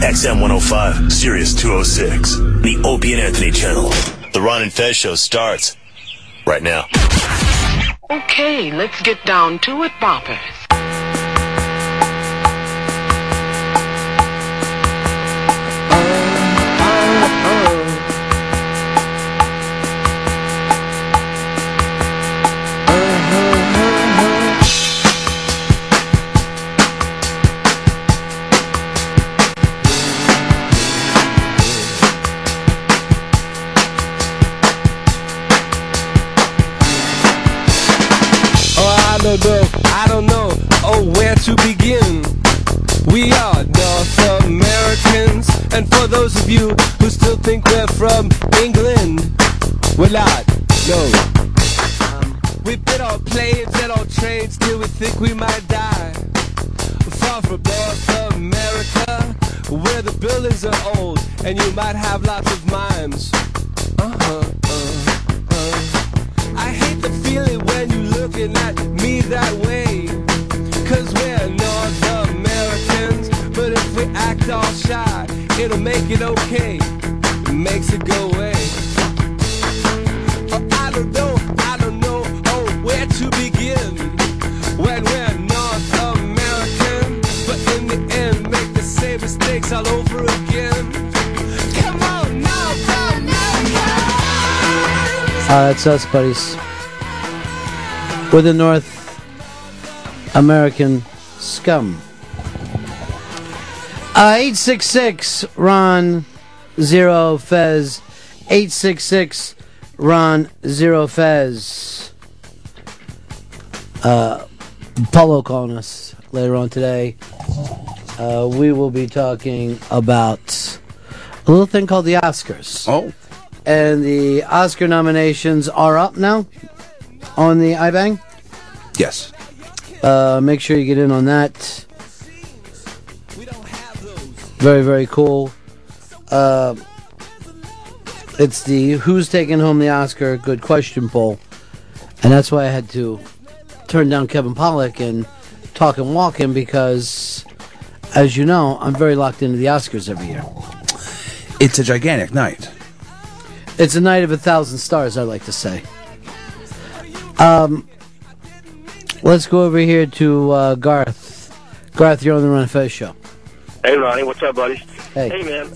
XM 105, Sirius 206, the Opie and Anthony channel. The Ron and Fez show starts right now. Okay, let's get down to it, boppers. Oh, I don't know, I don't know, oh, where to begin. We are North Americans, and for those of you who still think we're from England, we're not, no. We've been on planes and on trains till we think we might die. Far from North America, where the buildings are old, and you might have lots of mimes. Uh-huh, uh, uh. I hate the feeling when you looking at me that way. Cause we're North Americans, but if we act all shy, it'll make it okay. It makes it go away. Oh, I don't know, I don't know, oh, where to begin. When we're North American, but in the end, make the same mistakes all over again. Come on, North America! Uh, that's us, buddies. We're the North American scum. Uh, 866 Ron Zero Fez. 866 Ron Zero Fez. Uh, Paulo calling us later on today. Uh, we will be talking about a little thing called the Oscars. Oh. And the Oscar nominations are up now on the iBang. Yes. Uh, make sure you get in on that. Very, very cool. Uh, it's the Who's Taking Home the Oscar Good Question poll. And that's why I had to turn down Kevin Pollak and talk and walk him because, as you know, I'm very locked into the Oscars every year. It's a gigantic night. It's a night of a thousand stars, I like to say. Um, let's go over here to uh, Garth. Garth, you're on the Run and Fez show. Hey, Ronnie. What's up, buddy? Hey. man.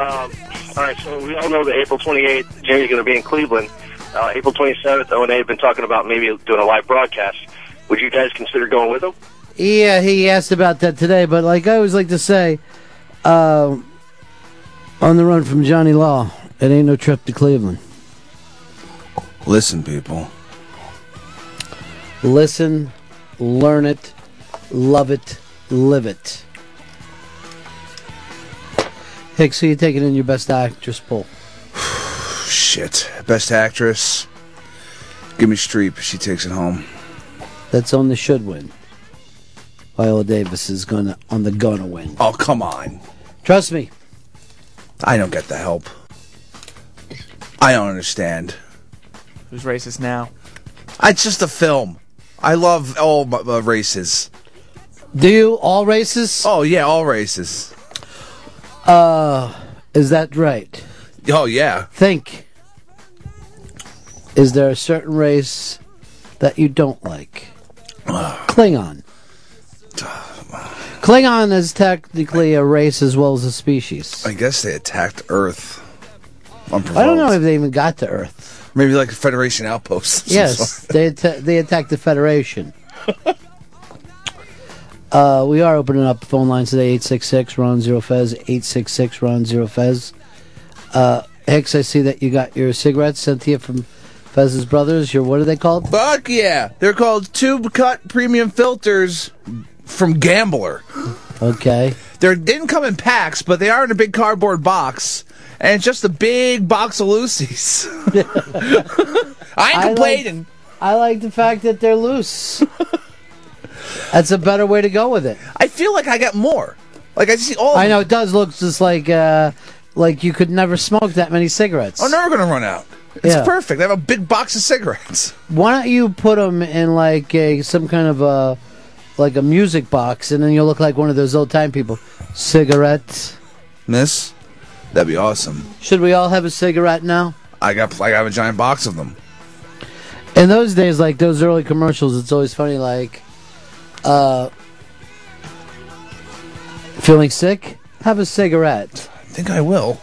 Um, all right, so we all know that April 28th, Jerry's going to be in Cleveland. Uh, April 27th, O&A have been talking about maybe doing a live broadcast. Would you guys consider going with them? Yeah, he asked about that today, but like I always like to say, uh, on the run from Johnny Law, it ain't no trip to Cleveland. Listen, people. Listen, learn it, love it, live it. Hicks, who you taking in your best actress poll? Shit. Best actress. Give me Streep. She takes it home. That's on the should win. Viola Davis is gonna on the gonna win. Oh, come on. Trust me. I don't get the help. I don't understand. Who's racist now? It's just a film. I love all my, my races. Do you all races? Oh yeah, all races. Uh, is that right? Oh yeah. Think. Is there a certain race that you don't like? Klingon. Klingon is technically a race as well as a species. I guess they attacked Earth. Unprovoked. I don't know if they even got to Earth. Maybe like a Federation outpost. Yes, they atta- they attacked the Federation. uh, we are opening up phone lines today: eight six six Ron Zero Fez, eight six six Ron Zero Fez. Uh, Hicks, I see that you got your cigarettes sent to you from Fez's brothers. Your what are they called? Fuck yeah! They're called tube cut premium filters from Gambler. Okay, They're, they didn't come in packs, but they are in a big cardboard box, and it's just a big box of Lucy's. I ain't I like- complaining. I like the fact that they're loose. That's a better way to go with it. I feel like I got more. Like I see all. I know it does look just like uh, like you could never smoke that many cigarettes. I'm never Oh, gonna run out. It's Yeah. perfect. I have a big box of cigarettes. Why don't you put them in like a some kind of a like a music box, and then you'll look like one of those old time people. Cigarette, miss, that'd be awesome. Should we all have a cigarette now? I got I have a giant box of them. In those days, like those early commercials, it's always funny. Like, uh, feeling sick? Have a cigarette. I think I will.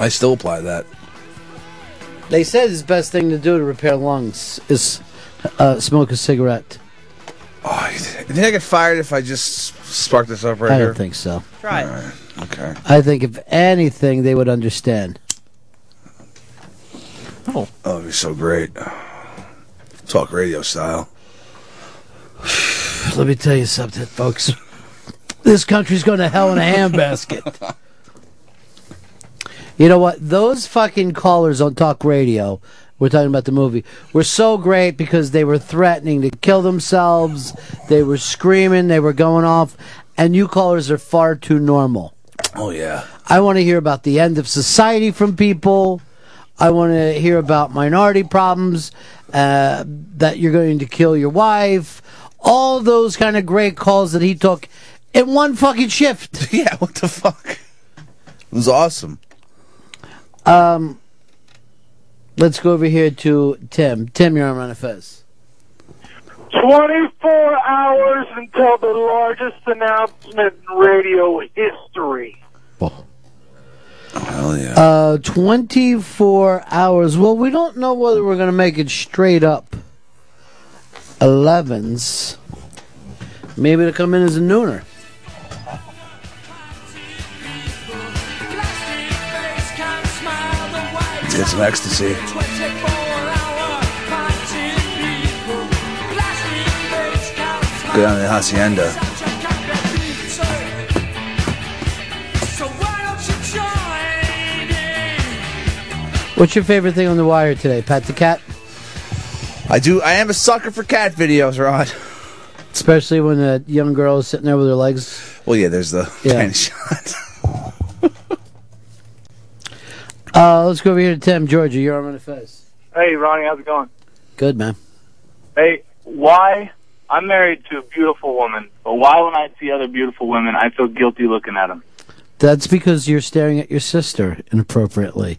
I still apply that. They said it's the best thing to do to repair lungs is uh, smoke a cigarette. Oh, I think I get fired if I just spark this up right I here. don't think so. Try it. Okay. I think if anything, they would understand. Oh, it'd be so great. Talk radio style. Let me tell you something, folks. This country's going to hell in a handbasket. you know what? Those fucking callers on talk radio, we're talking about the movie, were so great because they were threatening to kill themselves. They were screaming. They were going off. And you callers are far too normal. Oh yeah. I want to hear about the end of society from people. I want to hear about minority problems, uh, that you're going to kill your wife, all those kind of great calls that he took in one fucking shift. Yeah. What the fuck? It was awesome. Um, Let's go over here to Tim. Tim, you're on Manifest. 24 hours until the largest announcement in radio history. Hell yeah. Uh, 24 hours. Well, we don't know whether we're going to make it straight up 11s. Maybe it'll come in as a nooner. Let's get some ecstasy. Go down to the hacienda. What's your favorite thing on the wire today, Pat the Cat? I do. I am a sucker for cat videos, Rod. Especially when a young girl is sitting there with her legs. Well, yeah. There's the Yeah. tiny shot. Uh, let's go over here to Tim, Georgia. You're on manifest. Hey, Ronnie, how's it going? Good man. Hey, why? I'm married to a beautiful woman, but why when I see other beautiful women, I feel guilty looking at them? That's because you're staring at your sister inappropriately,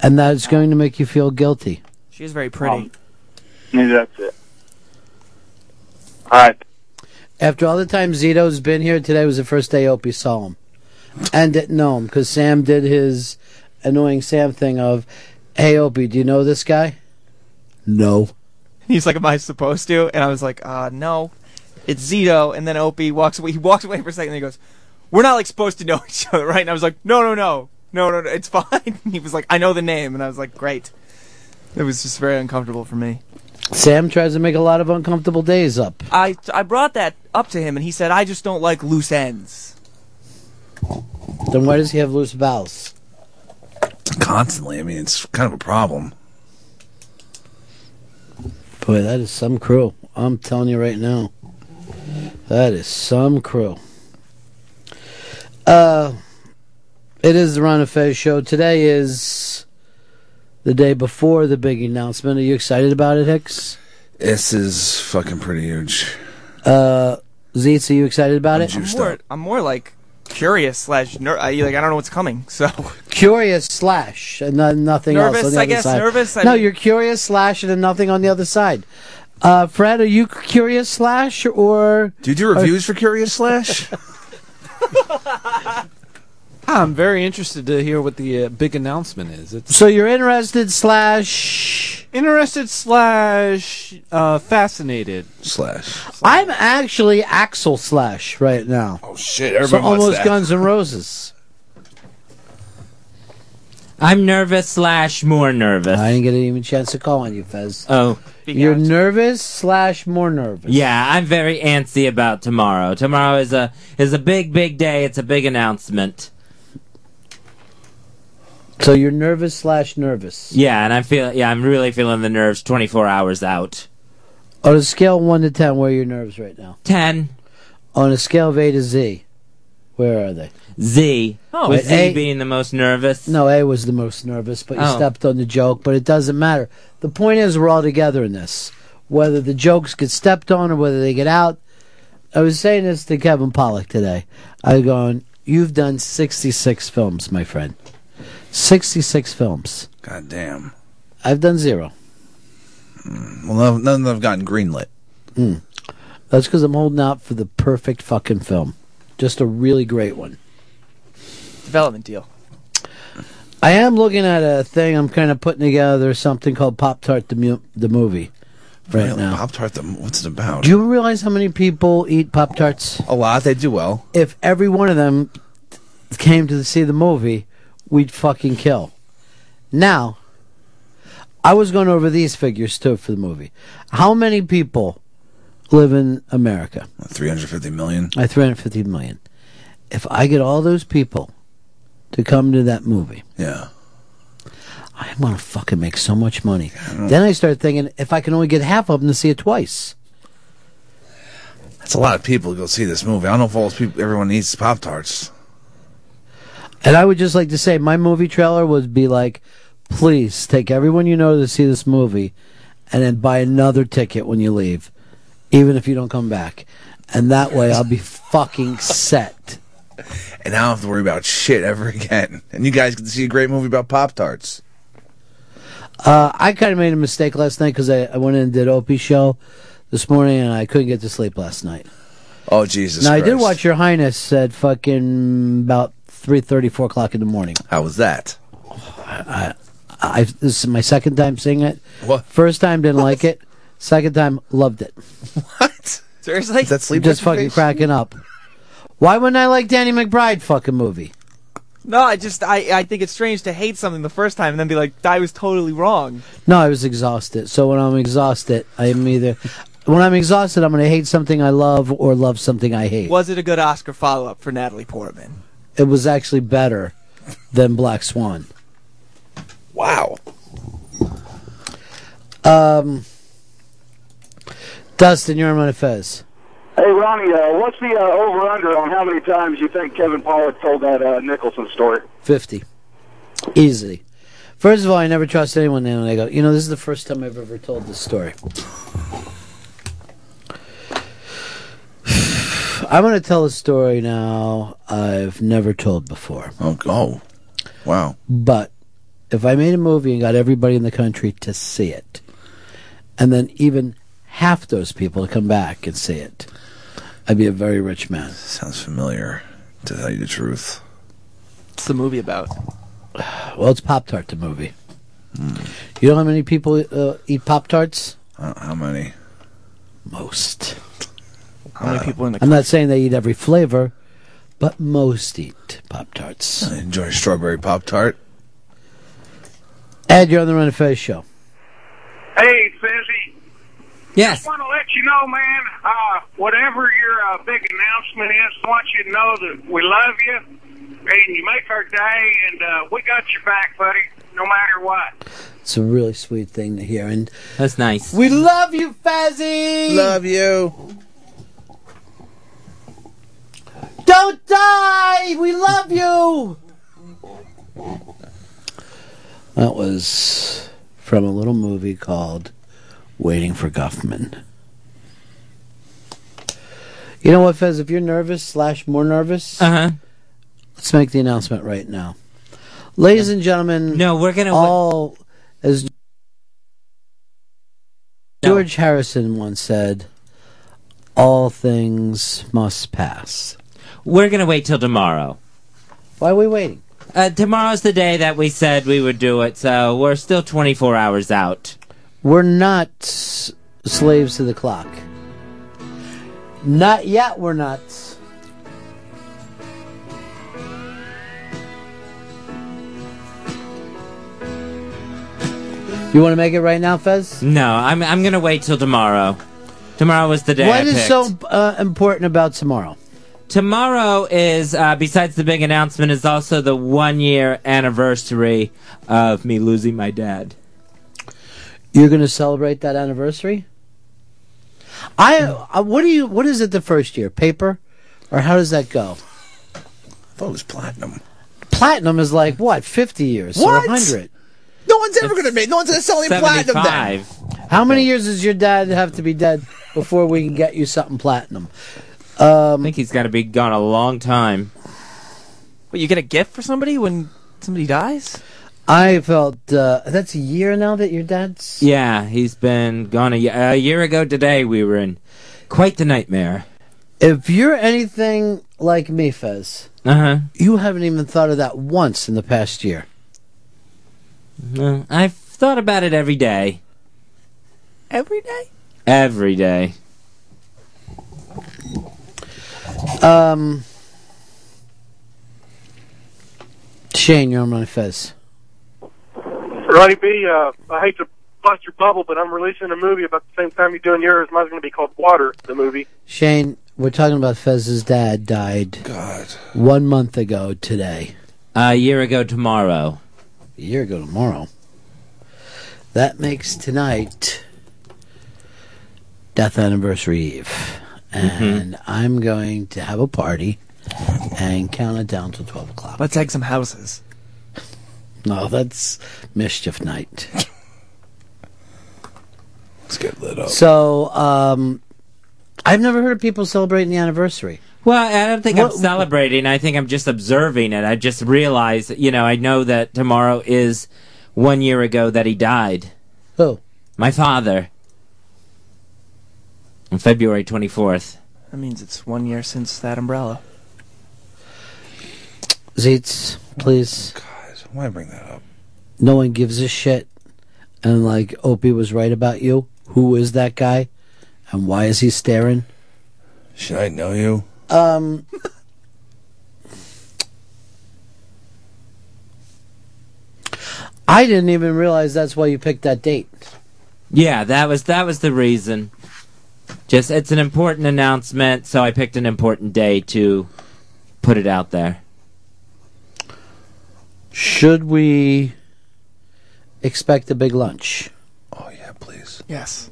and that's going to make you feel guilty. She is very pretty. Maybe that's it. All right. After all the time Zito's been here, today was the first day Opie saw him, and didn't know him because Sam did his annoying Sam thing of, "Hey Opie, do you know this guy?" No. He's like, "Am I supposed to?" And I was like, "Uh, no." It's Zito, and then Opie walks away. He walks away for a second, and he goes, "We're not like supposed to know each other, right?" And I was like, "No, no, no, no, no, no it's fine." And he was like, "I know the name," and I was like, "Great." It was just very uncomfortable for me. Sam tries to make a lot of uncomfortable days up. I I brought that up to him, and he said, "I just don't like loose ends." Then why does he have loose bowels? Constantly. I mean, it's kind of a problem. Boy, that is some crew. I'm telling you right now. That is some crew. Uh it is the Ron and Fez show. Today is the day before the big announcement. Are you excited about it, Hicks? This is fucking pretty huge. Uh Zeitz, are you excited about it? Juice. I'm Juiced more, up. I'm more like curious slash ner- I, like I don't know what's coming. So Curious slash and no- nothing else Nervous, on the I other guess, side. nervous, I no, mean- you're curious slash and then nothing on the other side. Uh, Fred, are you curious slash or Do you do reviews for Curious Slash? I'm very interested to hear what the uh, big announcement is. It's so you're interested slash? interested slash uh, fascinated. slash. I'm actually Axel Slash right now. Oh shit! so Everybody wants almost that. Guns N' Roses. I'm nervous slash more nervous. I didn't get even a chance to call on you, Fez. oh, You're nervous slash more nervous. yeah, I'm very antsy about tomorrow. Tomorrow is a is a big big day. It's a big announcement. So you're nervous slash nervous. Yeah, and I feel yeah, I'm really feeling the nerves 24 hours out. On a scale of one to ten, where are your nerves right now? 10 On a scale of A to Z, where are they? Z. Oh, with but Z A- being the most nervous. No, A was the most nervous, but you Oh. stepped on the joke, but it doesn't matter. The point is we're all together in this. Whether the jokes get stepped on or whether they get out. I was saying this to Kevin Pollock today. I was going, you've done 66 films, my friend. 66 films. God damn. Hmm. I've done zero. Well, none, none of them have gotten greenlit. Mm. That's because I'm holding out for the perfect fucking film. Just a really great one. Development deal. I am looking at a thing I'm kind of putting together, something called Pop Tart the, mu- the Movie right Really? now. Pop Tart, them- what's it about? Do you realize how many people eat Pop Tarts? A lot. They do well. If every one of them came to see the movie, we'd fucking kill. Now, I was going over these figures too for the movie. How many people live in America? Uh, 350 million. I 350 million. If I get all those people to come to that movie, yeah, I'm gonna fucking make so much money. Then I start thinking if I can only get half of them to see it twice. That's a lot of people to go see this movie. I don't know if all those people, everyone eats Pop Tarts. And I would just like to say my movie trailer would be like, please take everyone you know to see this movie and then buy another ticket when you leave, even if you don't come back. And that way I'll be fucking set. And I don't have to worry about shit ever again. And you guys can see a great movie about Pop Tarts. Uh, I kind of made a mistake last night because I, I went in and did Opie's show this morning and I couldn't get to sleep last night. Oh, Jesus now Christ. I did watch Your Highness at fucking about three thirty, four o'clock in the morning. How was that? I, I, this is my second time seeing it. What? First time didn't like it. Second time loved it. Seriously? Is that sleep just fucking cracking up. Why wouldn't I like Danny McBride fucking movie? No, I just I, I think it's strange to hate something the first time and then be like, I was totally wrong. No, I was exhausted. So when I'm exhausted, I'm either when I'm exhausted, I'm gonna hate something I love or love something I hate. Was it a good Oscar follow up for Natalie Portman? It was actually better than Black Swan. Wow. Um, Dustin, you're on Fez. Hey, Ronnie, uh, what's the uh, over-under on how many times you think Kevin Pollard told that uh, Nicholson story? 50. Easily. First of all, I never trust anyone now. And I go, you know, this is the first time I've ever told this story. I'm going to tell a story now I've never told before. Oh, oh. wow. But if I made a movie and got everybody in the country to see it, and then even half those people to come back and see it, I'd be a very rich man. Sounds familiar, to tell you the truth. What's the movie about? Well, it's Pop Tart, the movie. You know how many people uh, eat Pop Tarts? Uh, how many? Most. How many people in the I'm not saying they eat every flavor, but most eat Pop Tarts. I enjoy a strawberry Pop Tart. Ed, you're on the Run and Fez show. Hey, Fizzy. Yes. Just want to let you know, man, uh, whatever your uh, big announcement is, I want you to know that we love you and you make our day, and uh, we got your back, buddy, no matter what. It's a really sweet thing to hear, and that's nice. We love you, Fezzy. Love you. Don't die. We love you. That was from a little movie called Waiting for Guffman. You know what, Fez? If you're nervous slash more nervous, uh huh. Let's make the announcement right now, ladies and gentlemen. No, we're gonna all as George Harrison once said, "All things must pass." We're gonna wait till tomorrow. Why are we waiting? Uh, tomorrow's the day that we said we would do it, so we're still 24 hours out. We're not s- slaves to the clock. Not yet. We're not. You want to make it right now, Fez? No, I'm I'm gonna wait till tomorrow. Tomorrow was the day. I What is picked. so uh, important about tomorrow? Tomorrow is, uh, besides the big announcement, is also the one year anniversary of me losing my dad. You're going to celebrate that anniversary? I Hmm. uh, what do you what is it the first year? Paper or how does that go? I thought it was platinum. Platinum is like what? 50 years What? or 100. No one's ever going to make. No one's going to sell any platinum then. How many years does your dad have to be dead before we can get you something platinum? Um I think he's got to be gone a long time. What, you get a gift for somebody when somebody dies? I felt uh, that's a year now that your dad's. Yeah, he's been gone a year. A year ago today, we were in quite the nightmare. If you're anything like me, Fez, Uh-huh. you haven't even thought of that once in the past year. No, Uh, I've thought about it every day. Every day? Every day. Um, Shane, you're on my Fez. Ronnie B, uh, I hate to bust your bubble, but I'm releasing a movie about the same time you're doing yours. Mine's going to be called Water, the movie. Shane, we're talking about Fez's dad died. God. One month ago today. A year ago tomorrow. A year ago tomorrow. That makes tonight Death Anniversary Eve. Mm-hmm. And I'm going to have a party and count it down till 12 o'clock. Let's egg some houses. No, that's Mischief Night. Let's get lit up. So, um, I've never heard of people celebrating the anniversary. Well, I don't think I'm celebrating. I think I'm just observing it. I just realized, you know, I know that tomorrow is one year ago that he died. Who? My father. On February 24th. That means it's one year since that umbrella. Zeets, please. Why bring that up? No one gives a shit. And like Opie was right about you. Who is that guy? And why is he staring? Should I know you? Um. I didn't even realize that's why you picked that date. Yeah, that was that was the reason. Just it's an important announcement, so I picked an important day to put it out there. Should we expect a big lunch? Yes.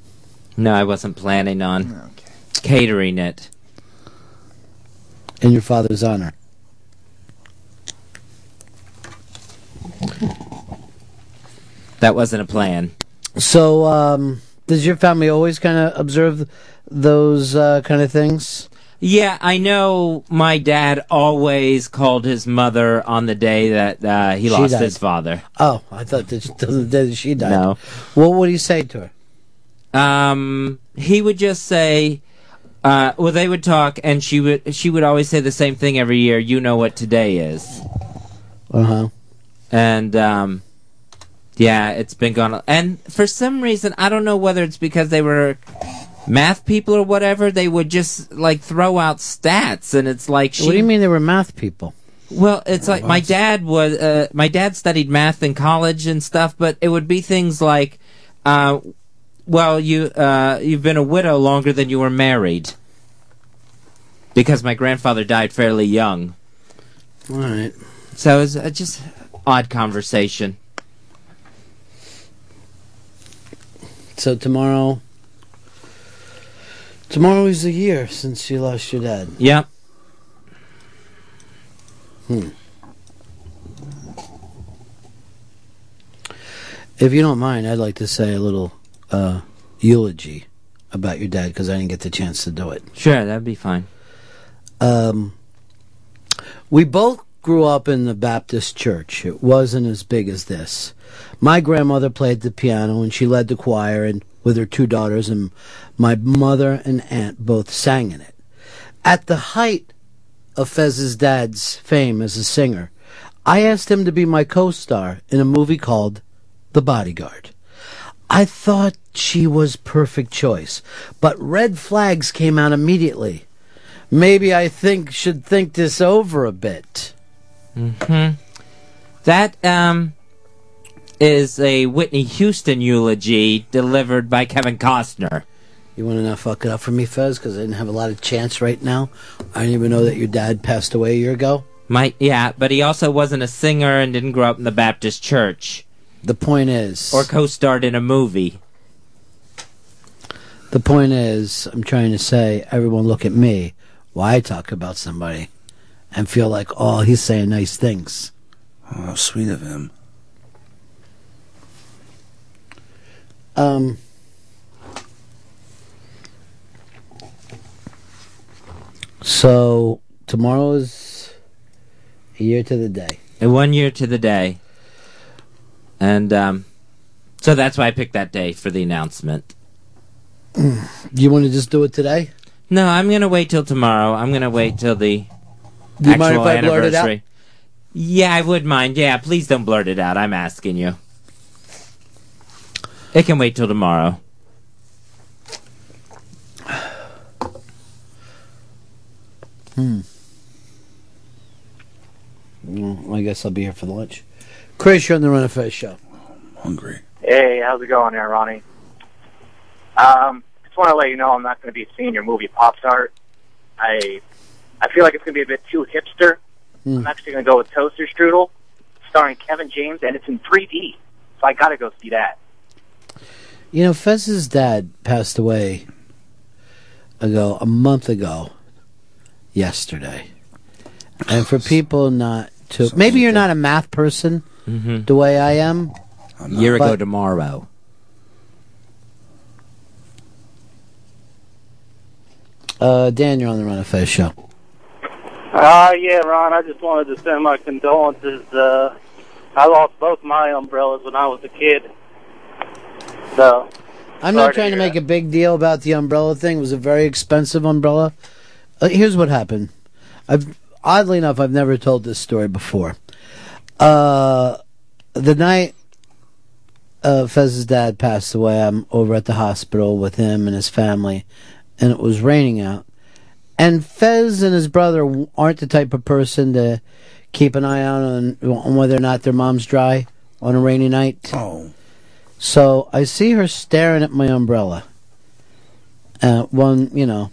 No, I wasn't planning on catering it. in your father's honor. That wasn't a plan. So, um, does your family always kind of observe those uh, kind of things? Yeah, I know my dad always called his mother on the day that uh, he She lost died. his father. Oh, I thought that she, the day that she died. No. What would he say to her? Um, he would just say, uh, well, they would talk, and she would she would always say the same thing every year. You know what today is, Uh huh. and um, yeah, it's been gone. And for some reason, I don't know whether it's because they were math people or whatever, they would just like throw out stats, and it's like she What do you mean they were math people? Well, it's like my dad was. Uh, my dad studied math in college and stuff, but it would be things like, uh, "Well, you uh, you've been a widow longer than you were married," because my grandfather died fairly young. All right. So it's uh, just odd conversation. So tomorrow, tomorrow is a year since you lost your dad. Yeah. Hmm. If you don't mind, I'd like to say a little uh, eulogy about your dad because I didn't get the chance to do it. Sure, that'd be fine. Um, we both grew up in the Baptist church. It wasn't as big as this. My grandmother played the piano and she led the choir and with her two daughters and my mother and aunt both sang in it. At the height of Fez's dad's fame as a singer, I asked him to be my co-star in a movie called The Bodyguard. I thought she was perfect choice, but red flags came out immediately. Maybe I think should think this over a bit. Hmm. That um is a Whitney Houston eulogy delivered by Kevin Costner. You want to not fuck it up for me, Fez, because I didn't have a lot of chance right now. I didn't even know that your dad passed away a year ago. My yeah, but he also wasn't a singer and didn't grow up in the Baptist church. The point is, or co-starred in a movie. The point is, I'm trying to say, everyone look at me while I talk about somebody and feel like, oh, he's saying nice things. Oh, how sweet of him. Um, so tomorrow is A year to the day. Uh, One year to the day. And um, so that's why I picked that day for the announcement. You want to just do it today? No, I'm going to wait till tomorrow. I'm going to wait till the Do you actual mind if I blurt it out? anniversary. Yeah, I would mind. Yeah, please don't blurt it out. I'm asking you. It can wait till tomorrow. Hmm. Well, I guess I'll be here for lunch. Chris, you're on the Run of Fest show. Hungry. Hey, how's it going there, Ronnie? Um, just want to let you know I'm not going to be seeing your movie Pop Tart. I I feel like it's going to be a bit too hipster. I'm actually going to go with Mm. Toaster Strudel, starring Kevin James, and it's in 3D. So I got to go see that. You know, Fez's dad passed away ago, a month ago, yesterday. And for people not to, maybe you're not a math person Mhm. the way I am. Year ago but- tomorrow. Uh, Dan, you're on the Run of Fez show. Ah, Uh, yeah, Ron, I just wanted to send my condolences. Uh, I lost both my umbrellas when I was a kid. So, I'm not Sorry to trying to hear make a big deal about the umbrella thing. It was a very expensive umbrella. Uh, here's what happened. I've oddly enough, I've never told this story before. Uh, the night uh, Fez's dad passed away, I'm over at the hospital with him and his family, and it was raining out. And Fez and his brother w- aren't the type of person to keep an eye out on, on whether or not their mom's dry on a rainy night. Oh. So I see her staring at my umbrella. Uh, one, you know,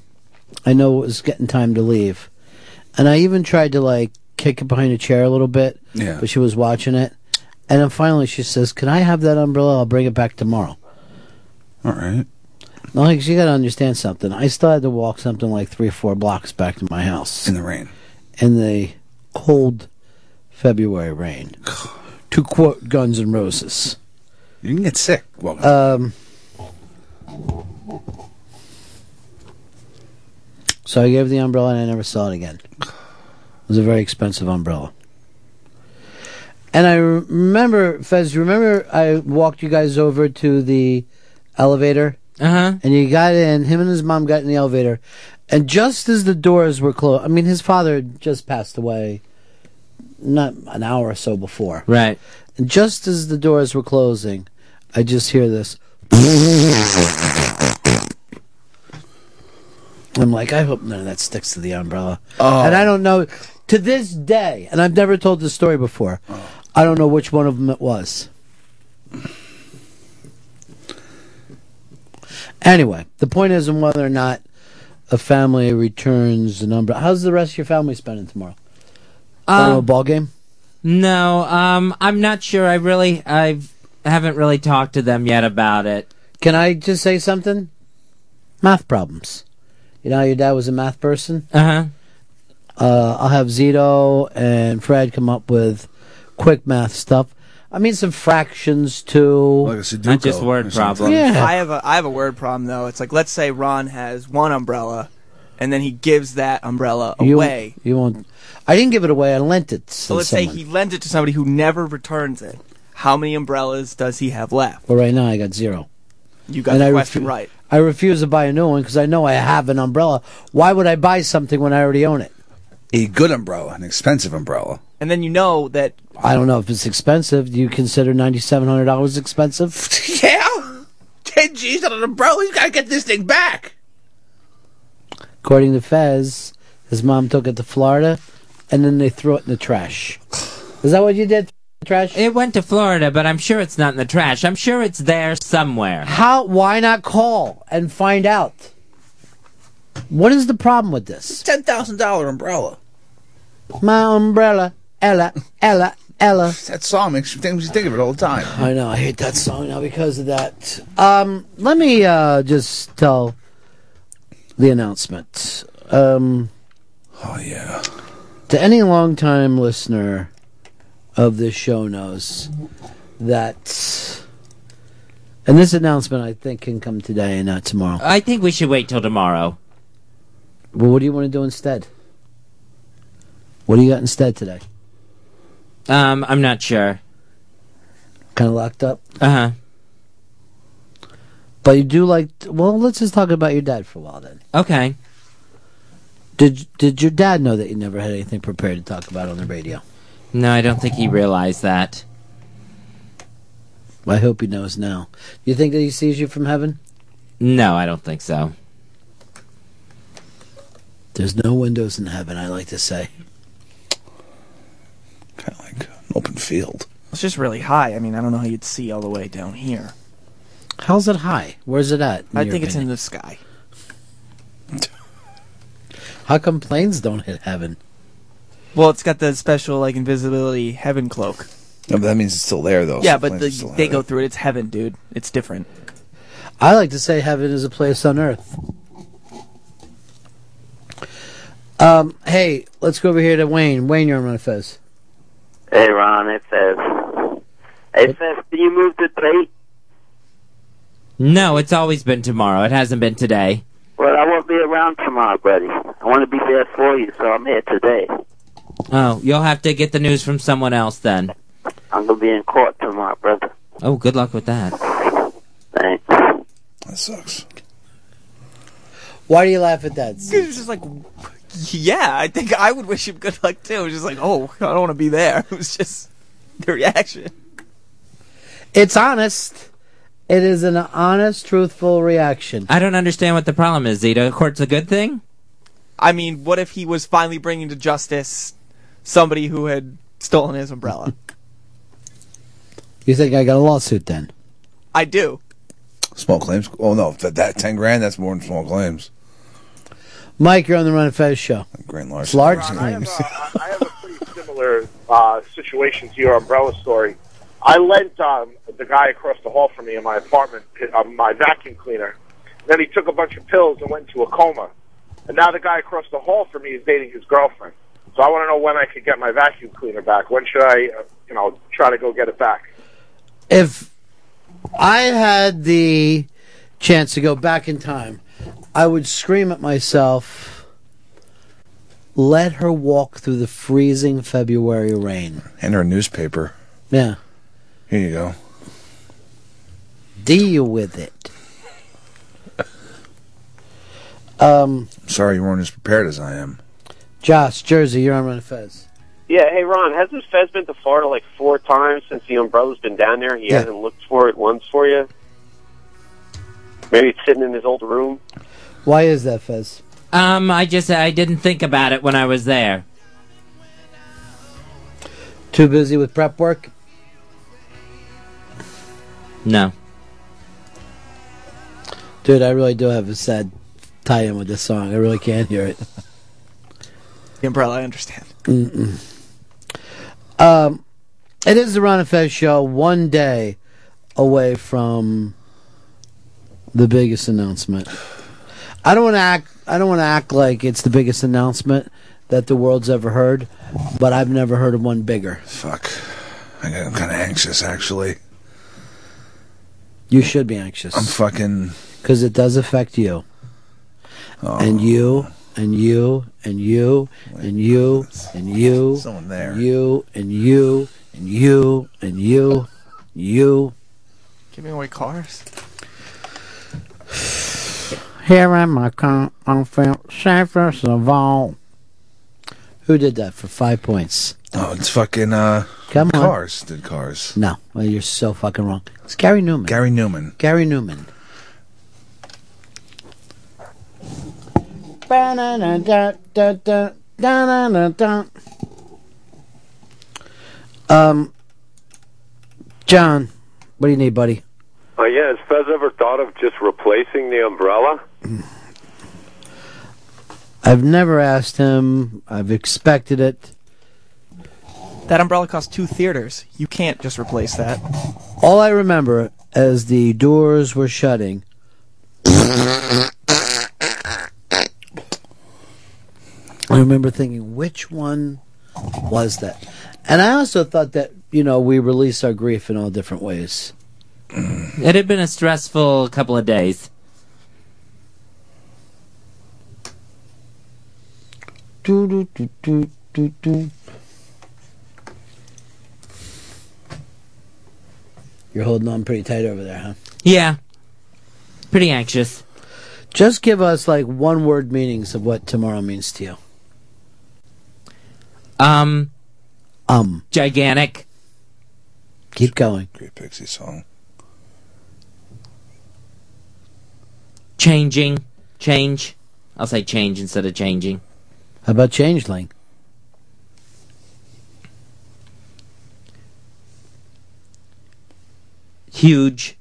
I know it was getting time to leave. And I even tried to, like, kick it behind a chair a little bit. Yeah. But she was watching it. And then finally she says, Can I have that umbrella? I'll bring it back tomorrow. All right. Like, you got to understand something. I still had to walk something like three or four blocks back to my house. In the rain. In the cold February rain. to quote Guns N' Roses. You can get sick. Well, um, so I gave the umbrella and I never saw it again. It was a very expensive umbrella. And I remember, Fez, remember I walked you guys over to the elevator? Uh huh. And you got in, him and his mom got in the elevator. And just as the doors were closed, I mean, his father had just passed away not an hour or so before. Right. And just as the doors were closing, I just hear this. I'm like, I hope none of that sticks to the umbrella. Oh. And I don't know, to this day, and I've never told this story before, I don't know which one of them it was. Anyway, the point isn't whether or not a family returns an umbrella. How's the rest of your family spending tomorrow? Going to a Um, ball game? No, um, I'm not sure. I really, I've, I haven't really talked to them yet about it. Can I just say something? Math problems. You know, how your dad was a math person. Uh-huh. Uh, I'll have Zito and Fred come up with quick math stuff. I mean, some fractions too. Not just word problem. Yeah. I have a I have a word problem though. It's like let's say Ron has one umbrella, and then he gives that umbrella You- away. You, won't. I didn't give it away. I lent it. To so let's someone. say he lends it to somebody who never returns it. How many umbrellas does he have left? Well, right now I got zero. You got And the I question refu- right. I refuse to buy a new one because I know I have an umbrella. Why would I buy something when I already own it? a good umbrella, an expensive umbrella. And then you know that I don't know if it's expensive. Do you consider ninety seven hundred dollars expensive? Yeah? 10 G's on an umbrella? You gotta get this thing back. According to Fez, his mom took it to Florida, and then they threw it in the trash. Is that what you did? Trash? It went to Florida, but I'm sure it's not in the trash. I'm sure it's there somewhere. How? Why not call and find out? What is the problem with this? Ten thousand dollar umbrella. My umbrella, Ella, Ella, Ella. That song makes you think, makes you think of it all the time. I know. I hate that song now because of that. Um, let me uh, just tell the announcement. Um, oh yeah. To any longtime listener of this show knows that, and this announcement I think can come today and not tomorrow. I think we should wait till tomorrow. Well, what do you want to do instead? What do you got instead today? Um, I'm not sure. Kind of locked up. Uh Uh-huh. huh. But you do like. Well, let's just talk about your dad for a while then. Okay. Did Did your dad know that you never had anything prepared to talk about on the radio? No, I don't think he realized that. I hope he knows now. You think that he sees you from heaven? No, I don't think so. There's no windows in heaven. I like to say. Open field. It's just really high. I mean, I don't know how you'd see all the way down here. How's it high? Where's it at? I think it's in the sky. How come planes don't hit heaven? Well, it's got the special like invisibility heaven cloak. Yeah, but that means it's still there, though. yeah, so but planes the, are still they there. go through it. It's heaven, dude. It's different. I like to say heaven is a place on earth. Um, hey, let's go over here to Wayne. Wayne, you're on my fez. Hey, Ron, it's Fez. Hey, Fez, can you move to three? No, it's always been tomorrow. It hasn't been today. Well, I won't be around tomorrow, buddy. I want to be there for you, so I'm here today. Oh, you'll have to get the news from someone else then. I'm going to be in court tomorrow, brother. Oh, good luck with that. Thanks. That sucks. Why do you laugh at that? It was just like, yeah, I think I would wish him good luck too. It was just like, oh, I don't want to be there. It was just the reaction. It's honest. It is an honest, truthful reaction. I don't understand what the problem is, Zito. Court's a good thing? I mean, what if he was finally bringing to justice somebody who had stolen his umbrella? You think I got a lawsuit then? I do. Small claims. Oh no, that, that ten grand. That's more than small claims. Mike, you're on the Run and Fez show. Grand It's large Ron, I claims. I have a pretty similar uh, situation to your umbrella story. I lent um, the guy across the hall from me in my apartment uh, my vacuum cleaner. Then he took a bunch of pills and went into a coma. And now the guy across the hall from me is dating his girlfriend. So I want to know when I could get my vacuum cleaner back. When should I, uh, you know, try to go get it back? if I had the chance to go back in time, I would scream at myself, let her walk through the freezing February rain. Hand her a newspaper. Yeah. Here you go. Deal with it. Um, Sorry you weren't as prepared as I am. Josh, Jersey, you're on Run and Fez. Yeah, hey Ron, hasn't Fez been to Florida like four times since the umbrella's been down there? He Yeah. hasn't looked for it once for you. Maybe it's sitting in his old room. Why is that, Fez? Um, I just I didn't think about it when I was there. Too busy with prep work? No. Dude, I really do have a sad tie in with this song. I really can't hear it. The umbrella, I understand. Mm-mm. Um, it is the Ron and Fez show, one day away from the biggest announcement. I don't want to act. I don't want to act like it's the biggest announcement that the world's ever heard, but I've never heard of one bigger. Fuck. I got, I'm kind of anxious, actually. You should be anxious. I'm fucking. Oh. because it does affect you, and you, and you, and you, and you, and you, someone there, you, and you, and you, and you, you. Giving away cars. Here in my car, I feel safest of all. Who did that for five points? Oh, it's fucking. uh Come on. Cars did cars. No, well, you're so fucking wrong. It's Gary Newman. Gary Newman. Gary Newman. Um, John, what do you need, buddy? Uh, yeah, has Fez ever thought of just replacing the umbrella? I've never asked him. I've expected it. That umbrella cost two theaters. You can't just replace that. All I remember as the doors were shutting. I remember thinking, which one was that? And I also thought that, you know, we release our grief in all different ways. It had been a stressful couple of days. Do, do, do, do, do, do. You're holding on pretty tight over there, huh? Yeah. Pretty anxious. Just give us like one word meanings of what tomorrow means to you. Um. Um. Gigantic. Keep going. Great Pixie song. Changing. Change. I'll say change instead of changing. How about Changeling? Huge.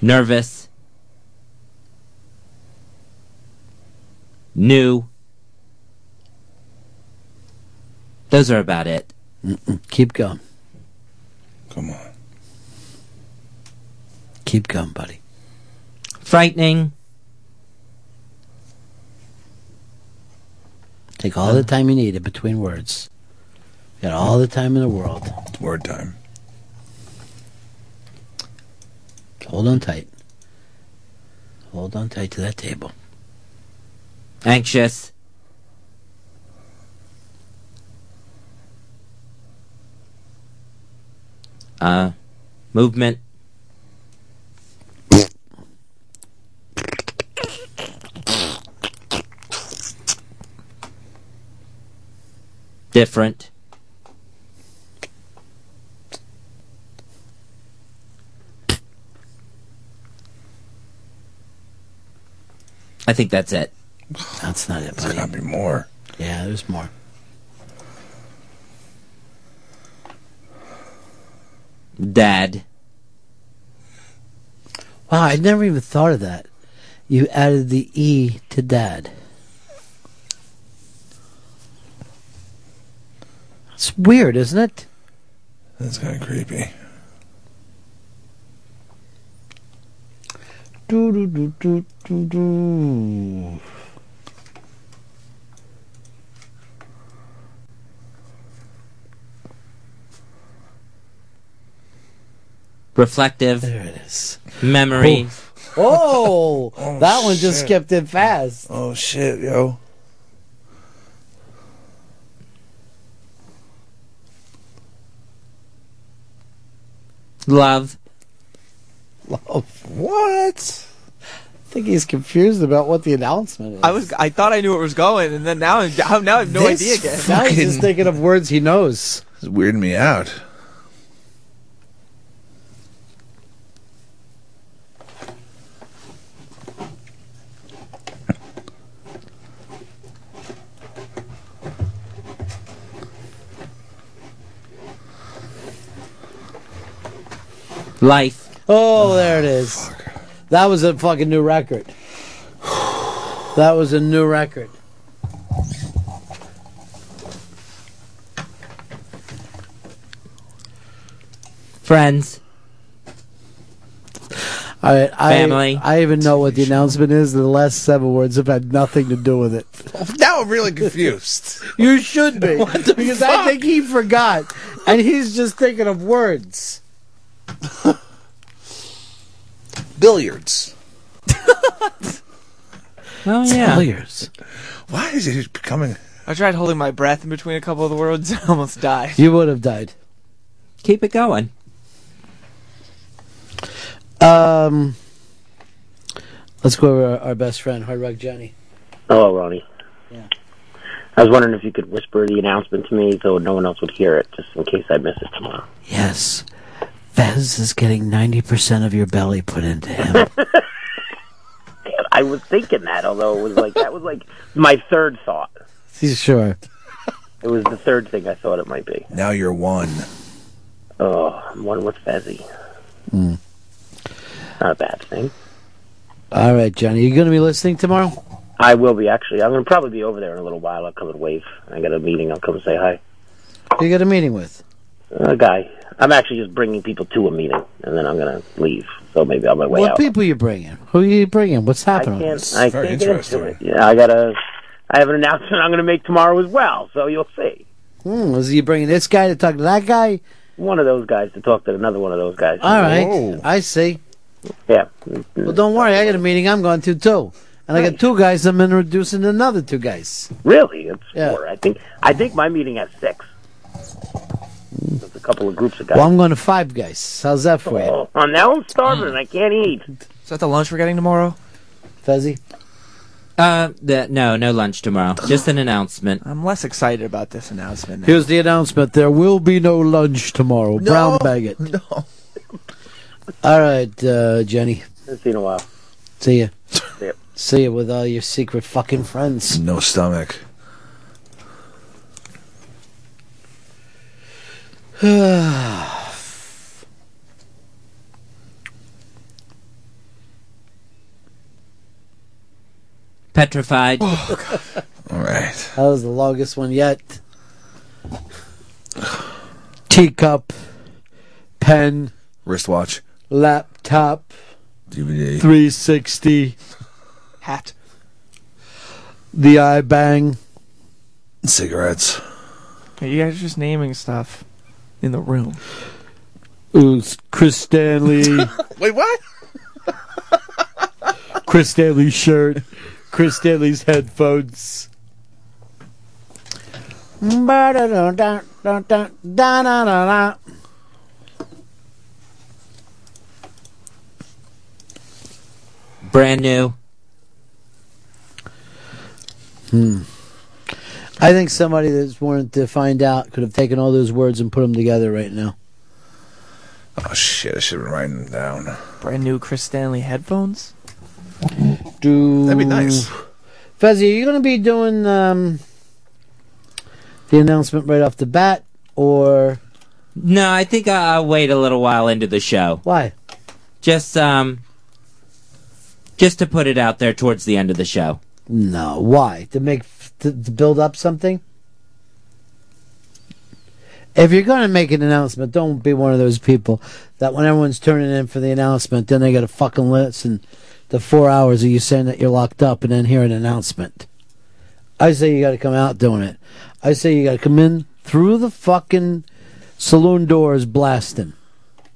Nervous. New. Those are about it. Mm-mm. Keep going. Come on. Keep going, buddy. Frightening. Take all the time you need in between words. You got all the time in the world. It's word time. Hold on tight. Hold on tight to that table. Anxious. Uh, movement. Different. I think that's it. That's not it, buddy. There's gotta be more. Yeah, there's more. Dad. Wow, I never even thought of that. You added the E to dad. It's weird, isn't it? That's kind of creepy. Do, do, do, do, do, do. Reflective. There it is. Memory. Oh, that one just shit. skipped it fast. Oh shit, yo. Love. Love. What? I think he's confused about what the announcement is. I was I thought I knew where it was going, and then now I- now I have no This idea again. Now he's just thinking of words he knows. It's weirding me out. Life. Oh, there it is. That was a fucking new record. That was a new record. Friends. All right, I, Family. I even know what the announcement is. The last seven words have had nothing to do with it. Now I'm really confused. You should be. because I think he forgot. And he's just thinking of words. Billiards. Oh Billiards. Why is it becoming? I tried holding my breath in between a couple of the words. I almost died. You would have died. Keep it going. Um, let's go over our, our best friend, Hard Rock Johnny. Hello, Ronnie. I was wondering if you could whisper the announcement to me so no one else would hear it, just in case I miss it tomorrow. Yes. Fez is getting 90% of your belly put into him. I was thinking that, although it was like that was like my third thought. He's sure. It was the third thing I thought it might be. Now you're one. Oh, I'm one with Fezzi. Mm. Not a bad thing. All right, Johnny. You going to be listening tomorrow? I will be actually. I'm gonna probably be over there in a little while. I'll come and wave. I got a meeting. I'll come say hi. Who you got a meeting with? A guy. I'm actually just bringing people to a meeting, and then I'm gonna leave. So maybe on my way what out. people Oh, you bringing? Who you bringing? What's happening? can't, I can't get into it. Yeah, I gotta. I have an announcement I'm gonna make tomorrow as well. So you'll see. Hmm, was he bringing this guy to talk to that guy? One of those guys to talk to another one of those guys. All right. I see. Yeah. Well, don't worry. I got a meeting I'm going to, too. And I got two guys I'm introducing to another two guys. Really? It's four. I think. I think my meeting at six. That's a couple of groups of guys. Well, I'm going to Five Guys. How's that for you? Oh, now I'm starving. I can't eat. Is that the lunch we're getting tomorrow? Fezzy? Uh, the, no, no lunch tomorrow. Just an announcement. I'm less excited about this announcement. now. Here's the announcement. There will be no lunch tomorrow. Brown bag it. No. All right, uh, Jenny. It's been a while. See ya. Yep. See ya with all your secret fucking friends. No stomach. Petrified. All right. That was the longest one yet. Teacup, pen, Wristwatch. laptop, DVD. 360, hat, the eye bang. Cigarettes. Hey, you guys are just naming stuff in the room. Ooh, Chris Stanley. Wait, what? Chris Stanley's shirt, Chris Stanley's headphones. All Brand new. Hmm. I think somebody that's wanted to find out could have taken all those words and put them together right now. Oh shit! I should have been writing them down. Brand new Chris Stanley headphones. Do That'd be nice. Fezzi, are you going to be doing um, the announcement right off the bat, or No, I think I- I'll wait a little while into the show. Why? Just um, just to put it out there towards the end of the show. no? Why to make to, to build up something? If you're going to make an announcement, don't be one of those people that when everyone's turning in for the announcement, then they got to fucking listen to four hours of you saying that you're locked up and then hear an announcement. I say you got to come out doing it. I say you got to come in through the fucking saloon doors blasting.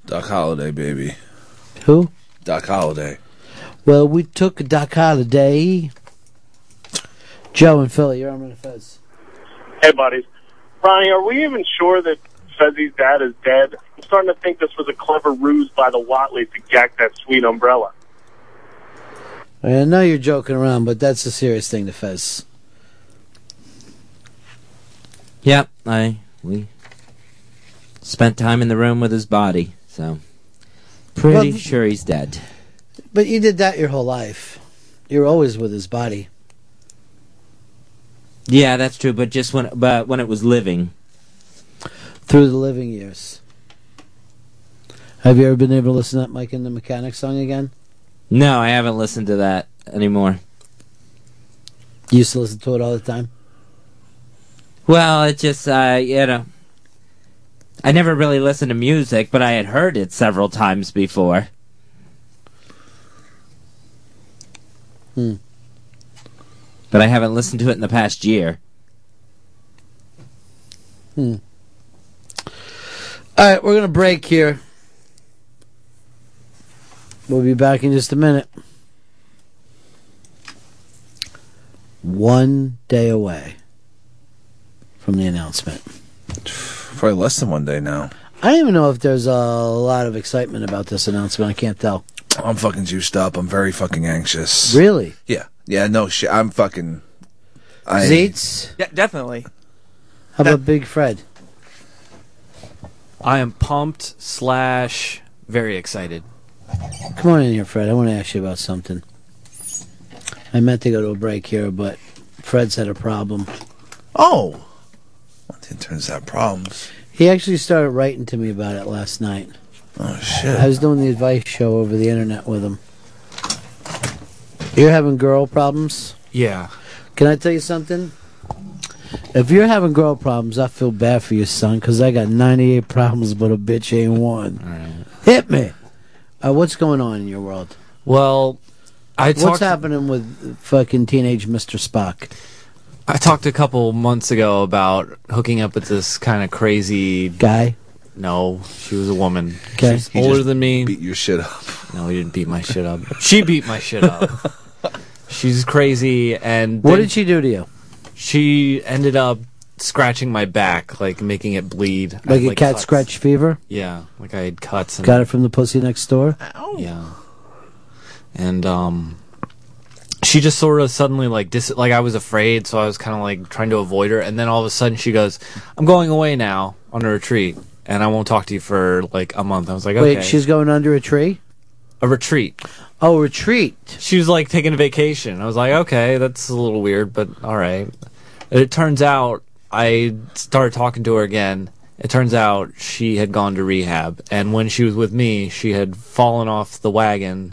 Doc Holiday, baby. Who? Doc Holiday. Well, we took a Doc Holiday. Joe and Philly, you're on the fez. Hey, buddies. Ronnie, are we even sure that Fezzi's dad is dead? I'm starting to think this was a clever ruse by the Watleys to jack that sweet umbrella. I know you're joking around, but that's a serious thing to fez. Yep, I we spent time in the room with his body, so pretty Well, sure he's dead. But you did that your whole life. You're always with his body. Yeah, that's true. But just when, but when it was living, through the living years. Have you ever been able to listen to that Mike and the Mechanic song again? no, I haven't listened to that anymore. You used to listen to it all the time. Well, it just, uh, you know, I never really listened to music, but I had heard it several times before. Hmm. But I haven't listened to it in the past year. Hmm. All right, we're going to break here. We'll be back in just a minute. One day away from the announcement. Probably less than one day now. I don't even know if there's a lot of excitement about this announcement. I can't tell. I'm fucking juiced up. I'm very fucking anxious. Really? Yeah. Yeah. No shit. I'm fucking. I, Zeitz? Yeah, definitely. How about Big Fred? I am pumped slash very excited. Come on in here, Fred. I want to ask you about something. I meant to go to a break here, but Fred's had a problem. Oh. Interns have problems. He actually started writing to me about it last night. Oh shit! I was doing the advice show over the internet with him. You're having girl problems. Yeah. Can I tell you something? If you're having girl problems, I feel bad for you, son, because I got 98 problems, but a bitch ain't one. Hit me. Uh, what's going on in your world? Well, I what's talked- happening with fucking teenage Mr. Spock? I talked a couple months ago about hooking up with this kind of crazy guy. No, she was a woman. Okay. She's He older just than me. Beat your shit up. No, he didn't beat my shit up. She beat my shit up. She's crazy, and What then did she do to you? She ended up scratching my back, like making it bleed. I Mm-hmm. Like had, a cat cuts. scratch fever. Yeah, like I had cuts. And, Got it from the pussy next door. Yeah. And um she just sort of suddenly like dis like I was afraid, so I was kind of like trying to avoid her and then all of a sudden she goes, "I'm going away now on a retreat and I won't talk to you for like a month." I was like, "Okay." Wait, she's going under a tree. a retreat. Oh, retreat. She was like taking a vacation. I was like, "Okay, that's a little weird, but all right." And It turns out I started talking to her again. It turns out she had gone to rehab, and when she was with me, she had fallen off the wagon,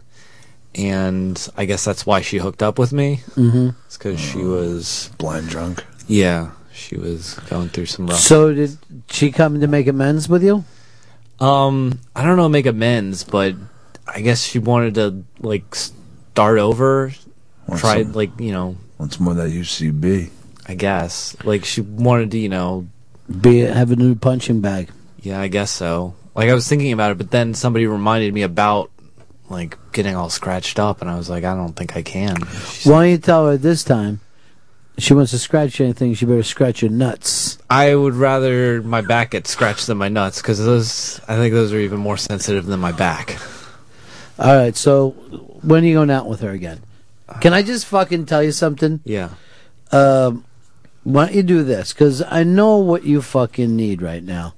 and I guess that's why she hooked up with me. Mm-hmm. It's because she was blind drunk. Yeah, she was going through some rough. So did she come to make amends with you? um, I don't know, make amends, but I guess she wanted to like start over, Want try some- like you know, Once more that UCB. I guess like she wanted to you know, Be have a new punching bag. yeah, I guess so. Like I was thinking about it, but then somebody reminded me about like getting all scratched up, and I was like, I don't think I can. Why don't you tell her this time? She wants to scratch anything. She better scratch your nuts. I would rather my back get scratched than my nuts because those, I think those are even more sensitive than my back. All right. So when are you going out with her again? Can I just fucking tell you something? Yeah. Um, why don't you do this? Because I know what you fucking need right now.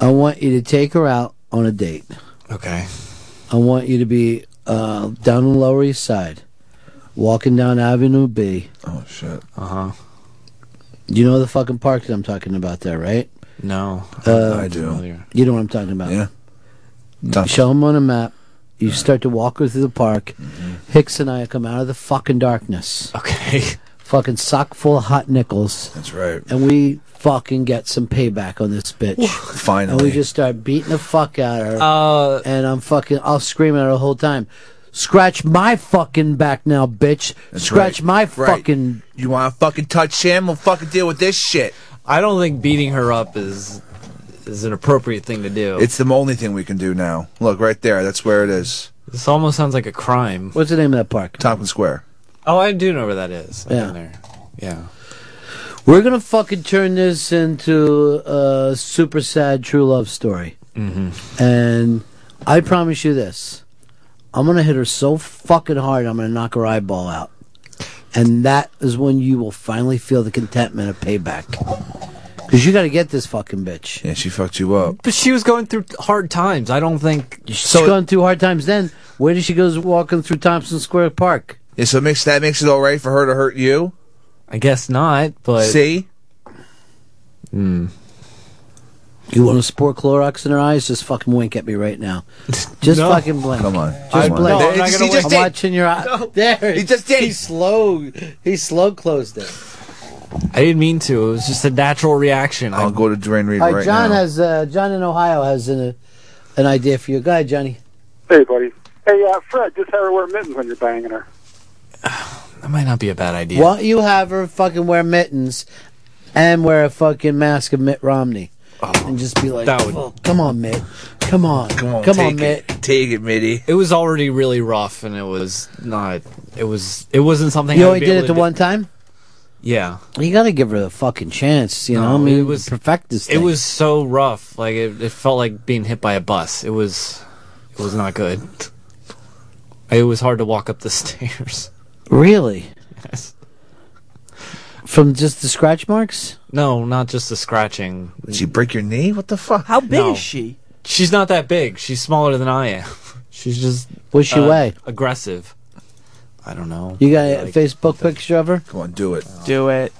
I want you to take her out on a date. Okay. I want you to be uh, down on the Lower East Side, walking down Avenue B. Oh shit. Uh huh. You know the fucking park that I'm talking about there, right? No, Uh, I do. You know what I'm talking about. Yeah. Show them on a map. You start to walk her through the park. Mm-hmm. Hicks and I come out of the fucking darkness. Okay. Fucking sock full of hot nickels. That's right. And we fucking get some payback on this bitch. Finally. And we just start beating the fuck out of her. Uh, and I'm fucking, I'll scream at her the whole time. Scratch my fucking back now, bitch. Scratch right. my Right. fucking. You want to fucking touch him? We'll fucking deal with this shit. I don't think beating her up is is an appropriate thing to do. It's the only thing we can do now. Look right there. That's where it is. This almost sounds like a crime. What's the name of that park? Tompkins Square. Oh, I do know where that is. I've Yeah. been there. Yeah. We're gonna fucking turn this into a super sad true love story. Mm-hmm. And I promise you this: I'm gonna hit her so fucking hard, I'm gonna knock her eyeball out. And that is when you will finally feel the contentment of payback. Because you got to get this fucking bitch. Yeah, she fucked you up. But she was going through hard times. I don't think She's going through hard times. Then where did she goes walking through Thompson Square Park? Yeah, so it makes that makes it all right for her to hurt you. I guess not. But See, Hmm. You want to sport Clorox in her eyes? Just fucking wink at me right now. Just No. fucking blink. Come on. Just Come on. blink. No, I'm not He gonna just wink. I'm did. watching your eyes. There. He just did. He slow. He slow closed it. I didn't mean to. It was just a natural reaction. I'll go to Drain Reed All right, right John now. has uh, John in Ohio has an an idea for you. Go ahead, Johnny. Hey, buddy. Hey, uh, Fred, just have her wear mittens when you're banging her. that might not be a bad idea. Why don't you have her fucking wear mittens and wear a fucking mask of Mitt Romney and just be like, Oh. That would- "Oh, "Come on, Mitt. Come on. Come on. take Mitt." Take it, Mitty. It was already really rough, and it was not. It was. It wasn't something. You I would only be did able it to the do- one time. Yeah. You got to give her the fucking chance. You know, No, I mean, it was- perfect this. It thing. was so rough. Like it, it felt like being hit by a bus. It was. It was not good. It was hard to walk up the stairs. Really? Yes. From just the scratch marks? No, not just the scratching. Did she break your knee? What the fuck? How big is she? She's not that big. She's smaller than I am. She's just. uh, What's she weigh? Aggressive. I don't know. You got a Like, Facebook picture of her? Come on, do it. Do it.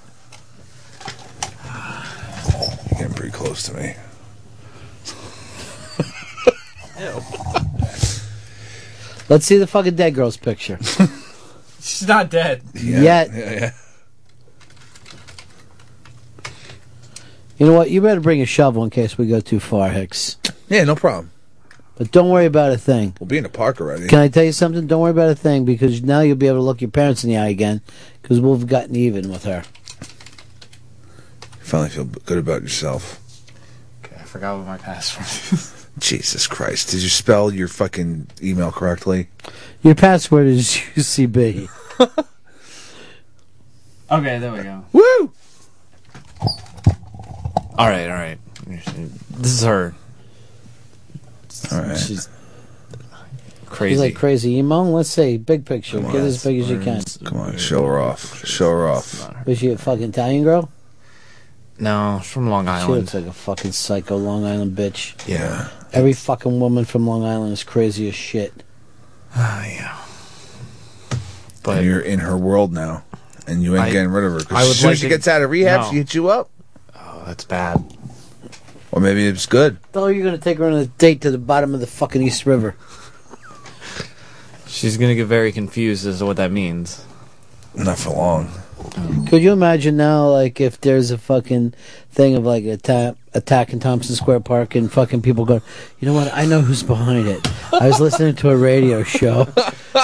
You're getting pretty close to me. Let's see the fucking dead girl's picture. She's not dead. Yet. Yeah, yeah. You know what? You better bring a shovel in case we go too far, Hicks. Yeah, no problem. But don't worry about a thing. We'll be in the park already. Can I tell you something? Don't worry about a thing because now you'll be able to look your parents in the eye again because we've gotten even with her. Finally feel good about yourself. Okay, I forgot what my password is. Jesus Christ. Did you spell your fucking email correctly? Your password is UCB. okay, there we go. Woo! All right, all right. This is her. All right. She's He's crazy. like crazy emo. Let's see, big picture. Come on, Get as big as you can. Come on, show her off. Show her off. Was she a fucking Italian girl? no, she's from Long She Island. looks like a fucking psycho Long Island bitch. Yeah. Every fucking woman from Long Island is crazy as shit. But you're in her world now, and you ain't I- getting rid of her. 'cause I would as soon like as she to- gets out of rehab, No. she hits you up. Oh, that's bad. Or maybe it's good. Oh, you're gonna take her on a date to the bottom of the fucking East River. She's gonna get very confused as to what that means. Not for long. Could you imagine now, like, if there's a fucking thing of like attack attack in Thompson Square Park and fucking people going, you know what? I know who's behind it. I was listening to a radio show.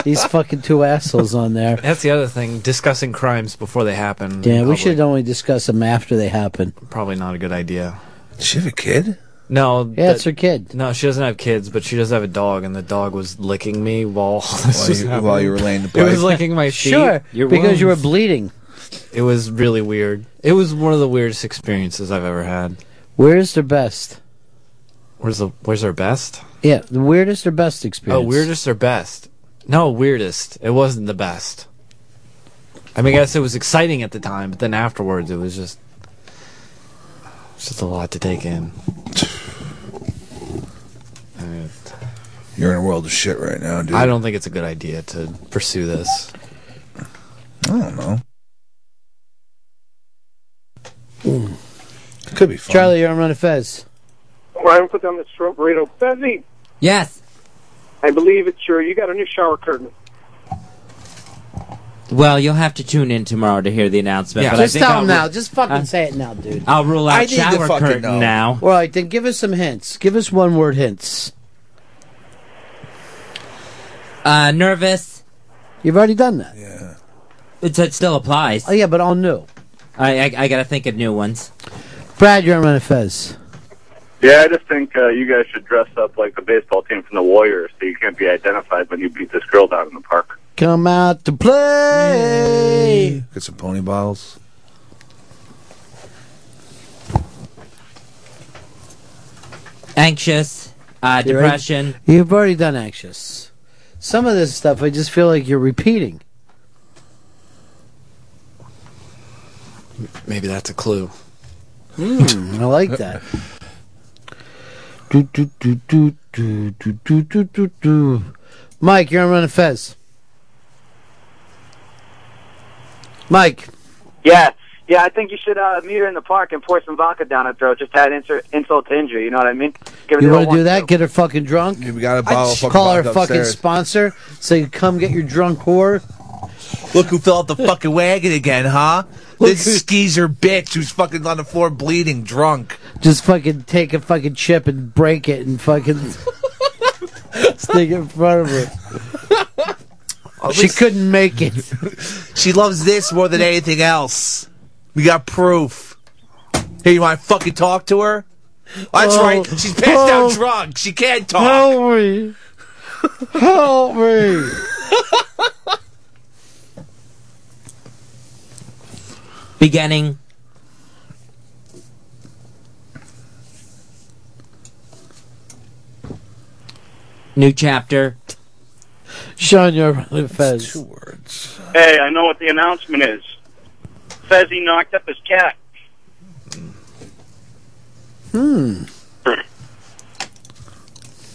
These fucking two assholes on there. That's the other thing. Discussing crimes before they happen. Yeah, we Probably- should only discuss them after they happen. Probably not a good idea. Does she have a kid? No. Yeah, it's her kid. No, she doesn't have kids, but she does have a dog, and the dog was licking me while this While was you- happening. while you were laying the It was pipe. licking my feet. Sure, because you were wounds. bleeding. It was really weird. It was one of the weirdest experiences I've ever had. Where's their best? Where's the Where's our best? Yeah, the weirdest or best experience. Oh, weirdest or best? No, weirdest. It wasn't the best. I mean, I guess it was exciting at the time, but then afterwards, it was just it's just a lot to take in. I mean, You're in a world of shit right now, dude. I don't think it's a good idea to pursue this. I don't know. Could be fun. Charlie, you're on Run a Fez. Ryan, put down this shrimp burrito. Fezzi, Yes. I believe it's your. You got a new shower curtain. Well, you'll have to tune in tomorrow to hear the announcement. But just I think tell I'll him ru- now. Just fucking Uh, say it now, dude. I'll rule out shower curtain now. All right, then give us some hints. Give us one word hints. Uh, nervous. You've already done that. Yeah. It, it still applies. Oh yeah, but all new. I I, I gotta think of new ones. Brad, you're on Run a Fez. Yeah, I just think uh, you guys should dress up like the baseball team from the Warriors, so you can't be identified when you beat this girl down in the park. Come out to play. Get some pony bottles. Anxious. Uh, You're already- depression. You've already done anxious. Some of this stuff, I just feel like you're repeating. Maybe that's a clue. Mm, I like that. do, do, do, do, do, do, do, do, do, do. Mike, you're on Run a Fez. Mike. Yeah, yeah. I think you should uh, meet her in the park and pour some vodka down her throat. Just add insert, insult to injury. You know what I mean? Give her You the want old to do one- that? Get her fucking drunk. You got a bottle of fucking call her vodka fucking upstairs. sponsor. Say, come get your drunk whore. Look who fell off the fucking wagon again, huh? This skeezer bitch who's fucking on the floor bleeding, drunk. Just fucking take a fucking chip and break it and fucking stick it in front of her. she couldn't make it. she loves this more than anything else. We got proof. Here, you want to fucking talk to her? That's Oh. right. She's passed Oh. out drunk. She can't talk. Help me. Help me. Beginning. New chapter. Sean, you're on a Fez. Hey, I know what the announcement is. Says he knocked up his cat. Hmm.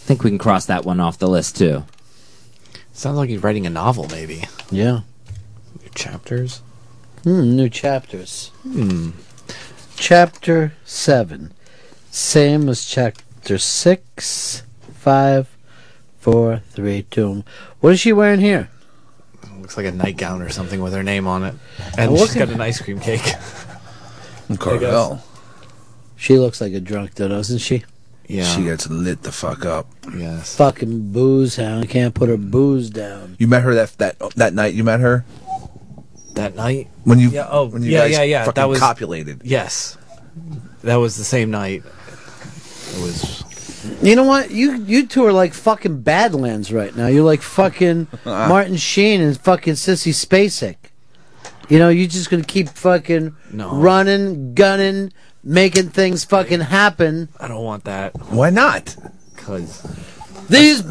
think we can cross that one off the list too. Sounds like you're writing a novel, maybe. Yeah. New chapters. Hmm, new chapters. Hmm. Chapter 7. Same as chapter 6, 5, 4, 3, 2. What is she wearing here? Looks like a nightgown or something with her name on it, and I'm she's got looking- an ice cream cake. Carvel. She looks like a drunk, though, doesn't she? Yeah. She gets lit the fuck up. Yes. Fucking booze hound. Can't put her booze down. You met her that that that night. You met her that night when you yeah, oh, when you yeah, guys yeah, yeah. fucking That was copulated. Yes, that was the same night. It was You know what? You you two are like fucking Badlands right now. You're like fucking Martin Sheen and fucking Sissy Spacek. You know, you're just gonna keep fucking No. running, gunning, making things fucking happen. I don't want that. Why not? Because These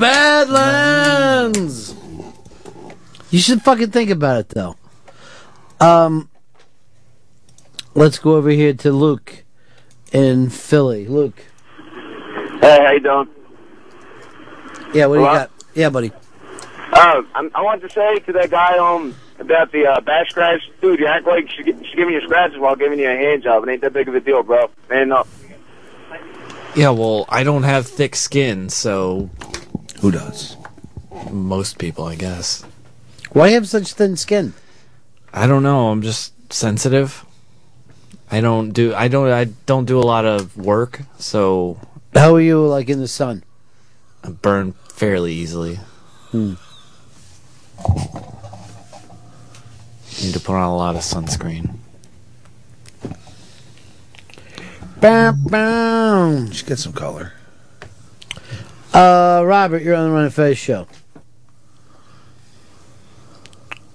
Badlands! You should fucking think about it, though. Um, let's go over here to Luke in Philly. Luke. Hey, how you doing? Yeah, what do you Hello? got? Yeah, buddy. Uh, I'm, I want to say to that guy um about the uh, back scratch, dude. You act like she's, she's giving you scratches while giving you a hand job. It ain't that big of a deal, bro. Man, up. yeah, well, I don't have thick skin, so who does? Most people, I guess. Why you have such thin skin? I don't know. I'm just sensitive. I don't do. I don't. I don't do a lot of work, so How are you, like, in the sun? I burn fairly easily. Hmm. Need to put on a lot of sunscreen. Bam, bam. She got some color. Uh, Robert, you're on the Run and Fez show.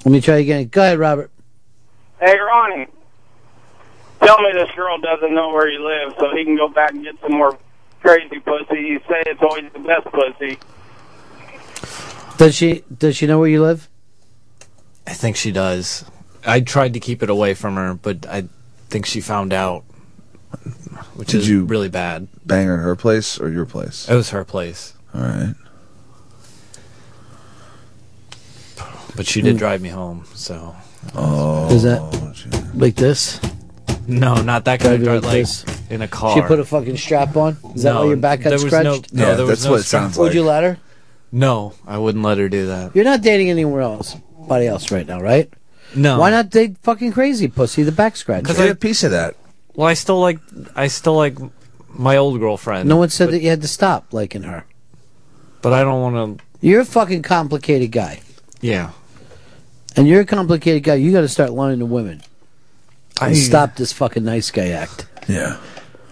Let me try again. Go ahead, Robert. Hey, Ronnie. Tell me this girl doesn't know where you live so he can go back and get some more crazy pussy. You say it's always the best pussy. Does she does she know where you live? I think she does. I tried to keep it away from her, but I think she found out, which Did is you- really bad. Bang her at her place or your place? It was her place, All right. but she Mm. did drive me home. So Oh. Is that like this? no, not that kind of Drive drive. you Like like in a car. She put a fucking strap on. Is that No, why your back got there was no- scratched? no, Yeah, there was that's no what it strap. sounds Would you like. let her? no, I wouldn't let her do that. You're not dating anywhere else, anybody else right now, right? No. Why not date fucking crazy pussy, the back scratch? Because I had a piece of that. Well, I still like. I still like my old girlfriend. No one said that you had to stop liking her. But I don't want to. You're a fucking complicated guy, Yeah. and you're a complicated guy. You got to start lying to women. I- And stop this fucking nice guy act. Yeah.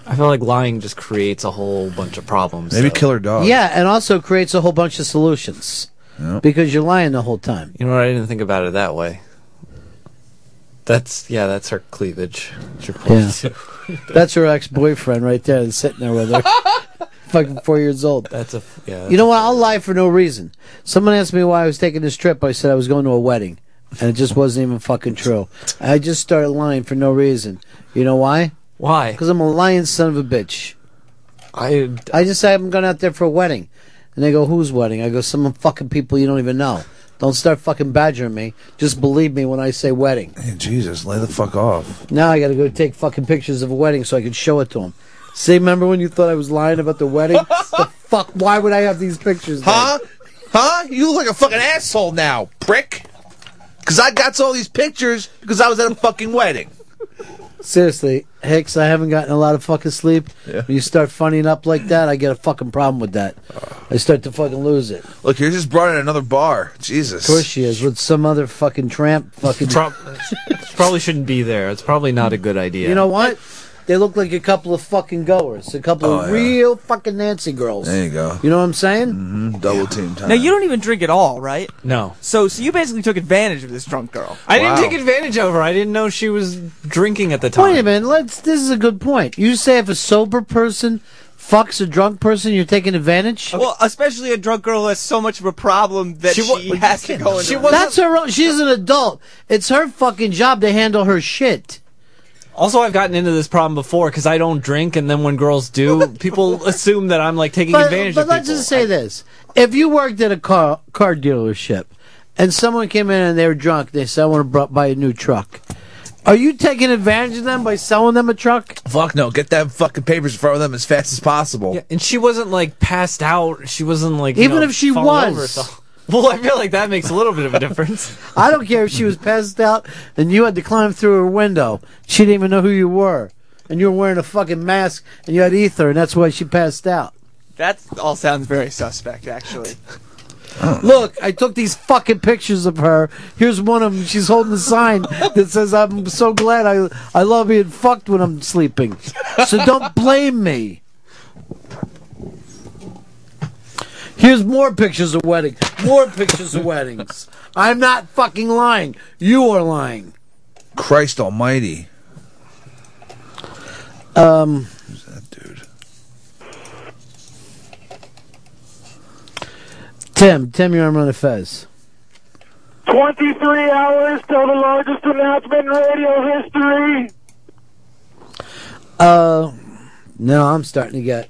I feel like lying just creates a whole bunch of problems. Maybe so- kill her dog. Yeah, and also creates a whole bunch of solutions because you're lying the whole time. You know what? I didn't think about it that way. That's yeah. That's her cleavage. That's her cleavage. That's her ex-boyfriend right there, that's sitting there with her, fucking four years old. That's a yeah. that's You know what? I'll lie for no reason. Someone asked me why I was taking this trip. I said I was going to a wedding, and it just wasn't even fucking true. I just started lying for no reason. You know why? Why? Because I'm a lying son of a bitch. I I just say I'm going out there for a wedding, and they go, "Whose wedding?" I go, "Some fucking people you don't even know." Don't start fucking badgering me. Just believe me when I say wedding. Hey, Jesus, lay the fuck off. Now I got to go take fucking pictures of a wedding so I can show it to him. See, remember when you thought I was lying about the wedding? the fuck? Why would I have these pictures? then? Huh? Huh? You look like a fucking asshole now, prick. Because I got all these pictures because I was at a fucking wedding. Seriously, Hicks, I haven't gotten a lot of fucking sleep. When you start funnying up like that, I get a fucking problem with that. Uh. I start to fucking lose it. Of Look, you're just brought in another bar. Jesus. course she is with some other fucking tramp. Fucking. Prob- probably shouldn't be there. It's probably not a good idea. You know what? They look like a couple of fucking goers, a couple of real fucking Nancy girls. Oh, There you go. You know what I'm saying? Mm-hmm. Double team time. Now you don't even drink at all, right? No. So so you basically took advantage of this drunk girl. I didn't take advantage of her. I didn't know she was drinking at the time. Wait a minute. Let's. This is a good point. You say if a sober person fucks a drunk person, you're taking advantage. Well, especially a drunk girl who has so much of a problem that she, has to go into. That's her. own- She's an adult. It's her fucking job to handle her shit. Also, I've gotten into this problem before because I don't drink, and then when girls do, people assume that I'm like taking but, advantage but of let's people. just say this: if you worked at a car car dealership, and someone came in and they were drunk, they said, "I want to br- buy a new truck." Are you taking advantage of them by selling them a truck? Fuck no. Get that fucking papers in front of them as fast as possible. and she wasn't like passed out. She wasn't like you Even know, if she falling over was. herself. Well, I feel like that makes a little bit of a difference. I don't care if she was passed out and you had to climb through her window. She didn't even know who you were, and you were wearing a fucking mask and you had ether, and that's why she passed out. That all sounds very suspect, actually. Look, I took these fucking pictures of her. Here's one of them. She's holding a sign that says, "I'm so glad I I love being fucked when I'm sleeping." So don't blame me. Here's more pictures of weddings. More pictures of weddings. I'm not fucking lying. You are lying. Christ almighty. Um, Who's that dude? Tim, Tim, you're on Run of Fez. 23 hours till the largest announcement in radio history. Uh, no, I'm starting to get.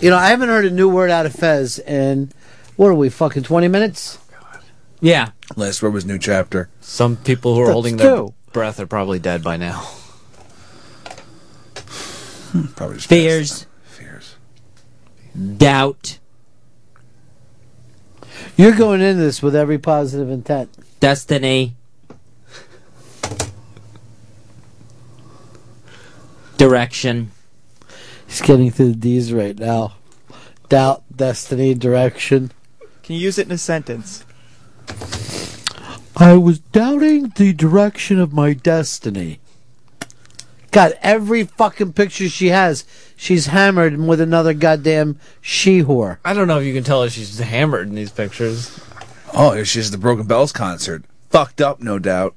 You know, I haven't heard a new word out of Fez in what are we fucking twenty minutes? Yeah. Last word was new chapter. Some people who are That's holding their two. breath are probably dead by now. Hmm, probably just fears, fears, doubt. You're going into this with every positive intent. Destiny. Direction. He's getting through the D's right now. Doubt, destiny, direction. Can you use it in a sentence? I was doubting the direction of my destiny. God, every fucking picture she has, she's hammered with another goddamn she whore. I don't know if you can tell if she's hammered in these pictures. Oh, here she is at the Broken Bells concert. Fucked up, no doubt.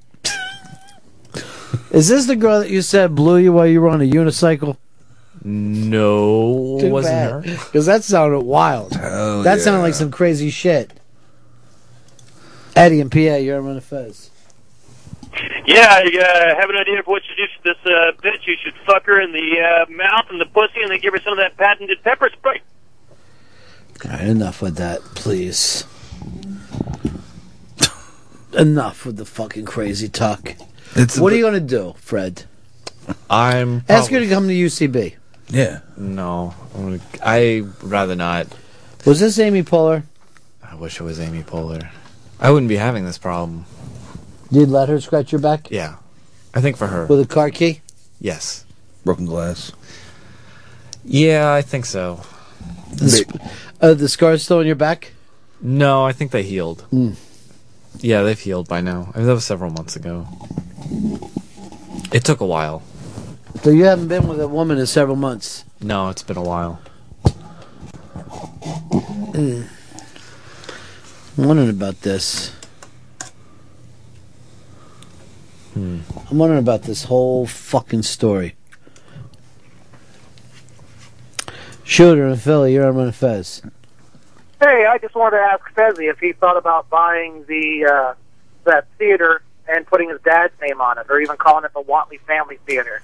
Is this the girl that you said blew you while you were on a unicycle? No, Too wasn't bad. her. Because that sounded wild. that sounded like some crazy shit. Eddie and PA, you're on Run of Fez. Yeah, I uh, have an idea of what you do to this uh, bitch. You should fuck her in the uh, mouth and the pussy and then give her some of that patented pepper spray. All right, enough with that, please. enough with the fucking crazy talk. what are you going to do, Fred? I'm. Ask her to come to UCB. Yeah. No, I'm gonna, I rather not. Was this Amy Poehler? I wish it was Amy Poehler. I wouldn't be having this problem. You'd let her scratch your back Yeah, I think for her. with a car key? yes. Broken glass. Yeah, I think so. The, sc- uh, the scar's still on your back? No, I think they healed. Mm. Yeah, they've healed by now. I mean, that was several months ago. It took a while. So you haven't been with a woman in several months. No, it's been a while. Mm. I'm wondering about this. I'm wondering about this whole fucking story. Shooter in Philly, you're on Run of Fez. Hey, I just wanted to ask Fezzi if he thought about buying the uh, that theater and putting his dad's name on it, or even calling it the Watley Family Theater.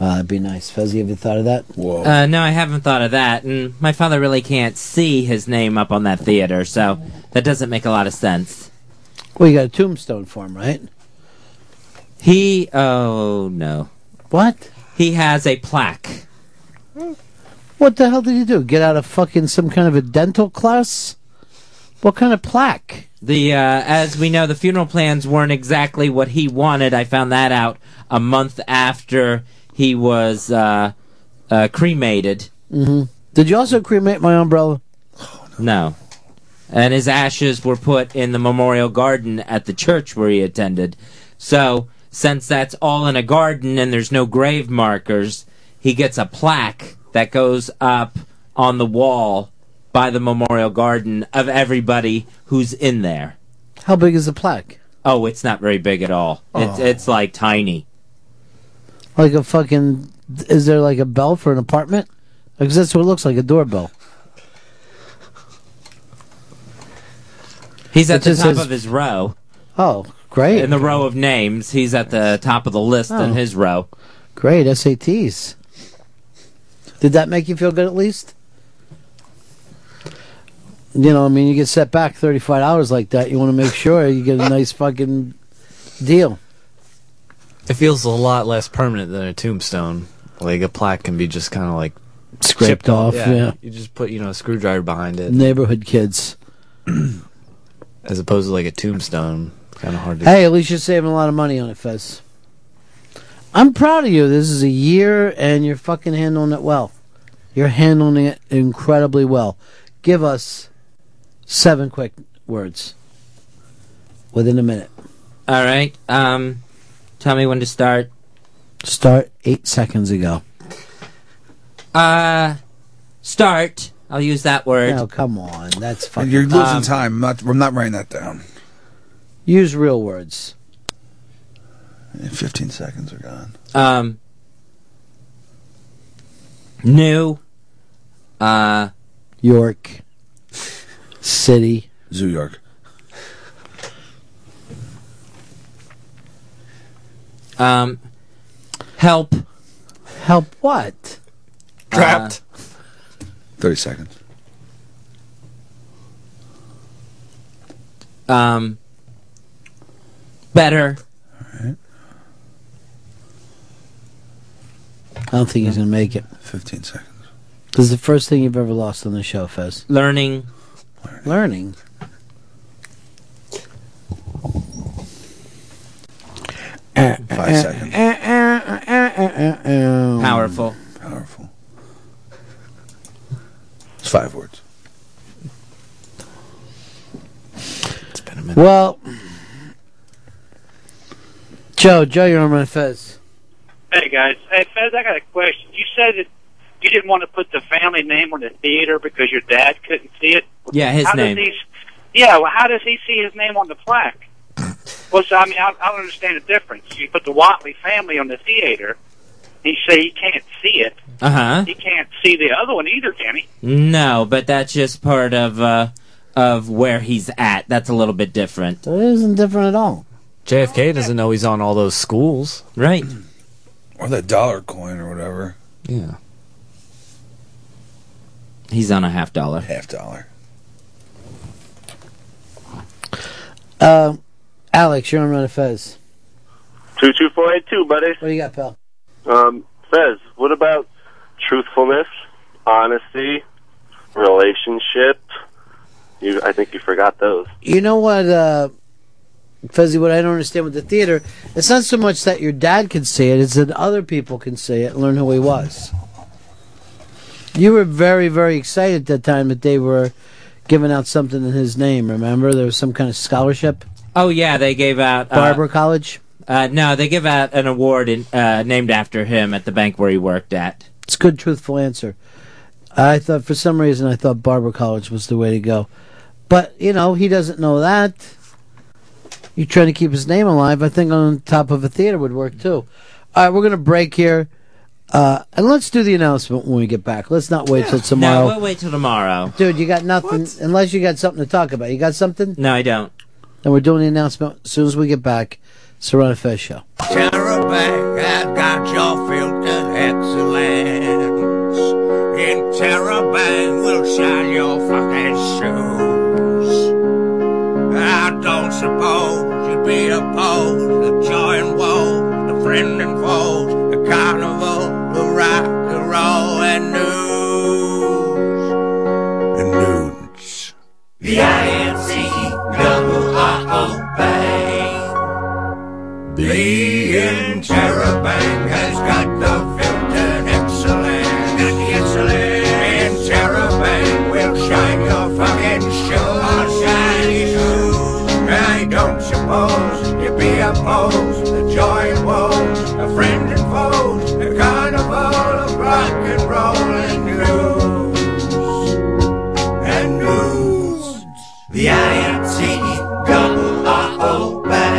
Uh, that'd be nice. Fezzi, have you thought of that? Whoa. Uh, no, I haven't thought of that, and my father really can't see his name up on that theater, so that doesn't make a lot of sense. Well, you got a tombstone for him, right? He, oh no. What? He has a plaque. What the hell did he do? Get out of fucking some kind of a dental class? What kind of plaque? The uh, as we know, the funeral plans weren't exactly what he wanted. I found that out a month after he was uh, uh, cremated. hmm Did you also cremate my umbrella? No. And his ashes were put in the memorial garden at the church where he attended. So, since that's all in a garden and there's no grave markers, he gets a plaque that goes up on the wall by the memorial garden of everybody who's in there. How big is the plaque? Oh, it's not very big at all. It's, Oh. it's like tiny. Like a fucking. Is there like a bell for an apartment? Because that's what it looks like a doorbell. He's It at the just top says- of his row. Oh, great. In the row of names, he's at the top of the list Oh. in his row. Great, SATs. Did that make you feel good at least? You know, I mean, you get set back $35 like that. You want to make sure you get a nice fucking deal. It feels a lot less permanent than a tombstone. Like a plaque can be just kind of like Scraped chipped off, yeah. You just put you know a screwdriver behind it, Neighborhood kids. as opposed to like a tombstone. Kind of hard to. Hey, at least you're saving a lot of money on it, Fez. I'm proud of you. This is a year and you're fucking handling it well. You're handling it incredibly well. Give us seven quick words within a minute. All right. Um, tell me when to start. Start eight seconds ago. Uh, start. I'll use that word. No, come on. That's fucking. You're losing Um, time. I'm not, I'm not writing that down. Use real words. Fifteen seconds are gone. Um, New. Uh, York City. Zoo York. Um, help. Uh, Help what? Trapped. 30 seconds. um, better. I don't think he's going to make it. 15 seconds. This is the first thing you've ever lost on the show, Fez. Learning. Learning. Five seconds. Powerful. Mm, Powerful. It's five words. Well, Joe, Joe, you're on my Fez. Hey guys, hey Fez, I got a question. You said that you didn't want to put the family name on the theater because your dad couldn't see it. Yeah, his how name. Does he, yeah, well, how does he see his name on the plaque? well, so I mean, I, I don't understand the difference. You put the Watley family on the theater. He say he can't see it. Uh huh. He can't see the other one either, can he? No, but that's just part of uh, of where he's at. That's a little bit different. It isn't different at all. JFK doesn't know he's on all those schools. Right. Or the dollar coin or whatever. Yeah. He's on a half dollar. Half dollar. Uh, Alex, you're on my Fez. 22482, buddy. What do you got, pal? Um, Fez, what about truthfulness, honesty, relationship? You, I think you forgot those. You know what, uh, Fezzy, what I don't understand with the theater, it's not so much that your dad can see it, it's that other people can see it and learn who he was. You were very, very excited at that time that they were giving out something in his name, remember? There was some kind of scholarship. Oh yeah, they gave out uh, Barber College. Uh, no, they give out an award in, uh, named after him at the bank where he worked at. It's a good, truthful answer. I thought, for some reason, I thought Barber College was the way to go. But, you know, he doesn't know that. You're trying to keep his name alive. I think on top of a theater would work too. All right, we're going to break here. Uh, and let's do the announcement when we get back. Let's not wait till tomorrow. No, we'll wait till tomorrow. Dude, you got nothing unless you got something to talk about. You got something? No, I don't. Then we're doing the announcement as soon as we get back. It's the Ron and Fez show. Sarah Bank, I got your filtered excellence. In Sarah Bank, we'll shine your fucking shoes. I don't suppose you'd be opposed to joy and woe, the friend and foe, the carnival, the rock and roll and news. The INC double R-O Bank. The Intera Bank has got the filtered excellence. Got the excellence. Intera Bank will shine your fucking shoes. I'll shine your shoes. I don't suppose you'd be opposed. The joy and woes, a friend and foe, a carnival of rock and roll and news. And news. The INC double R-O Bank.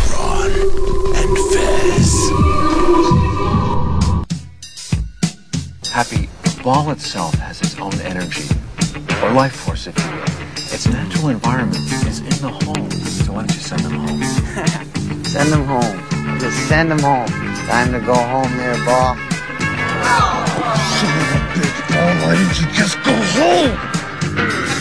And Fez. Happy, the ball itself has its own energy, or life force, if you will. Its natural environment is in the home, so why don't you send them home? Send them home. Just send them home. Time to go home there, ball. Why didn't you just go home?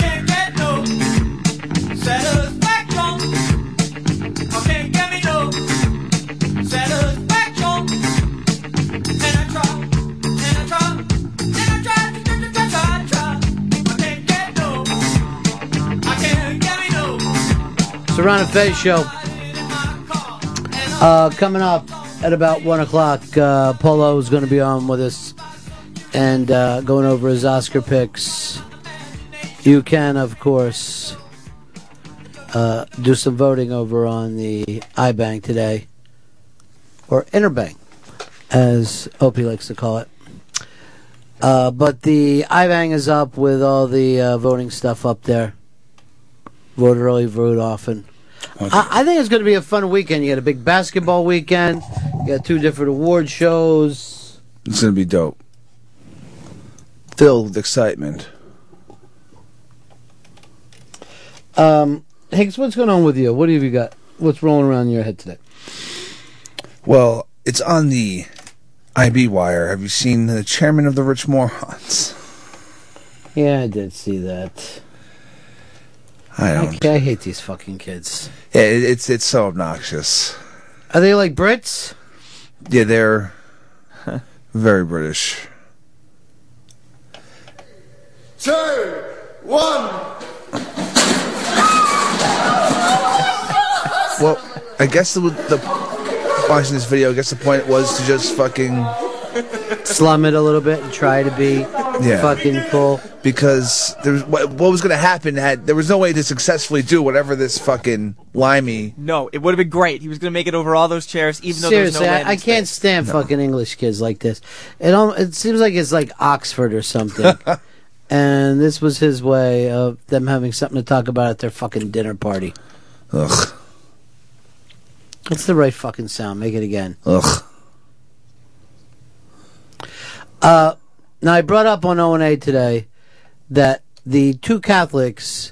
It's the Ron and Fez show. Uh, coming up at about 1 o'clock, uh, Polo is going to be on with us and uh, going over his Oscar picks. You can, of course, uh, do some voting over on the iBank today, or Interbank, as Opie likes to call it. Uh, but the iBang is up with all the uh, voting stuff up there. Vote early, vote often. I, I think it's going to be a fun weekend. You got a big basketball weekend. You got two different award shows. It's gonna be dope. Filled with excitement. Um, Hicks, what's going on with you? What have you got? What's rolling around in your head today? Well, it's on the IB wire. Have you seen the chairman of the Rich Morons? Yeah, I did see that. I don't. I, I hate these fucking kids. Yeah, it, it's it's so obnoxious. Are they like Brits? Yeah, they're very British. Two, one. Well, I guess the, the watching this video, I guess the point was to just fucking slum it a little bit and try to be Yeah. fucking cool. because there was what, what was going to happen had there was no way to successfully do whatever this fucking limey. No, it would have been great. He was going to make it over all those chairs, even though there's no Seriously, landing I, I can't stand fucking English kids like this. It al- it seems like it's like Oxford or something. and this was his way of them having something to talk about at their fucking dinner party. Ugh, It's the right fucking sound. Make it again. ugh. Uh, now I brought up on O and A today that the two Catholics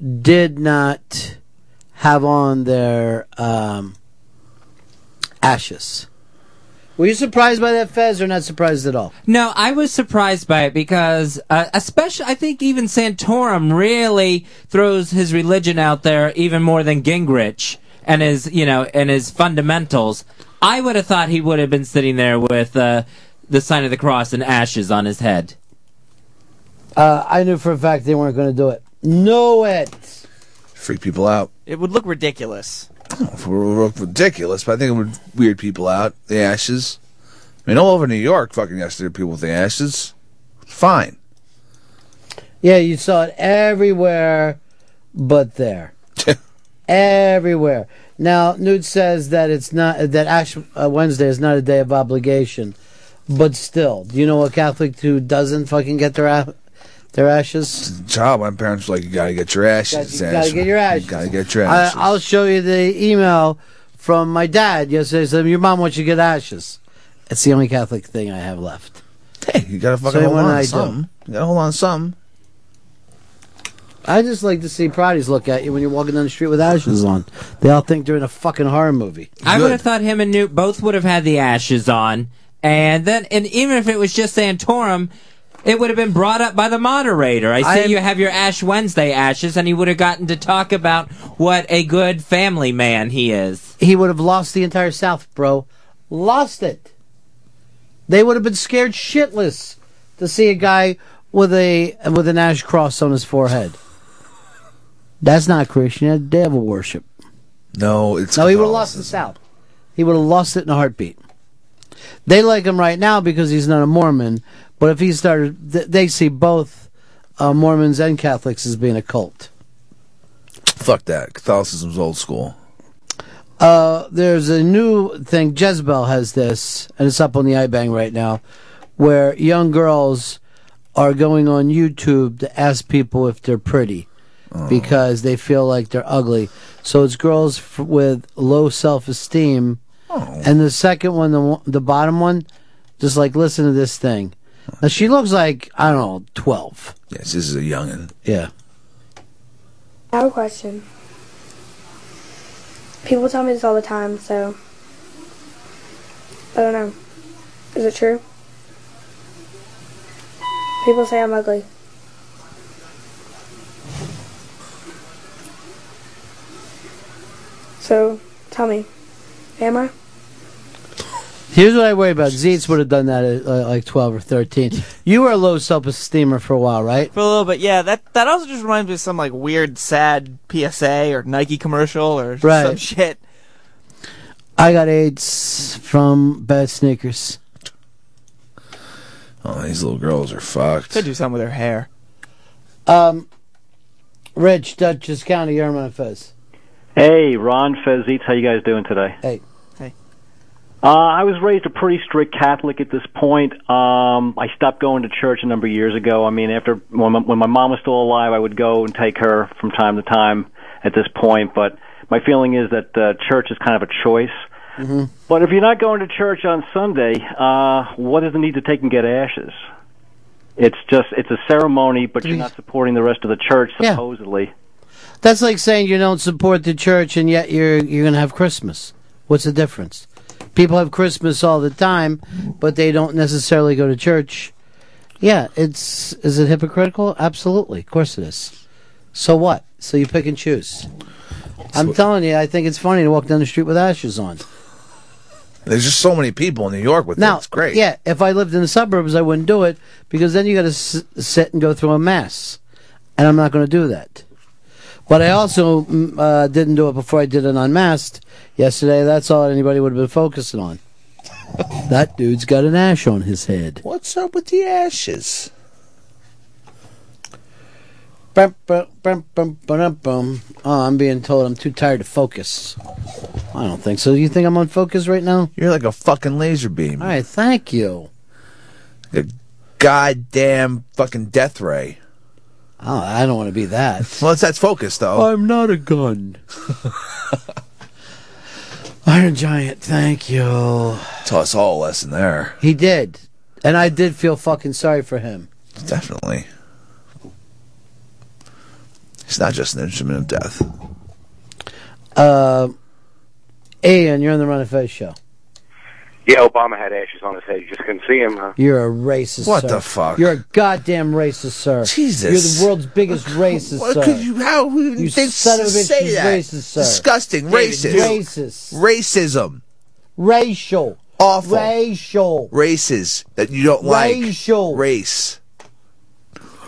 did not have on their um, ashes. Were you surprised by that, Fez, or not surprised at all? No, I was surprised by it because, uh, especially, I think even Santorum really throws his religion out there even more than Gingrich and his, you know, and his fundamentals. I would have thought he would have been sitting there with uh, the sign of the cross and ashes on his head. Uh, I knew for a fact they weren't going to do it. No, it. Freak people out. It would look ridiculous. If it were ridiculous, but I think it would weird people out. The ashes. I mean, all over New York, fucking yesterday, people with the ashes. Fine. Yeah, you saw it everywhere but there. everywhere. Now, Nude says that it's not that Ash uh, Wednesday is not a day of obligation, but still, do you know a Catholic who doesn't fucking get their a- their ashes? Job. My parents were like, you gotta get your ashes. You gotta ashes. get your ashes. You gotta get your I, ashes. I'll show you the email from my dad yesterday. Said your mom wants you to get ashes. It's the only Catholic thing I have left. Hey, you gotta fucking So hold when on I to do- something. You gotta hold on to something. I just like to see Proddies look at you when you're walking down the street with ashes on. They all think they're in a fucking horror movie. I would have thought him and Newt both would have had the ashes on, and then, and even if it was just Santorum, it would have been brought up by the moderator. I see I am- you have your Ash Wednesday ashes, and he would have gotten to talk about what a good family man he is. He would have lost the entire South, bro. Lost it. They would have been scared shitless to see a guy with a with an ash cross on his forehead. That's not Christian. That's devil worship. No, it's no. He would have lost the South. He would have lost it in a heartbeat. They like him right now because he's not a Mormon. But if he started, th- they see both uh, Mormons and Catholics as being a cult. Fuck that. Catholicism's old school. Uh, there's a new thing. Jezebel has this, and it's up on the iBang right now, where young girls are going on YouTube to ask people if they're pretty because they feel like they're ugly. So it's girls f- with low self esteem. And the second one, the, one- the bottom one, just like listen to this thing. Now she looks like I don't know, twelve. Yes, this is a youngin. Yeah. I have a question. People tell me this all the time, so I don't know. Is it true? People say I'm ugly. So tell me, am I? Here's what I worry about. Zeitz would have done that at uh, like 12 or 13. You were a low self esteemer for a while, right? For a little bit, yeah. That that also just reminds me of some like weird, sad PSA or Nike commercial or Right. some shit. I got AIDS from bad sneakers. Oh, these little girls are fucked. Could do something with her hair. Um, Rich, Dutchess County, Yerman and Fez. Hey, Ron Fezzites, how you guys doing today? Hey. Hey. Uh, I was raised a pretty strict Catholic at this point. Um, I stopped going to church a number of years ago. I mean, after when my, when my mom was still alive, I would go and take her from time to time at this point. But my feeling is that uh, church is kind of a choice. Mm-hmm. But if you're not going to church on Sunday, uh, what is the need to take and get ashes? It's just it's a ceremony, but you're not supporting the rest of the church Yeah. supposedly. That's like saying you don't support the church and yet you're you're gonna have Christmas. What's the difference? People have Christmas all the time, but they don't necessarily go to church. Yeah, it's is it hypocritical? Absolutely, of course it is. So what? So you pick and choose. I'm telling you, I think it's funny to walk down the street with ashes on. There's just so many people in New York with now, it. It's great. Yeah, if I lived in the suburbs, I wouldn't do it because then you got to s- sit and go through a mass, and I'm not going to do that. But I also mm, uh, didn't do it before I did it unmasked yesterday. That's all anybody would have been focusing on. that dude's got an ash on his head. What's up with the ashes? Bum, bum, bum, bum, bum, bum. Oh, I'm being told I'm too tired to focus. I don't think so. You think I'm on focus right now? You're like a fucking laser beam. All right, thank you. The goddamn fucking death ray. Oh, I don't want to be that. well, it's, that's focused though. I'm not a gun. Iron Giant, thank you. Taught us all a lesson there. He did. And I did feel fucking sorry for him. Definitely. It's not just an instrument of death. Uh, Ian, you're on the Run of Fez show. Yeah, Obama had ashes on his head. You just couldn't see him, huh? You're a racist. What sir. the fuck? You're a goddamn racist, sir. Jesus. You're the world's biggest racist, What sir. could you? How would You you think son of a bitch, say he's that? racist, sir. Disgusting, David, racist, you- racist, racism, racial, awful, racial, races that you don't like, racial, race.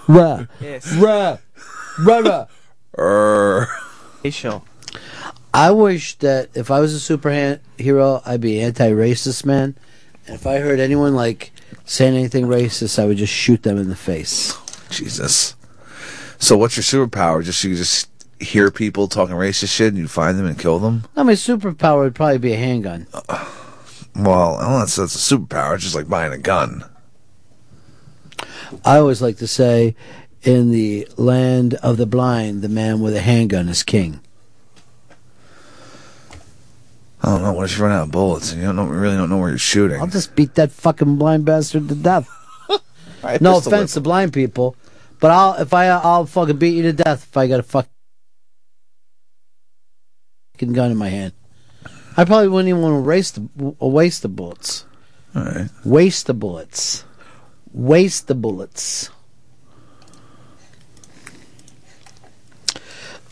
Ruh. Ruh. Ruh, ruh. Err. Racial. I wish that if I was a superhero, I'd be anti-racist, man. And if I heard anyone like saying anything racist, I would just shoot them in the face. Jesus. So what's your superpower? Just you just hear people talking racist shit and you find them and kill them? No, my superpower would probably be a handgun. Well, I don't know, that's, that's a superpower. It's just like buying a gun. I always like to say, in the land of the blind, the man with a handgun is king. I don't know. What if you run out of bullets and you don't know, really don't know where you're shooting? I'll just beat that fucking blind bastard to death. Alright, no pistol offense to blind people, but I'll if I I'll fucking beat you to death if I got a fucking gun in my hand. I probably wouldn't even want to waste the w- waste the bullets. All right. Waste the bullets. Waste the bullets.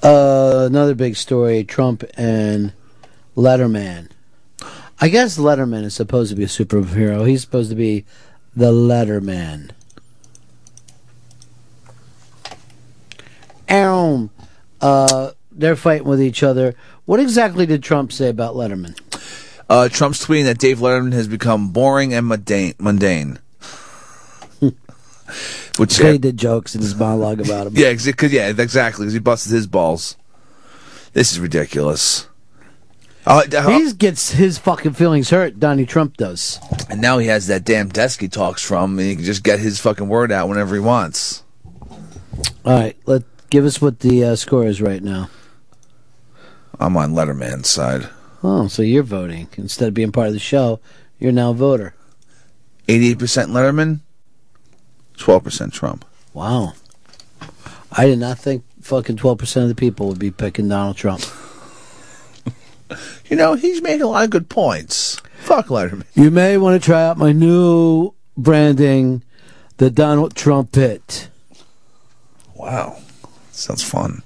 Uh, another big story: Trump and Letterman. I guess Letterman is supposed to be a superhero. He's supposed to be the Letterman. Um, uh, they're fighting with each other. What exactly did Trump say about Letterman? Uh, Trump's tweeting that Dave Letterman has become boring and mundane. mundane. Which He did jokes in his monologue about him. Yeah, exa- 'cause- yeah, exactly. Because he busted his balls. This is ridiculous. Uh, he gets his fucking feelings hurt. Donnie Trump does. And now he has that damn desk he talks from, and he can just get his fucking word out whenever he wants. All right, let give us what the uh, score is right now. I'm on Letterman's side. Oh, so you're voting instead of being part of the show. You're now a voter. 88% Letterman, 12% Trump. Wow. I did not think fucking twelve percent of the people would be picking Donald Trump. You know, he's made a lot of good points. Fuck Letterman. You may want to try out my new branding, the Donald Trumpet. Wow. Sounds fun.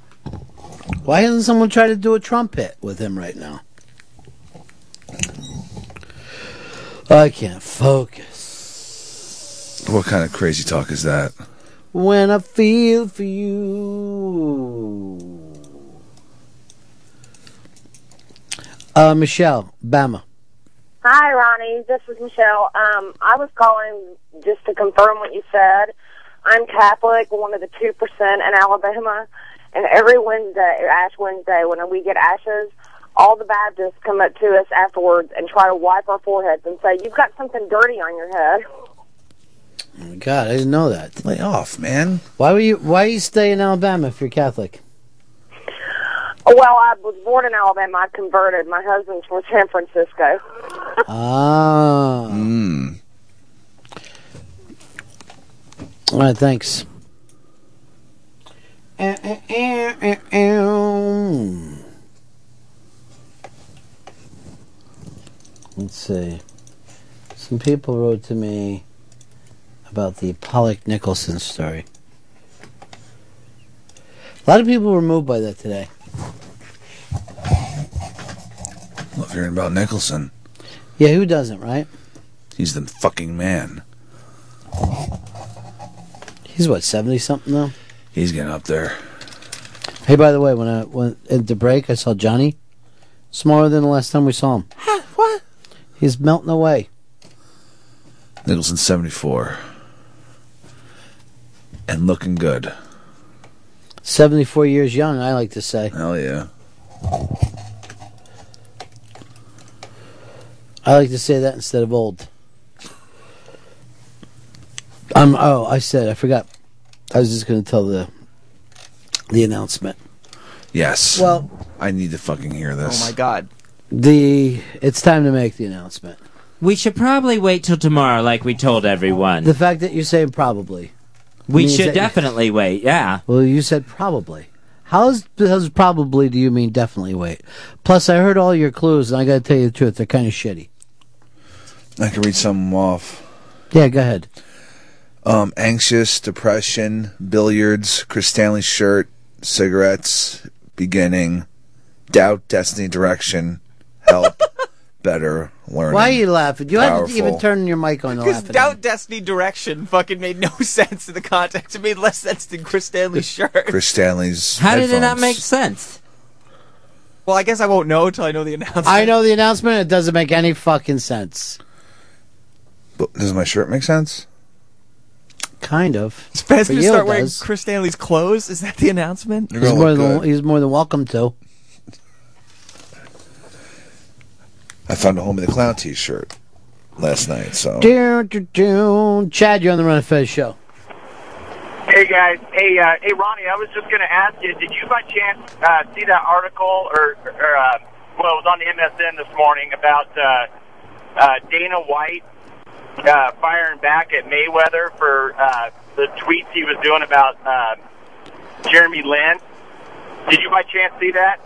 Why hasn't someone tried to do a trumpet with him right now? I can't focus. What kind of crazy talk is that? When I feel for you. Uh, Michelle, Bama. Hi, Ronnie. This is Michelle. Um, I was calling just to confirm what you said. I'm Catholic, one of the two percent in Alabama, and every Wednesday, or Ash Wednesday, when we get ashes, all the Baptists come up to us afterwards and try to wipe our foreheads and say, "You've got something dirty on your head." Oh my God, I didn't know that. Lay off, man. Why were you? Why you stay in Alabama if you're Catholic? Well, I was born in Alabama. I converted. My husband's from San Francisco. Ah. All right, thanks. Let's see. Some people wrote to me about the Pollock Nicholson story. A lot of people were moved by that today. Love hearing about Nicholson. Yeah, who doesn't, right? He's the fucking man. He's what seventy something now. He's getting up there. Hey, by the way, when I went at the break, I saw Johnny. Smaller than the last time we saw him. what? He's melting away. Nicholson 74. And looking good. 74 years young, I like to say. Hell yeah. I like to say that instead of old. Um. Oh, I said I forgot. I was just going to tell the the announcement. Yes. Well- I need to fucking hear this. Oh my God. The it's time to make the announcement. We should probably wait till tomorrow, like we told everyone. The fact that you're saying probably. We means should that- definitely wait. Yeah. Well, you said probably. How's how's probably do you mean definitely wait? Plus, I heard all your clues, and I got to tell you the truth, they're kind of shitty. I can read some off. Yeah, go ahead. Um, anxious, depression, billiards, Chris Stanley's shirt, cigarettes, beginning, doubt, destiny, direction, help, better, learning. Why are you laughing? You haven't even Powerful. turned your mic on to Because laugh at doubt, destiny, direction fucking made no sense in the context. It made less sense than Chris Stanley's shirt. Chris Stanley's. How did it not headphones. make sense? Well, I guess I won't know until I know the announcement. I know the announcement. It doesn't make any fucking sense. But does my shirt make sense? Kind of. It's Ben's gonna start wearing Chris Stanley's clothes. Is that the announcement? He's more, than, he's more than welcome to. I found a home of the clown T-shirt last night. So Do, do, do. Chad, you're on the Run of Fez show. Hey guys, hey uh, hey Ronnie, I was just gonna ask you, did you by chance uh, see that article or, or uh, well, it was on the MSN this morning about uh, uh, Dana White uh, firing back at Mayweather for uh, the tweets he was doing about uh, Jeremy Lin? Did you by chance see that?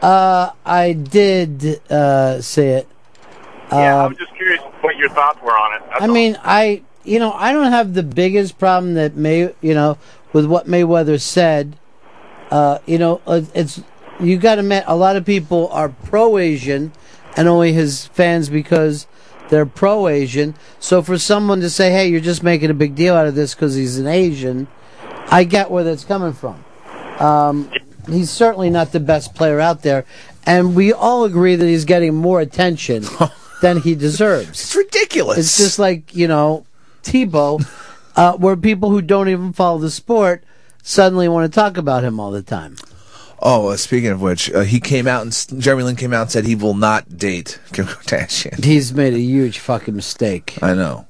Uh, I did uh, see it. yeah, Um, I was just curious what your thoughts were on it. I mean, I you know I don't have the biggest problem that May you know with what Mayweather said. Uh, you know, uh, it's you got to admit a lot of people are pro Asian and only his fans because they're pro Asian. So for someone to say, "Hey, you're just making a big deal out of this because he's an Asian," I get where that's coming from. Um, he's certainly not the best player out there, and we all agree that he's getting more attention than he deserves. It's ridiculous. It's just like you know Tebow, uh, where people who don't even follow the sport suddenly want to talk about him all the time. Oh, uh, speaking of which, uh, he came out and s- Jeremy Lin came out and said he will not date Kim Kardashian. He's made a huge fucking mistake. I know.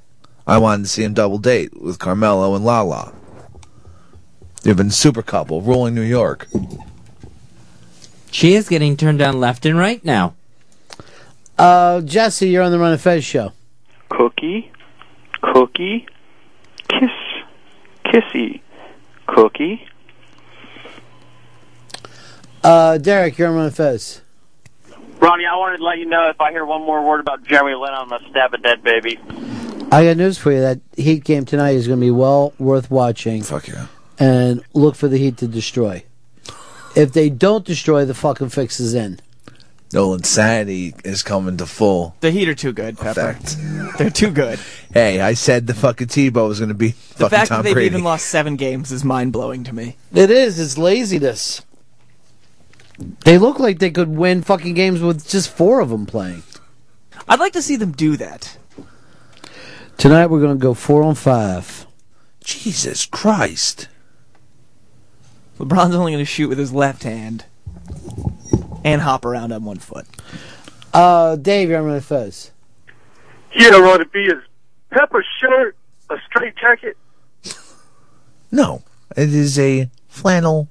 I wanted to see him double date with Carmelo and Lala. They've been super couple, ruling New York. She is getting turned down left and right now. Uh, Jesse, you're on the Run of Fez show. Cookie, cookie, kiss, kissy, cookie. Uh, Derek, you're on Run of Fez. Ronnie, I wanted to let you know if I hear one more word about Jeremy Lin, I'm gonna stab a dead baby. I got news for you. That Heat game tonight is going to be well worth watching. Fuck yeah. And look for the Heat to destroy. If they don't destroy, the fucking fix is in. No insanity is coming to full The Heat are too good, Pepper. effect. They're too good. Hey, I said the fucking Tebow was going to be The fucking fact Tom that they've Brady. even lost seven games is mind blowing to me. It is. It's laziness. They look like they could win fucking games with just four of them playing. I'd like to see them do that. Tonight we're going to go four on five. Jesus Christ. LeBron's only going to shoot with his left hand and hop around on one foot. Uh, Dave, you're on Run of Fez. Yeah, Ronnie B is pepper shirt, a straight jacket. No, it is a flannel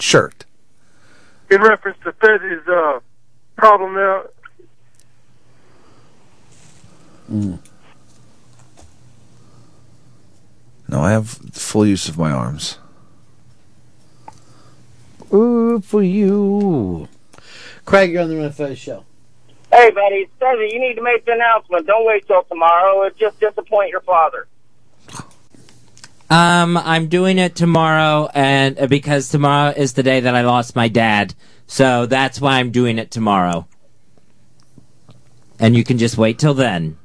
shirt. in reference to Fezzi's uh, problem there, Mm. No, I have full use of my arms. Ooh, for you. Craig, you're on the Run Fez show. Hey, buddy, Fezzi, you need to make the announcement. Don't wait till tomorrow. It just disappoint your father. Um, I'm doing it tomorrow, and uh, because tomorrow is the day that I lost my dad, so that's why I'm doing it tomorrow. And you can just wait till then.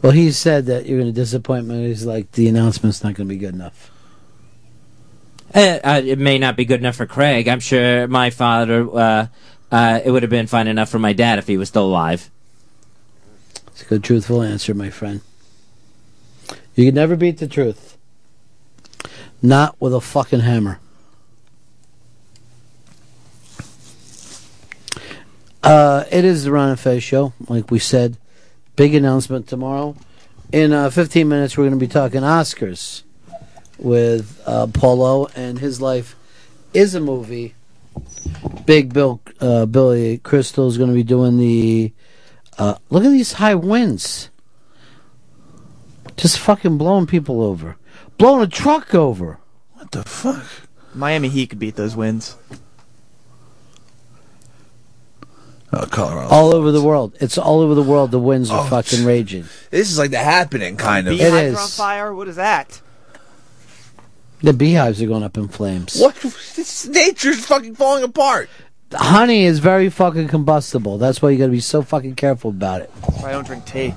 Well, he said that you're going to disappoint me. He's like, the announcement's not going to be good enough. Uh, uh, it may not be good enough for Craig. I'm sure my father. Uh, uh, it would have been fine enough for my dad if he was still alive. It's a good, truthful answer, my friend. You can never beat the truth. Not with a fucking hammer. Uh, it is the Ron and Fez show, like we said. Big announcement tomorrow. In uh, 15 minutes, we're going to be talking Oscars with uh, Polo, and his life is a movie. Big Bill, uh, Billy Crystal is going to be doing the. Uh, look at these high winds just fucking blowing people over, blowing a truck over. What the fuck? Miami Heat could beat those wins. Oh, Colorado. All over the world. It's all over the world. The winds are Oh, fucking raging. This is like the happening kind of. It Beehives are on is. fire. What is that? The beehives are going up in flames. What? This nature's fucking falling apart. Honey is very fucking combustible. That's why you got to be so fucking careful about it. That's why I don't drink tea.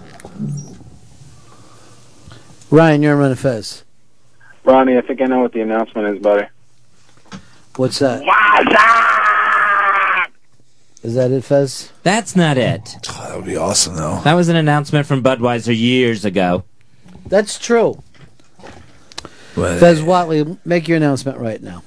Ryan, you're on Fez. Ronnie, I think I know what the announcement is, buddy. What's that? Is that it, Fez? That's not it. that would be awesome, though. That was an announcement from Budweiser years ago. That's true. Fez Watley, make your announcement right now.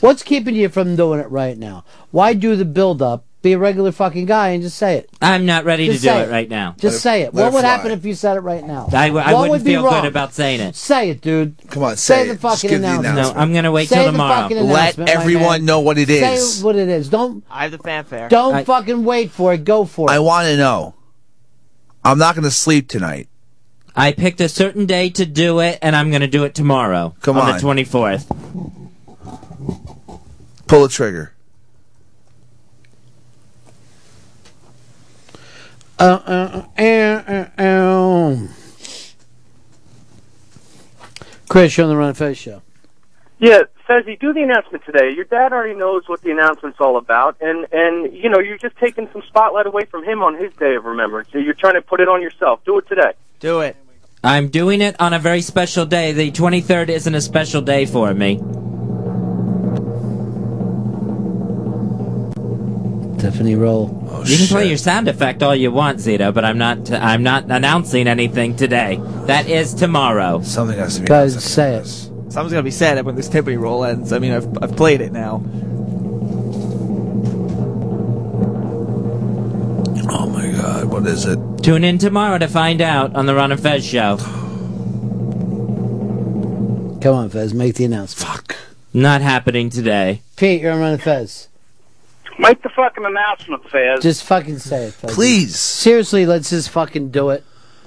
What's keeping you from doing it right now? Why do the build up? Be a regular fucking guy and just say it. I'm not ready Just to do say it. it. right now. Just say it. What would happen if you said it right now? I, w- I What wouldn't would be feel wrong? good about saying it. Say it, dude. Come on, say, say the it. Just fucking give the announcement. announcement. No, I'm gonna wait Say till the tomorrow. fucking Let announcement, my everyone man. know what it say is. what it is. Don't I have the fanfare. don't fucking wait for it. Go for it. I want to know. I'm not going to sleep tonight. I picked a certain day to do it, and I'm going to do it tomorrow. Come on. on. the 24th. Pull the trigger. Uh, uh, uh, uh, uh. Chris, you're on the Run Fez show. Yeah, Fezzi, do the announcement today. Your dad already knows what the announcement's all about, and and you know you're just taking some spotlight away from him on his day of remembrance. So you're trying to put it on yourself. Do it today. Do it. I'm doing it on a very special day. The 23rd isn't a special day for me. Tiffany Roll. Oh, you can play your sound effect all you want, Zito, but I'm not. I'm not announcing anything today. That is tomorrow. Something has to be. Guys, say it. Something's gonna be sad when this Tiffany roll ends. I mean, I've I've played it now. Oh my god, what is it? Tune in tomorrow to find out on the Ron and Fez show. Come on, Fez, make the announcement. Fuck. Not happening today. Pete, you're on Run Fez. Make the fucking announcement, Fez. Just fucking say it, Fez. Please. Seriously, let's just fucking do it.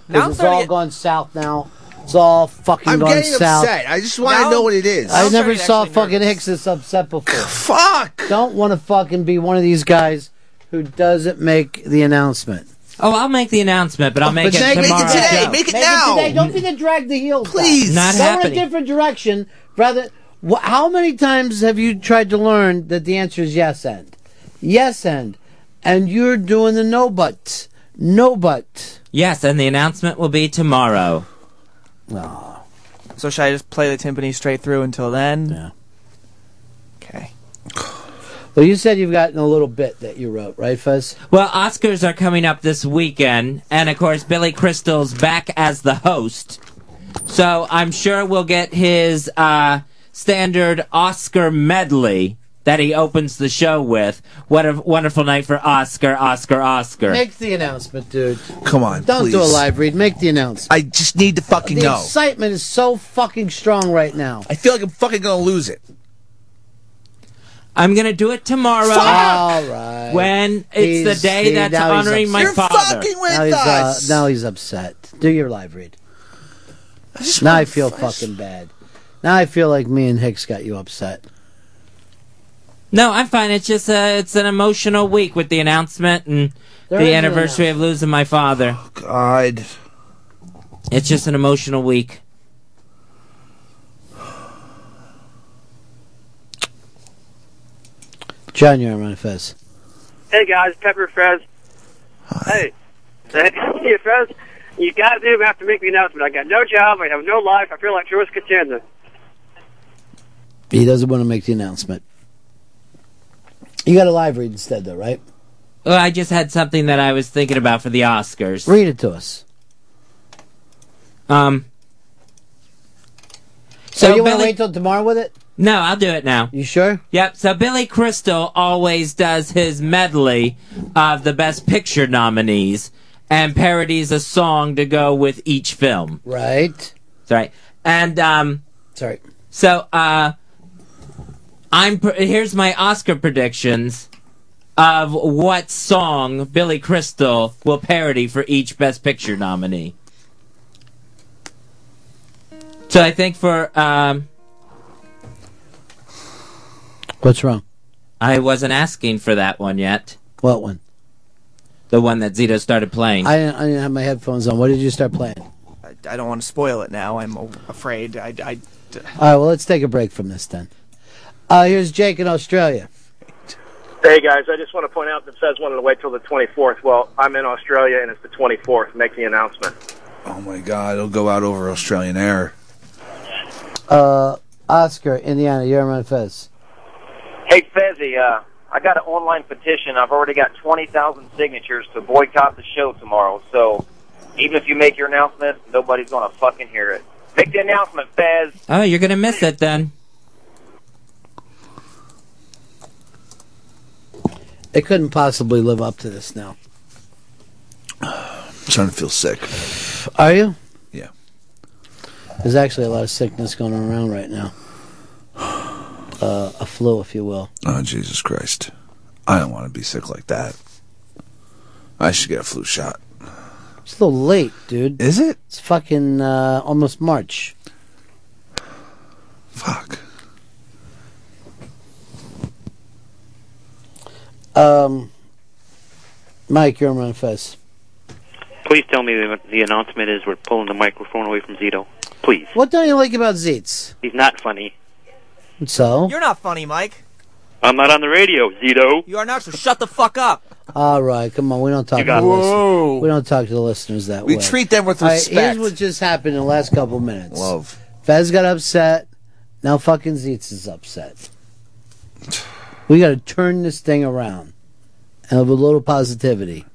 'Cause Now I'm it's starting all to- gone south now. It's all fucking I'm gone getting south. upset. I just want to know what it is. I never saw fucking Hicks this upset before. Fuck! Don't want to fucking be one of these guys who doesn't make the announcement. Oh, I'll make the announcement, Oh, but I'll make it tomorrow. today. Don't be the drag the heels. out. Please. Not Go in happening. a different direction. Rather, wh- how many times have you tried to learn that the answer is yes and, yes and, and you're doing the no but, no but. Yes, and the announcement will be tomorrow. So should I just play the timpani straight through until then? Yeah. Okay. Well, you said you've gotten a little bit that you wrote, right, Fuzz? Well, Oscars are coming up this weekend, and of course, Billy Crystal's back as the host. So I'm sure we'll get his uh, standard Oscar medley that he opens the show with. What a wonderful night for Oscar, Oscar, Oscar. Make the announcement, dude. Come on, Don't do a please. live read. Make the announcement. I just need to fucking the know. excitement is so fucking strong right now. I feel like I'm fucking gonna lose it. I'm gonna do it tomorrow. All right. When it's He's- the day see, that's now he's honoring my upset. father. now he's, Uh, now he's upset. Do your live read. Now I feel fucking bad. Now I feel like me and Hicks got you upset. No, I'm fine. It's just uh, it's an emotional week with the announcement and There is the an anniversary of losing my father. God, it's just an emotional week. John, you're on Fez. Hey guys, Pepper Fez. Hey. Hey, yeah, Fez, you guys do have to make the announcement. I got no job, I have no life, I feel like Joyce Costanza. He doesn't want to make the announcement. You got a live read instead, though, right? Well, I just had something that I was thinking about for the Oscars. Read it to us. Um. So So, you want to Billy, wait till tomorrow with it? no, I'll do it now. You sure? Yep. So Billy Crystal always does his medley of the Best Picture nominees and parodies a song to go with each film. Right. Sorry. And um. Sorry. So uh, I'm pr- here's my Oscar predictions of what song Billy Crystal will parody for each Best Picture nominee. So I think for um, What's wrong? I wasn't asking for that one yet. What one? The one that Zito started playing. I didn't, I didn't have my headphones on. What did you start playing? All I don't want to spoil it now. I'm a- afraid. I, I- right, well, let's take a break from this then. Uh, here's Jake in Australia. Hey guys, I just want to point out that Fez wanted to wait till the 24th. Well, I'm in Australia and it's the 24th. Make the announcement. oh my God, it'll go out over Australian air. Uh, Oscar, Indiana, you're on Fez. Hey, Fezzi, uh, I got an online petition. I've already got 20,000 signatures to boycott the show tomorrow. So even if you make your announcement, nobody's going to fucking hear it. Make the announcement, Fez. Oh, you're gonna miss it then. It couldn't possibly live up to this now. I'm starting to feel sick. Are you? Yeah. There's actually a lot of sickness going around right now. Uh, a flu, if you will. Oh Jesus Christ, I don't want to be sick like that. I should get a flu shot. It's a little late, dude. Is it? It's fucking uh, almost March. Fuck. Um, Mike, you're on Fez. Please tell me that the announcement is we're pulling the microphone away from Zito. Please. What don't you like about Zeets? He's not funny. So? You're not funny, Mike. I'm not on the radio, Zito. You are not. So shut the fuck up. All right, come on. We don't talk to got the it. listeners. We don't talk to the listeners that We way. treat them with All right, respect. here's what just happened in the last couple minutes. Love. Fez got upset. Now fucking Zeitz is upset. We got to turn this thing around, and with a little positivity.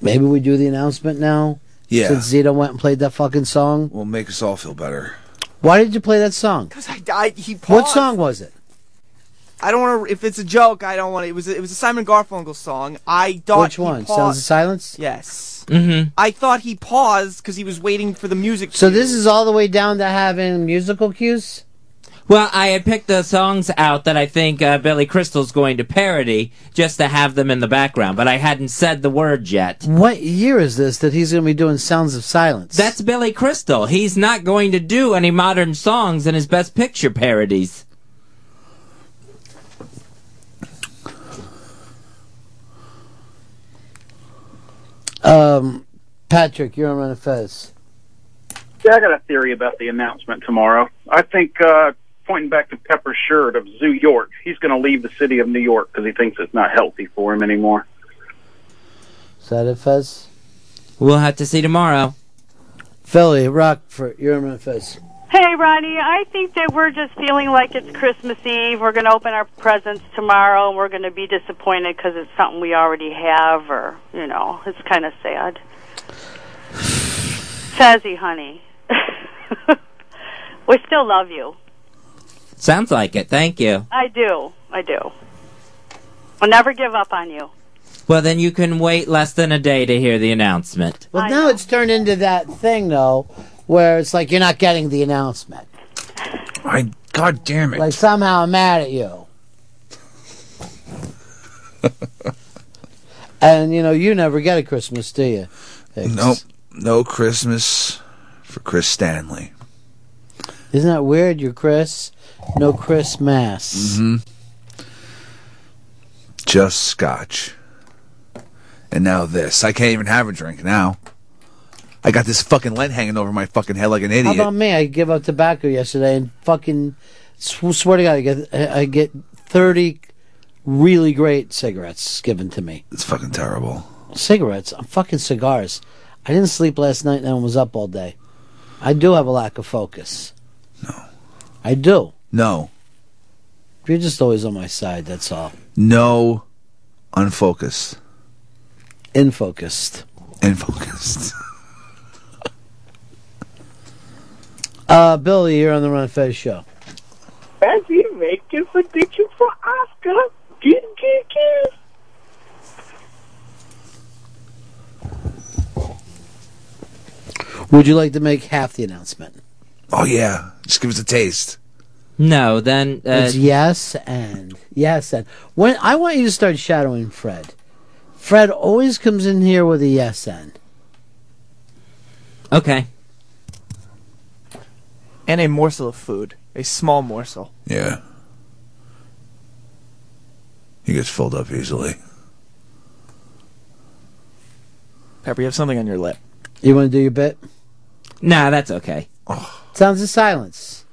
Maybe we do the announcement now. Yeah. Since Zito went and played that fucking song. Will make us all feel better. Why did you play that song? I, I, he paused. What song was it? I don't want to. If it's a joke, I don't want to. It was. a- It was a Simon Garfunkel song. I thought. Which he one? paused- Sounds of Silence. Yes. Mm-hmm. I thought he paused because he was waiting for the music. So this is all the way down to having musical cues. Well, I had picked the songs out that I think uh, Billy Crystal's going to parody just to have them in the background, but I hadn't said the word yet. What year is this that he's going to be doing Sounds of Silence? That's Billy Crystal. He's not going to do any modern songs in his Best Picture parodies. Um, Patrick, you're on Fez. Yeah, I got a theory about the announcement tomorrow. I think uh, pointing back to Pepper's shirt of Zoo York, he's going to leave the city of New York because he thinks it's not healthy for him anymore. Is that it, Fez? We'll have to see tomorrow. Philly, Rockford, you're on Fez. Hey, Ronnie, I think that we're just feeling like it's Christmas Eve. We're going to open our presents tomorrow and we're going to be disappointed because it's something we already have, or, you know, it's kind of sad. Fezzy, honey. we still love you. Sounds like it. Thank you. I do. I do. I'll never give up on you. Well, then you can wait less than a day to hear the announcement. Well, now it's turned into that thing, though, where it's like you're not getting the announcement. I God damn it. Like somehow I'm mad at you. and you know, you never get a Christmas, do you? Hicks? Nope. No Christmas for Chris Stanley. Isn't that weird? You're Chris. No Christmas. hmm Just scotch. And now this. I can't even have a drink now. I got this fucking lint hanging over my fucking head like an How idiot. about me? I give up tobacco yesterday and fucking sw- swear to God, I get I get thirty really great cigarettes given to me. It's fucking terrible. Cigarettes, I'm fucking cigars. I didn't sleep last night and I was up all day. I do have a lack of focus. No. I do. No. You're just always on my side. That's all. No unfocused. Infocused. Infocused. Uh, Billy, you're on the Run Fez show. As you make it for you for Oscar. Get, get, get. Would you like to make half the announcement? Oh yeah. Just give us a taste. No, then uh, it's yes and yes and when I want you to start shadowing Fred. Fred always comes in here with a yes and. Okay. And a morsel of food. A small morsel. Yeah. He gets filled up easily. Pepper, you have something on your lip. You want to do your bit? Nah, that's okay. Sounds of silence.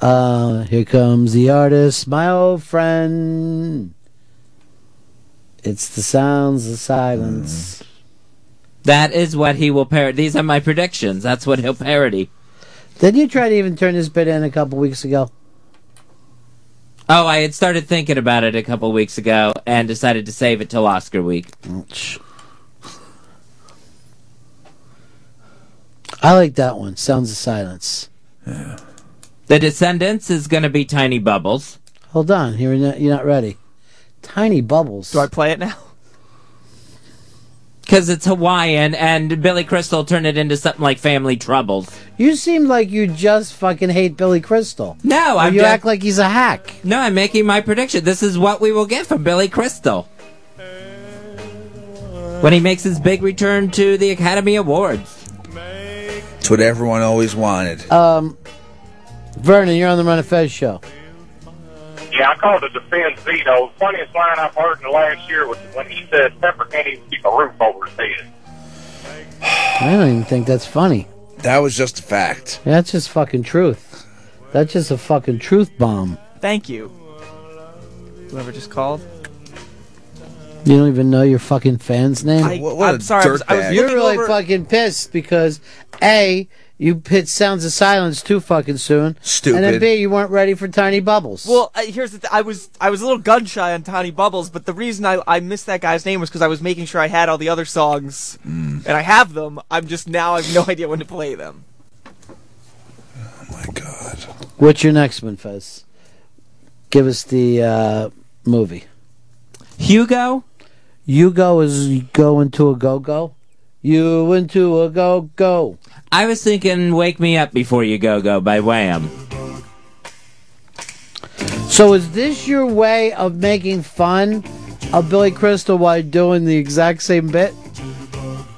Uh, here comes the artist, my old friend. It's the sounds of silence. that is what he will parody. These are my predictions. That's what he'll parody. Didn't you try to even turn this bit in a couple weeks ago? Oh, I had started thinking about it a couple weeks ago and decided to save it till Oscar week. I like that one. Sounds of silence. The Descendants is going to be Tiny Bubbles. Hold on, you're not, you're not ready. Tiny bubbles. Do I play it now? Because it's Hawaiian, and Billy Crystal turned it into something like Family Troubles. You seem like you just fucking hate Billy Crystal. No, Or I'm Oh, you just- act like he's a hack. No, I'm making my prediction. This is what we will get from Billy Crystal when he makes his big return to the Academy Awards. It's what everyone always wanted. Um, Vernon, you're on the Run of Fez show. Yeah, I called the defense veto. Funniest line I've heard in the last year was when he said Pepper can't even keep a roof over his head. I don't even think that's funny. That was just a fact. That's just fucking truth. That's just a fucking truth bomb. Thank you. Whoever just called. You don't even know your fucking fan's name. I- What- what I'm a sorry, I was- I was dirtbag. you're looking really over- fucking pissed because a you hit Sounds of Silence too fucking soon. Stupid. And then b you weren't ready for Tiny Bubbles. Well, uh, here's the th- I was I was a little gun shy on Tiny Bubbles, but the reason I, I missed that guy's name was because I was making sure I had all the other songs, Mm. and I have them. I'm just now I have no idea when to play them. What's your next one, Fez? Give us the uh, movie. Hugo. Hugo is go into a go go. You into a go go. I was thinking Wake Me Up Before You Go Go by Wham. So is this your way of making fun of Billy Crystal while doing the exact same bit?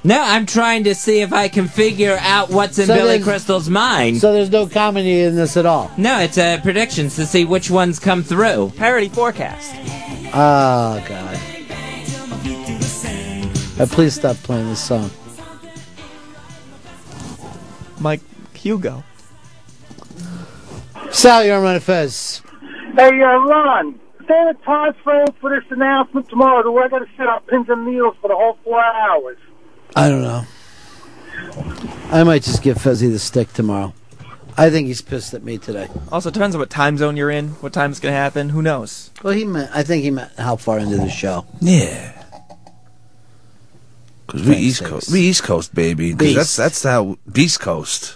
No, I'm trying to see if I can figure out what's in So Billy there's- Crystal's mind. So there's no comedy in this at all. no, it's uh, predictions to see which ones come through. Parody forecast. Oh God! Uh, please stop playing this song. Mike Hugo. Sal, you're on Run of Fez. Hey, uh, Ron, is there a time frame for this announcement tomorrow? Do I got to sit on pins and needles for the whole four hours? I don't know. I might just give Fezzy the stick tomorrow. I think he's pissed at me today. Also depends on what time zone you're in, what time it's gonna happen. Who knows? Well, he meant. I think he meant how far into the show. Yeah. Because we East Coast, we East Coast, baby. 'Cause that's Beast. that's how Beast Coast.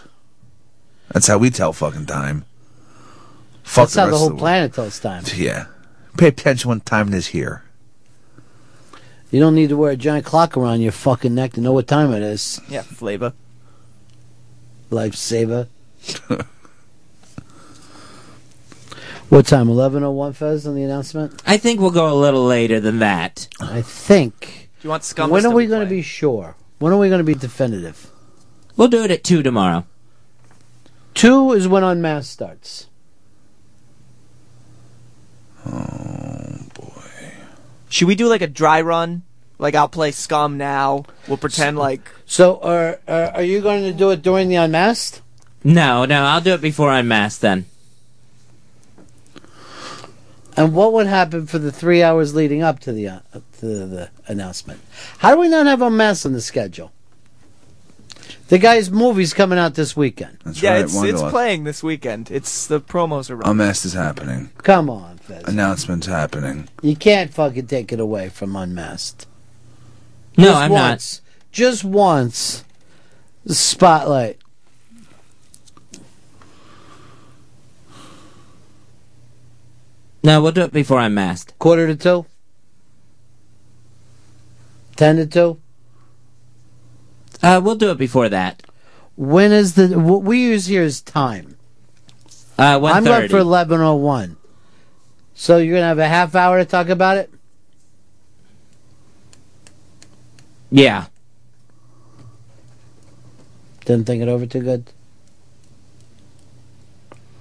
That's how we tell fucking time. Fuck That's the how rest the of whole world. planet tells time. Yeah. Pay attention when time is here. You don't need to wear a giant clock around your fucking neck to know what time it is. Yeah, flavor. Lifesaver. What time? Eleven oh one Fez on the announcement. I think we'll go a little later than that. I think. Do you want scum? when are we going to be sure? When are we going to be definitive? We'll do it at two tomorrow. Two is when Unmasked starts. Should we do like a dry run? Like I'll play Scum now. We'll pretend like So, are are are you going to do it during the Unmasked? No, no, I'll do it before I'm masked then. And what would happen for the three hours leading up to the uh, to the announcement? How do we not have Unmasked on the schedule? The guy's movie's coming out this weekend. yeah, it's it's playing this weekend. It's the promos are running. Unmasked is happening. Come on, Announcement's happening. you can't fucking take it away from Unmasked. No, I'm not. once, not. Just once, the spotlight. No, we'll do it before I'm masked. Quarter to two. Ten to two. Uh, we'll do it before that. When is the what we use here is time? Uh, I'm 1:30. going for eleven oh one. So you're gonna have a half hour to talk about it. Yeah. Didn't think it over too good.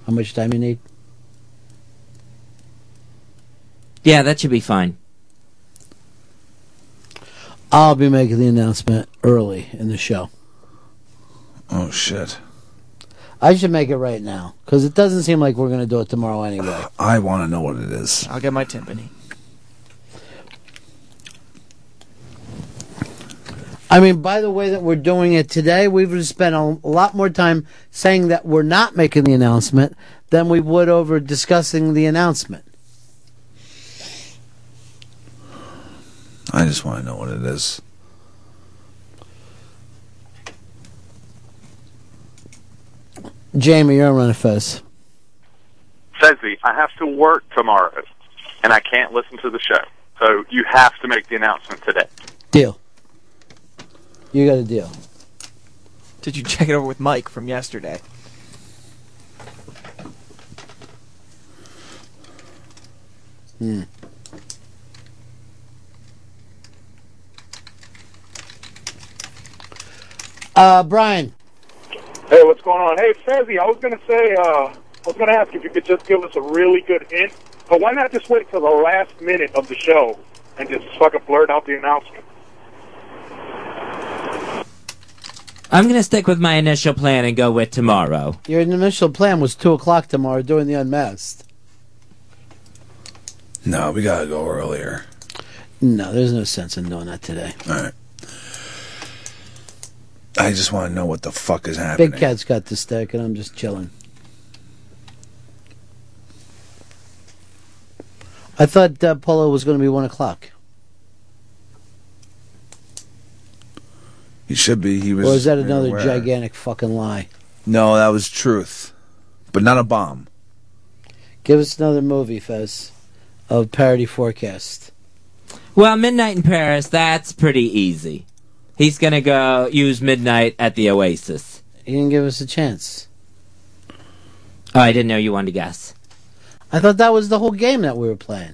How much time you need? Yeah, that should be fine. I'll be making the announcement early in the show. Oh shit! I should make it right now because it doesn't seem like we're gonna do it tomorrow anyway. I want to know what it is. I'll get my timpani. I mean, by the way that we're doing it today, we would have spent a lot more time saying that we're not making the announcement than we would over discussing the announcement. I just want to know what it is. Jamie, you're on Run of Fez. Fezzi, I have to work tomorrow, and I can't listen to the show. So you have to make the announcement today. Deal. You got a deal. Did you check it over with Mike from yesterday? Hmm. Uh, Brian. Hey, what's going on? Hey, Fezzi, I was going to say, uh, I was going to ask if you could just give us a really good hint, but why not just wait till the last minute of the show and just fucking blurt out the announcement? I'm gonna stick with my initial plan and go with tomorrow. Your initial plan was 2 o'clock tomorrow during the unmasked. No, we gotta go earlier. No, there's no sense in doing that today. All right. I just want to know what the fuck is happening. Big Cat's got the stick, and I'm just chilling. I thought uh, Polo was going to be 1 o'clock. He should be. He was. Or is that another aware. gigantic fucking lie? No, that was truth, but not a bomb. Give us another movie, Fez, of Parody Forecast. Well, midnight in Paris. That's pretty easy. He's gonna go use midnight at the Oasis. He didn't give us a chance. Oh, I didn't know you wanted to guess. I thought that was the whole game that we were playing.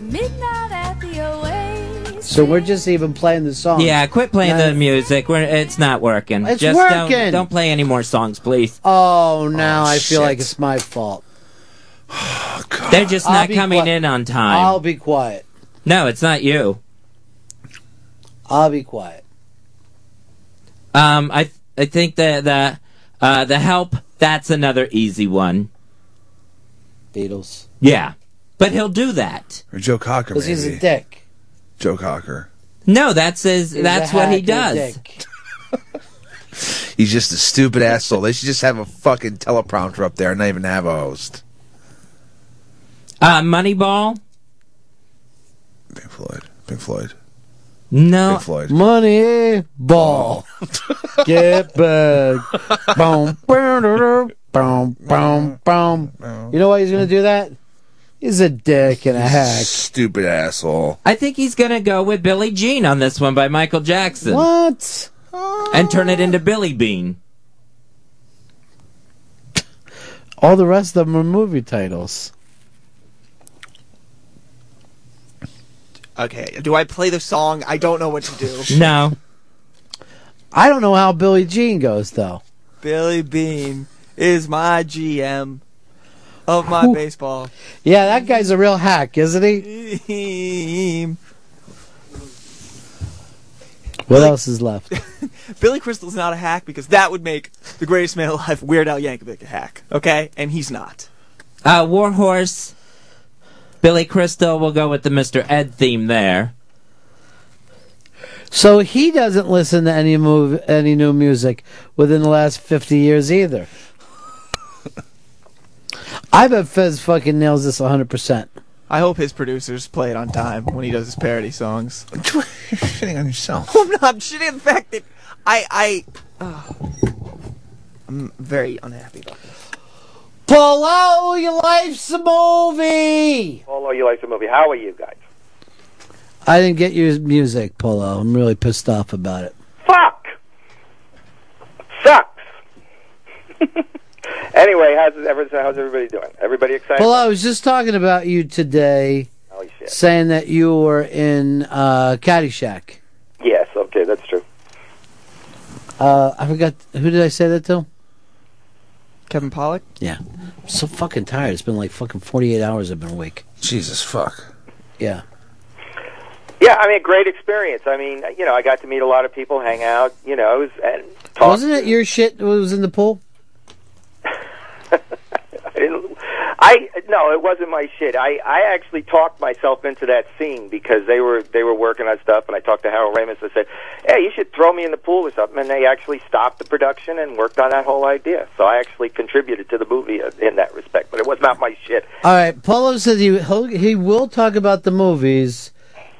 Midnight at the Oasis. So we're just even playing the song. Yeah, quit playing Now- the music. We're, it's not working. Oh. It's Just working! Don't, don't play any more songs, please. Oh, now Oh, I feel like shit. it's my fault. They're just I'll not be coming qui- in on time. I'll be quiet. No, it's not you. I'll be quiet. Um, I I think that the uh, the help that's another easy one. Beatles. Yeah, but he'll do that. Or Joe Cocker, maybe. dick. Joe Cocker. No, that's his. He's a that's what he hack and a does. He's just a stupid asshole. They should just have a fucking teleprompter up there and not even have a host. Uh, Moneyball. Pink Floyd. Pink Floyd. No. Pink Floyd. Money ball. Get back. boom, boom, boom, boom, boom. You know why he's going to do that? He's a dick and a hack. Stupid asshole. I think he's gonna go with Billie Jean on this one by Michael Jackson. What? and turn it into Billy Bean. All the rest of them are movie titles. Okay, do I play the song? I don't know what to do. No. I don't know how Billy Jean goes though. Billy Bean is my GM of my baseball Yeah, that guy's a real hack, isn't he? team. What else is left? Billy Crystal's not a hack because that would make the greatest man alive, Weird Al Yankovic, a hack. Okay, and he's not. Uh, Warhorse, Billy Crystal. We'll go with the Mr. Ed theme there. So he doesn't listen to any move, any new music within the last fifty years either. I bet Fez fucking nails this hundred percent. I hope his producers play it on time when he does his parody songs. You're shitting on yourself. I'm not I'm shitting on the fact that I I oh, I'm very unhappy about this. Below your life's a movie. Polo, you like the movie. How are you guys? I didn't get your music, Polo. I'm really pissed off about it. Fuck! Sucks! anyway, how's, every- how's everybody doing? Everybody excited? Well, I was just talking about you today, saying that you were in uh, Caddyshack. Yes, okay, that's true. Uh, I forgot who did I say that to? Kevin Pollock. Yeah, I'm so fucking tired. It's been like fucking 48 hours. I've been awake. Jesus fuck. Yeah. Yeah, I mean, great experience. I mean, you know, I got to meet a lot of people, hang out, you know, it was, and talk. Wasn't it your shit that was in the pool? I didn't. I no, it wasn't my shit. I I actually talked myself into that scene because they were they were working on stuff, and I talked to Harold Ramis. I said, "Hey, you should throw me in the pool or something." And they actually stopped the production and worked on that whole idea. So I actually contributed to the movie in that respect, but it was not my shit. All right. Polo says he he'll, he will talk about the movies,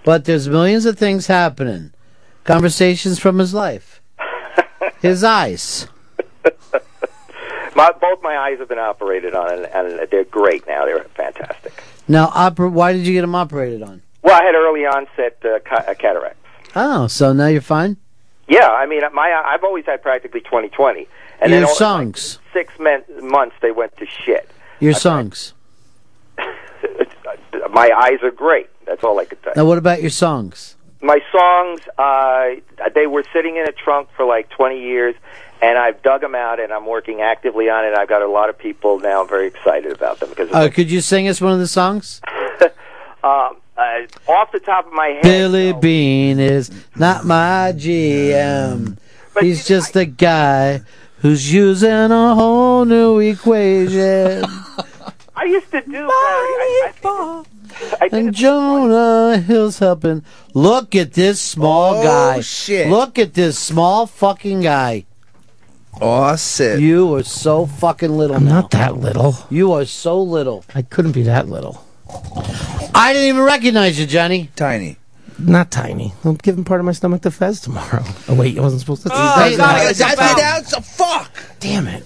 but there's millions of things happening. Conversations from his life, his eyes. My, both my eyes have been operated on, and, and they're great now. They're fantastic. Now, oper- why did you get him operated on? Well, I had early onset uh, ca- uh, cataract. Oh, so now you're fine. Yeah, I mean, my I've always had practically twenty twenty, and then your all- songs, six men- months they went to shit. your songs. My eyes are great. That's all I could tell. you. Now, what about your songs? My songs, uh, they were sitting in a trunk for like 20 years, and I've dug them out, and I'm working actively on it. I've got a lot of people now very excited about them because, Uh, could you sing us one of the songs? um, uh, off the top of my head, Billy Bean is not my GM. He's just a guy who's using a whole new equation. I used to do parody. I, I think and Jonah Hill's helping. Look at this small Oh, guy. shit. Look at this small fucking guy. Oh, shit. You are so fucking little now. not that little. You are so little. I couldn't be that little. I didn't even recognize you, Johnny. Tiny. Not tiny. I'm giving part of my stomach to Fez tomorrow. Oh wait, I wasn't supposed to. a fuck. Damn it.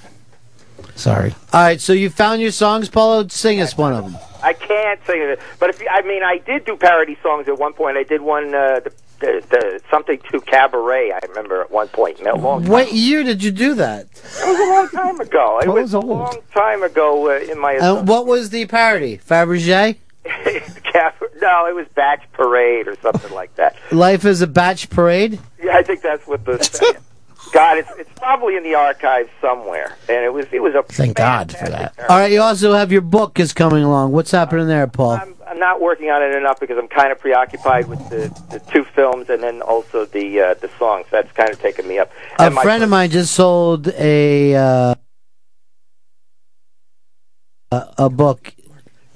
Sorry. All right, so you found your songs, Paulo. Sing us one of them. I can't sing it, but if you, I mean, I did do parody songs at one point. I did one uh, the, the, the something to cabaret. I remember at one point, a long What year did you do that? It was a long time ago. It was a long time ago uh, in my. And what was the parody? Fabergé? no, it was Batch Parade or something like that. Life is a Batch Parade? Yeah, I think that's what the. God, it's it's probably in the archives somewhere, and it was it was a. Thank God for that. All right, you also have your book is coming along. What's happening there, Paul? I'm not working on it enough because I'm kind of preoccupied with the, the two films and then also the uh, the songs. That's kind of taken me up. A friend of mine just sold a uh, a a book.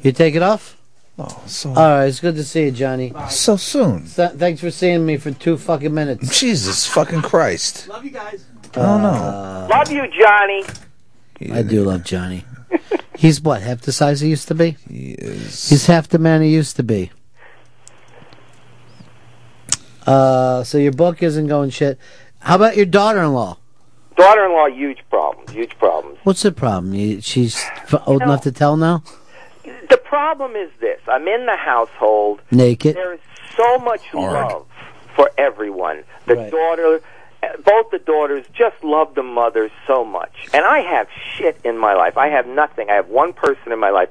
You take it off? Oh, so. All right, it's good to see you, Johnny. So soon. thanks for seeing me for two fucking minutes. Jesus fucking Christ. Love you guys. Oh, no. Love you, Johnny. I do love Johnny. He's what half the size he used to be. He is. He's half the man he used to be. Uh, so your book isn't going shit. How about your daughter-in-law? Daughter-in-law, huge problems, huge problems. What's the problem? You, she's f- old enough to tell now. The problem is this: I'm in the household. Naked. There is so much love for everyone. The daughter both the daughters just love the mother so much. And I have shit in my life. I have nothing. I have one person in my life.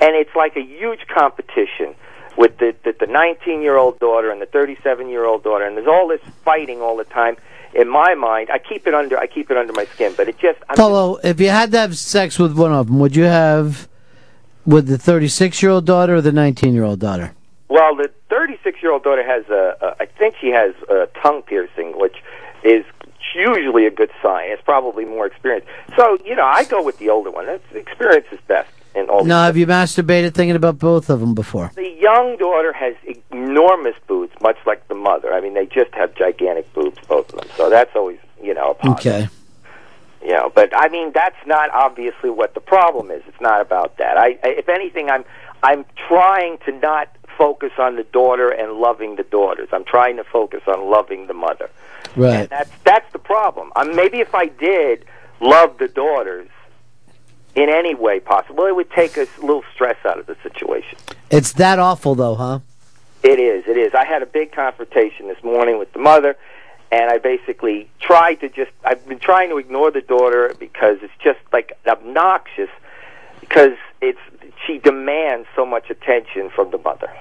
And it's like a huge competition with the the, the 19 year old daughter and the 37 year old daughter. And there's all this fighting all the time. In my mind, I keep it under I keep it under my skin, but it just I'm Polo, if you had to have sex with one of them, would you have with the 36 year old daughter or the 19 year old daughter? Well, the 36 year old daughter has a, a, I think she has a tongue piercing, which is usually a good sign. It's probably more experienced. So, you know, I go with the older one. That's, experience is best in all. No, have you masturbated thinking about both of them before? The young daughter has enormous boobs, much like the mother. I mean, they just have gigantic boobs, both of them. So that's always, you know, a positive. Okay. You know, but I mean, that's not obviously what the problem is. It's not about that. I, I if anything, I'm, I'm trying to not focus on the daughter and loving the daughters. I'm trying to focus on loving the mother. Right. That's that's the problem. Um, maybe if I did love the daughters in any way possible, it would take us a little stress out of the situation. It's that awful, though, huh? It is. It is. I had a big confrontation this morning with the mother, and I basically tried to just. I've been trying to ignore the daughter because it's just like obnoxious because it's she demands so much attention from the mother.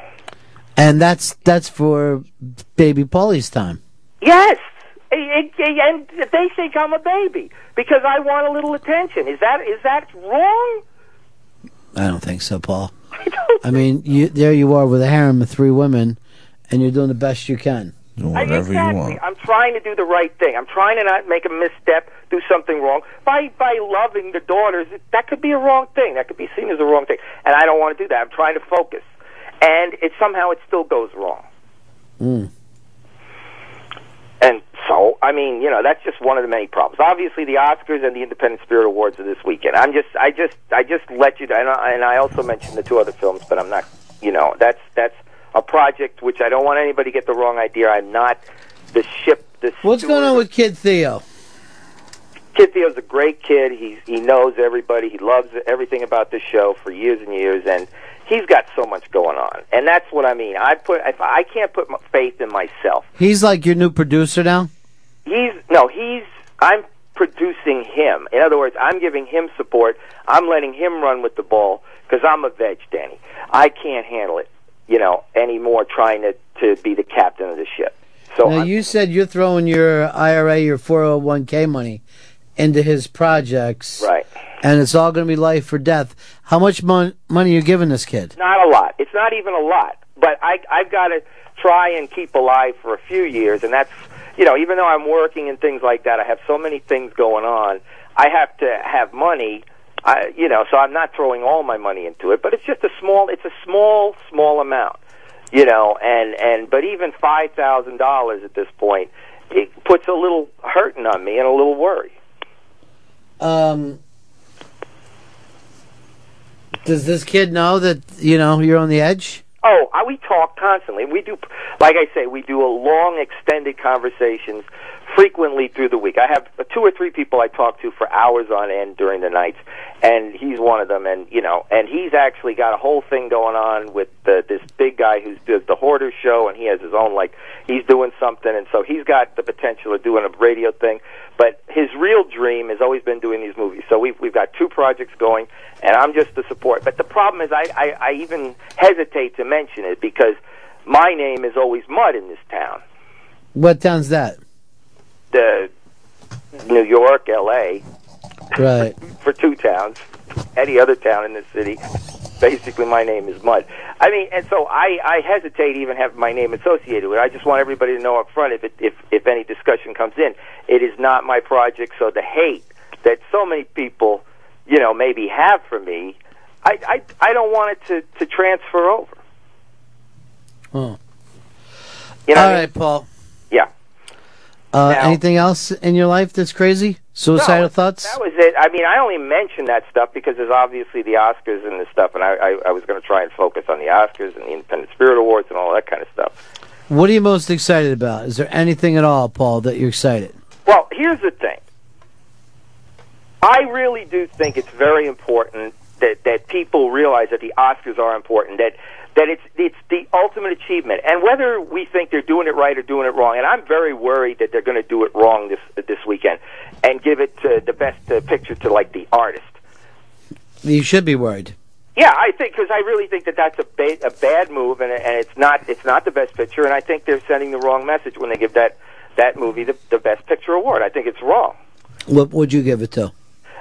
And that's that's for baby Paulie's time. Yes, and and- and they think I'm a baby because I want a little attention. Is that is that wrong? I don't think so, Paul. I mean, you, there you are with a harem of three women, and you're doing the best you can. Whatever exactly. I'm trying to do the right thing. I'm trying to not make a misstep, do something wrong. By by loving the daughters, that could be a wrong thing. That could be seen as a wrong thing. And I don't want to do that. I'm trying to focus. And it somehow it still goes wrong. Mm. And so, I mean, you know, that's just one of the many problems. Obviously, the Oscars and the Independent Spirit Awards are this weekend. I'm just, I just, I just let you, and I, and I also mentioned the two other films, but I'm not, you know, that's that's a project which I don't want anybody to get the wrong idea. I'm not the ship. The What's going on with Kid Theo? Kid Theo's a great kid. He he knows everybody. He loves everything about this show for years and years, and he's got so much going on. And that's what I mean. I put, if I can't put my faith in myself. He's like your new producer now. He's no, he's I'm producing him. In other words, I'm giving him support. I'm letting him run with the ball because I'm a veg, Danny. I can't handle it, you know, anymore. Trying to to be the captain of the ship. So now you said you're throwing your IRA, your 401k money into his projects, right? And it's all going to be life or death. How much mon- money are you giving this kid? Not a lot. It's not even a lot. But I I've got to try and keep alive for a few years, and that's you know even though I'm working and things like that, I have so many things going on. I have to have money. I you know so I'm not throwing all my money into it, but it's just a small. It's a small small amount. You know, and and but even five thousand dollars at this point, it puts a little hurting on me and a little worry. Um, does this kid know that you know you're on the edge? Oh, I- we talk constantly. We do, like I say, we do a long, extended conversations frequently through the week. I have two or three people I talk to for hours on end during the nights, and he's one of them. And you know, and he's actually got a whole thing going on with the, this big guy who's does the hoarder show, and he has his own like he's doing something, and so he's got the potential of doing a radio thing. But his real dream has always been doing these movies. So we've we've got two projects going, and I'm just the support. But the problem is, I I, I even hesitate to mention it because my name is always mud in this town. What town's that? The New York, L.A. Right. for two towns, any other town in this city. Basically, my name is Mud. I mean, and so I, I hesitate to even have my name associated with it. I just want everybody to know up front if, it, if, if any discussion comes in, it is not my project. So the hate that so many people, you know, maybe have for me, I, I, I don't want it to, to transfer over. Oh. You know what I All mean? right, Paul. Yeah. Uh, Now- anything else in your life that's crazy? Suicidal thoughts? That was it. I mean, I only mentioned that stuff because there's obviously the Oscars and this stuff, and I, I, I was going to try and focus on the Oscars and the Independent Spirit Awards and all that kind of stuff. What are you most excited about? Is there anything at all, Paul, that you're excited? Well, here's the thing. I really do think it's very important that that people realize that the Oscars are important. That that it's it's the ultimate achievement. And whether we think they're doing it right or doing it wrong, and I'm very worried that they're going to do it wrong this this weekend and give it uh, the best uh, picture to like the artist. You should be worried. Yeah, I think because I really think that that's a, ba- a bad move, and, and it's not it's not the best picture. And I think they're sending the wrong message when they give that that movie the, the best picture award. I think it's wrong. What would you give it to?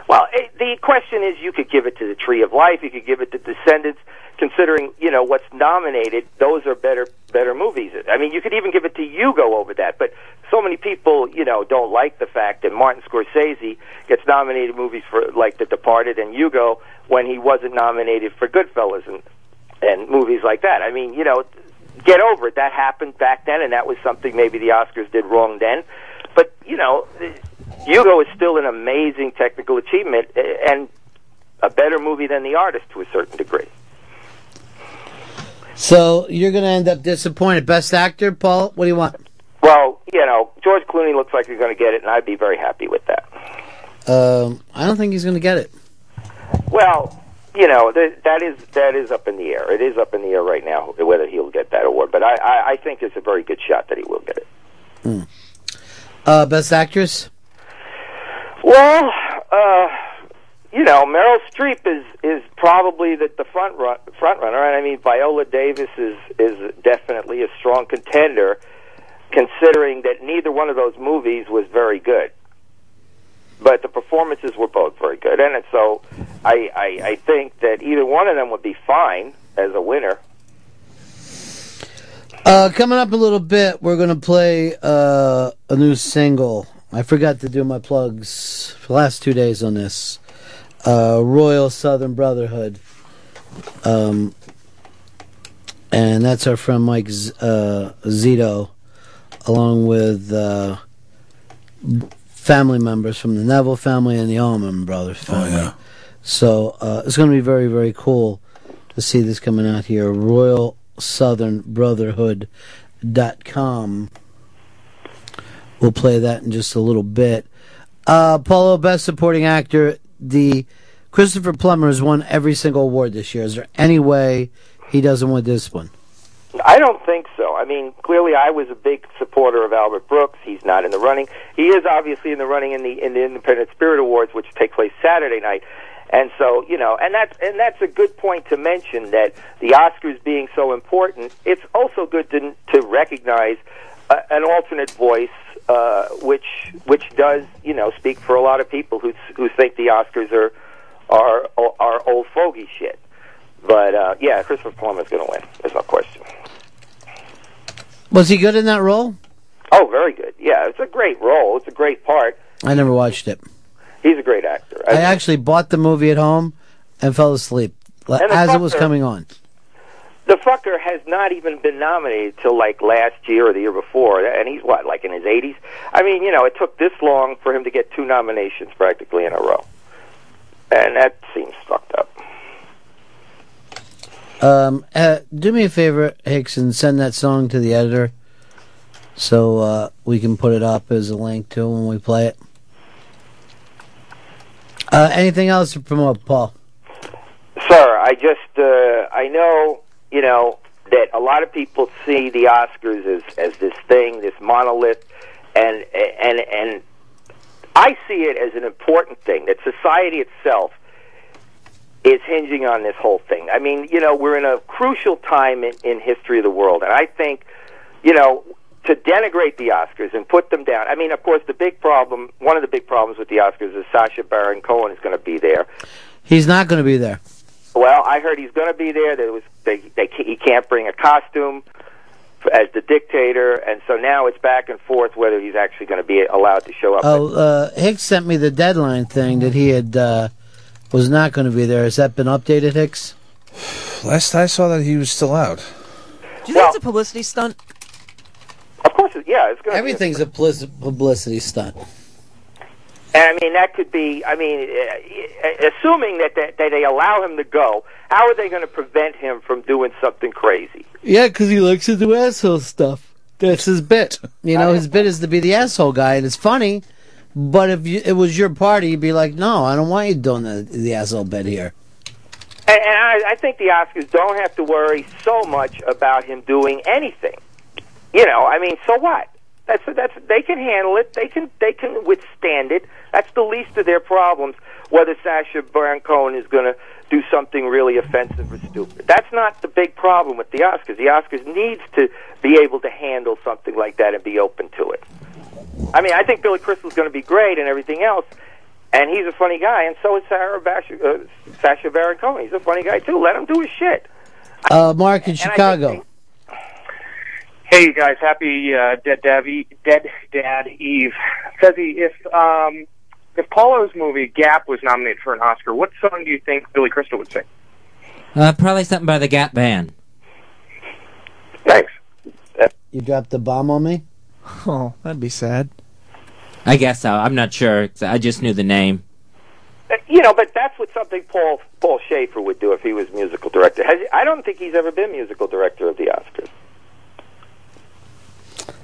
Well, it, the question is, you could give it to the Tree of Life, you could give it to Descendants. Considering you know what's nominated, those are better better movies. I mean, you could even give it to Hugo over that. But so many people you know don't like the fact that Martin Scorsese gets nominated movies for like The Departed and Hugo when he wasn't nominated for Goodfellas and and movies like that. I mean, you know, get over it. That happened back then, and that was something maybe the Oscars did wrong then. But you know, Hugo is still an amazing technical achievement eh, and a better movie than the artist to a certain degree. So you're going to end up disappointed. Best actor, Paul. What do you want? Well, you know, George Clooney looks like he's going to get it, and I'd be very happy with that. Um, I don't think he's going to get it. Well, you know, th- that is that is up in the air. It is up in the air right now whether he'll get that award. But I, I, I think there's a very good shot that he will get it. Uh, best actress. Well, uh, you know, Meryl Streep is is probably the, the front run, front runner, and I mean Viola Davis is is definitely a strong contender, considering that neither one of those movies was very good. But the performances were both very good, and it's- so I, I I think that either one of them would be fine as a winner. Uh, coming up a little bit, we're going to play uh, a new single. I forgot to do my plugs for the last two days on this. Uh, Royal Southern Brotherhood. Um, and that's our friend Mike Z- uh, Zito, along with uh, family members from the Neville family and the Allman Brothers family. So uh, it's going to be very, very cool to see this coming out here. Royal Southern Brotherhood dot com. We'll play that in just a little bit. Uh, Paulo, best supporting actor. The Christopher Plummer has won every single award this year. Is there any way he doesn't win this one? I don't think so. I mean, clearly, I was a big supporter of Albert Brooks. He's not in the running. He is obviously in the running in the in the Independent Spirit Awards, which take place Saturday night. And so, you know, and that's and that's a good point to mention that the Oscars being so important, it's also good to to recognize uh, an alternate voice, uh, which which does you know speak for a lot of people who who think the Oscars are are are old fogey shit. But uh, yeah, Christopher Plummer's going to win. There's no question. Was he good in that role? Oh, very good. Yeah, it's a great role. It's a great part. I never watched it. He's a great actor. I actually bought the movie at home and fell asleep like, And the as it was fucker- coming on. The fucker has not even been nominated till like last year or the year before, and he's what, like in his 80s? I mean, you know, it took this long for him to get two nominations practically in a row. And that seems fucked up. Um, uh, do me a favor, Hicks, and send that song to the editor so uh, we can put it up as a link to when we play it. Uh, anything else to promote, Paul? Sir, I just uh, I know you know that a lot of people see the Oscars as as this thing, this monolith, and and and I see it as an important thing that society itself is hinging on this whole thing. I mean, you know, we're in a crucial time in, in history of the world, and I think you know to denigrate the Oscars and put them down. I mean, of course, the big problem, one of the big problems with the Oscars is Sasha Baron Cohen is going to be there. He's not going to be there. Well, I heard he's going to be there. There was they, they ca- he can't bring a costume f- as the dictator, and so now it's back and forth whether he's actually going to be allowed to show up. Oh, uh, Hicks sent me the deadline thing that he had uh, was not going to be there. Has that been updated, Hicks? Last I saw that he was still out. Do you think it's a publicity stunt? Of course, it- yeah, it's going. Everything's a publici- publicity stunt. And I mean, that could be. I mean, uh, uh, assuming that that, that they allow him to go, how are they going to prevent him from doing something crazy? Yeah, because he likes to do asshole stuff. That's his bit. You know, his bit is to be the asshole guy, and it's funny. But if you, it was your party, you'd be like, "No, I don't want you doing the, the asshole bit here." And, and I, I think the Oscars don't have to worry so much about him doing anything. You know, I mean, so what? That's that's they can handle it. They can they can withstand it. That's the least of their problems. Whether Sasha Baron Cohen is going to do something really offensive or stupid. That's not the big problem with the Oscars. The Oscars needs to be able to handle something like that and be open to it. I mean, I think Billy Crystal's going to be great and everything else, and he's a funny guy, and so is Sarah Bash- uh, Sasha Baron Cohen. He's a funny guy too. Let him do his shit. Uh, Mark in Chicago. Hey you guys, happy uh, Dead Dad E- Dead Dad Eve. Fezzi, if um, if Paulo's movie Gap was nominated for an Oscar, what song do you think Billy Crystal would sing? Uh, probably something by the Gap Band. Thanks. You dropped the bomb on me? Oh, that'd be sad. I guess so. I'm not sure. 'cause I just knew the name. Uh, You know, but that's what something Paul Paul Schaefer would do if he was musical director. Has, I don't think he's ever been musical director of the Oscars,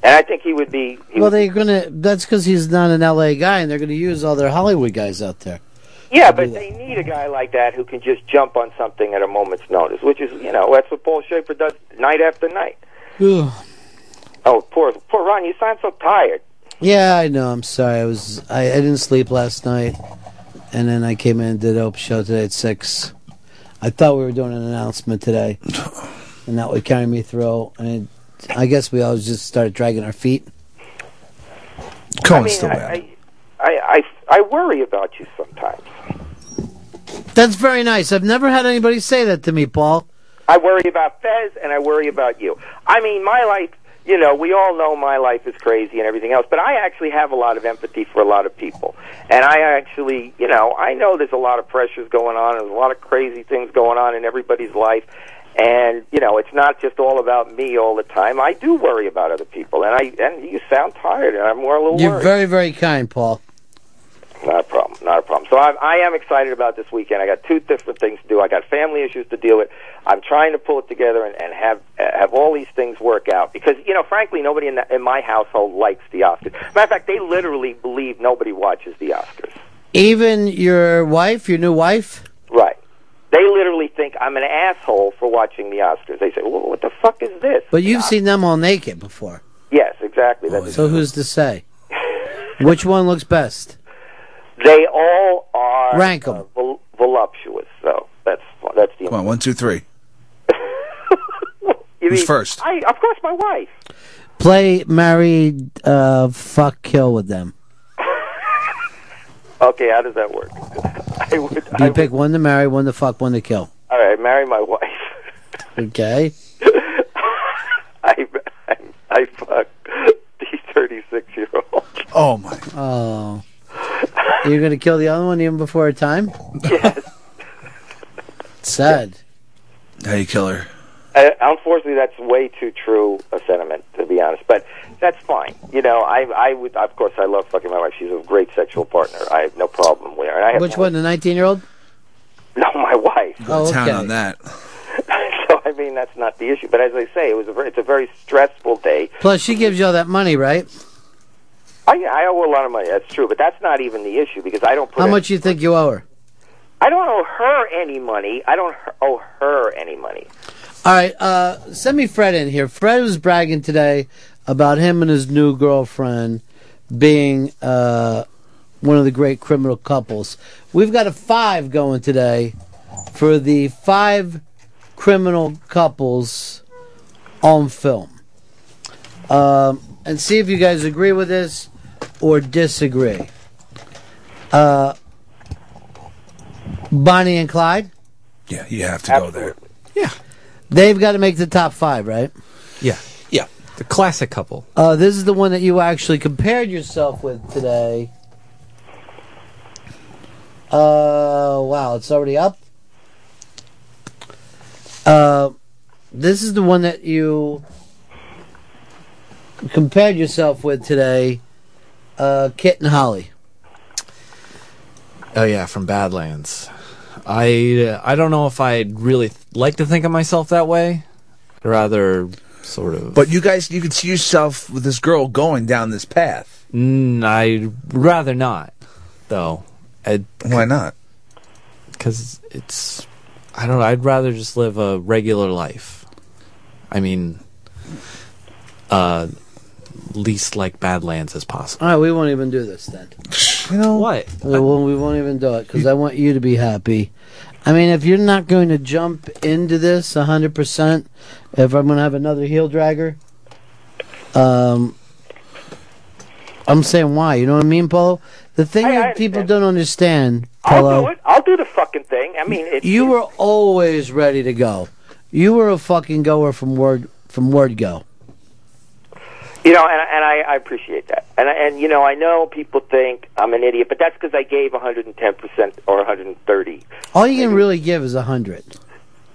and I think he would be. He Well, would, they're gonna. That's because he's not an LA guy, and they're gonna use all their Hollywood guys out there. yeah, but they need a guy like that who can just jump on something at a moment's notice, which is you know that's what Paul Schaefer does night after night. Ugh. Oh, poor poor Ron, you sound so tired. yeah, I know. I'm sorry. I was. I, I didn't sleep last night, and then I came in and did Ope show today at six. I thought we were doing an announcement today, and that would carry me through. And I guess we all just started dragging our feet. I mean, I, I, I I worry about you sometimes. That's very nice. I've never had anybody say that to me, Paul. I worry about Fez and I worry about you. I mean, my life, you know, we all know my life is crazy and everything else, but I actually have a lot of empathy for a lot of people. And I actually, you know, I know there's a lot of pressures going on and there's a lot of crazy things going on in everybody's life. And, you know, it's not just all about me all the time. I do worry about other people and I and you sound tired and I'm more a little You're worried. very, very kind, Paul. Not a problem. Not a problem. So I, I am excited about this weekend. I got two different things to do. I got family issues to deal with. I'm trying to pull it together and, and have uh, have all these things work out because you know, frankly, nobody in, the, in my household likes the Oscars. Matter of fact, they literally believe nobody watches the Oscars. Even your wife, your new wife. Right? They literally think I'm an asshole for watching the Oscars. They say, "Well, what the fuck is this?" But you've seen them all naked before. Yes, exactly. That's So who's to say? Which one looks best? they all are Rank 'em. uh, vol- voluptuous. So that's that's the Come on, one, two, three. You Who's mean- first? I, of course, my wife. Play, marry, uh, fuck, kill with them. Okay, how does that work? I would. I You would pick one to marry, one to fuck, one to kill. all right, marry my wife. Okay. I I, I fuck the thirty-six year old. Oh my. Oh. You're gonna kill the other one even before her time? Yes. Sad. How you kill her? Uh, unfortunately, that's way too true a sentiment to be honest. But that's fine. You know, I I would of course I love fucking my wife. She's a great sexual partner. I have no problem with her. And I have Which one? The 19 year old? No, my wife. Go to town okay. on that. so I mean, that's not the issue. But as I say, it was a very, it's a very stressful day. Plus, she gives you all that money, right? I I owe a lot of money. That's true. But that's not even the issue because I don't put How any- much you think you owe her? I don't owe her any money. I don't h- owe her any money. All right, uh, send me Fred in here. Fred was bragging today about him and his new girlfriend being uh, one of the great criminal couples. We've got a five going today for the five criminal couples on film. Um, and see if you guys agree with this or disagree. Uh, Bonnie and Clyde, Yeah, you have to go there. they've got to make the top five, right? Yeah. Yeah. The classic couple. Uh, this is the one that you actually compared yourself with today. Uh, wow, it's already up. Uh, this is the one that you compared yourself with today. Uh, Kit and Holly. Oh yeah, from Badlands. I I don't know if I'd really th- like to think of myself that way. I'd rather sort of. But you guys, you could see yourself with this girl going down this path. Mm, I'd rather not, though. I'd, Why not? Because it's. I don't know. I'd rather just live a regular life. I mean, uh, least like Badlands as possible. All right, we won't even do this then. You know what? We won't, we won't even do it because I want you to be happy. I mean, if you're not going to jump into this 100%, if I'm going to have another heel dragger, um, I'm saying why. You know what I mean, Polo? The thing I- I that people don't understand, Polo. I'll do it. I'll do the fucking thing. I mean, it's you were always ready to go. You were a fucking goer from word from word go. You know, and, and I, I appreciate that. And, I- and, you know, I know people think I'm an idiot, but that's because I gave 110% or 130. All you can really give is a hundred.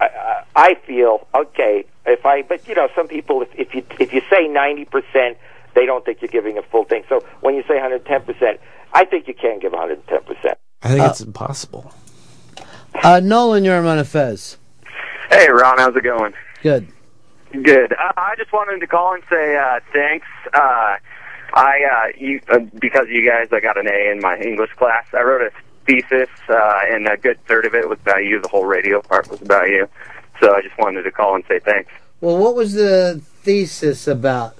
I, I, I feel, okay, if I, but, you know, some people, if, if, you, if you say 90%, they don't think you're giving a full thing. So when you say 110%, I think you can give 110%. I think it's impossible. Uh, Nolan, you're on a Fez. Hey, Ron, how's it going? Good. Good. Uh, I just wanted to call and say uh, thanks. Uh, I uh, you, uh, because of you guys, I got an A in my English class. I wrote a thesis, uh, and a good third of it was about you. The whole radio part was about you. So I just wanted to call and say thanks. Well, what was the thesis about?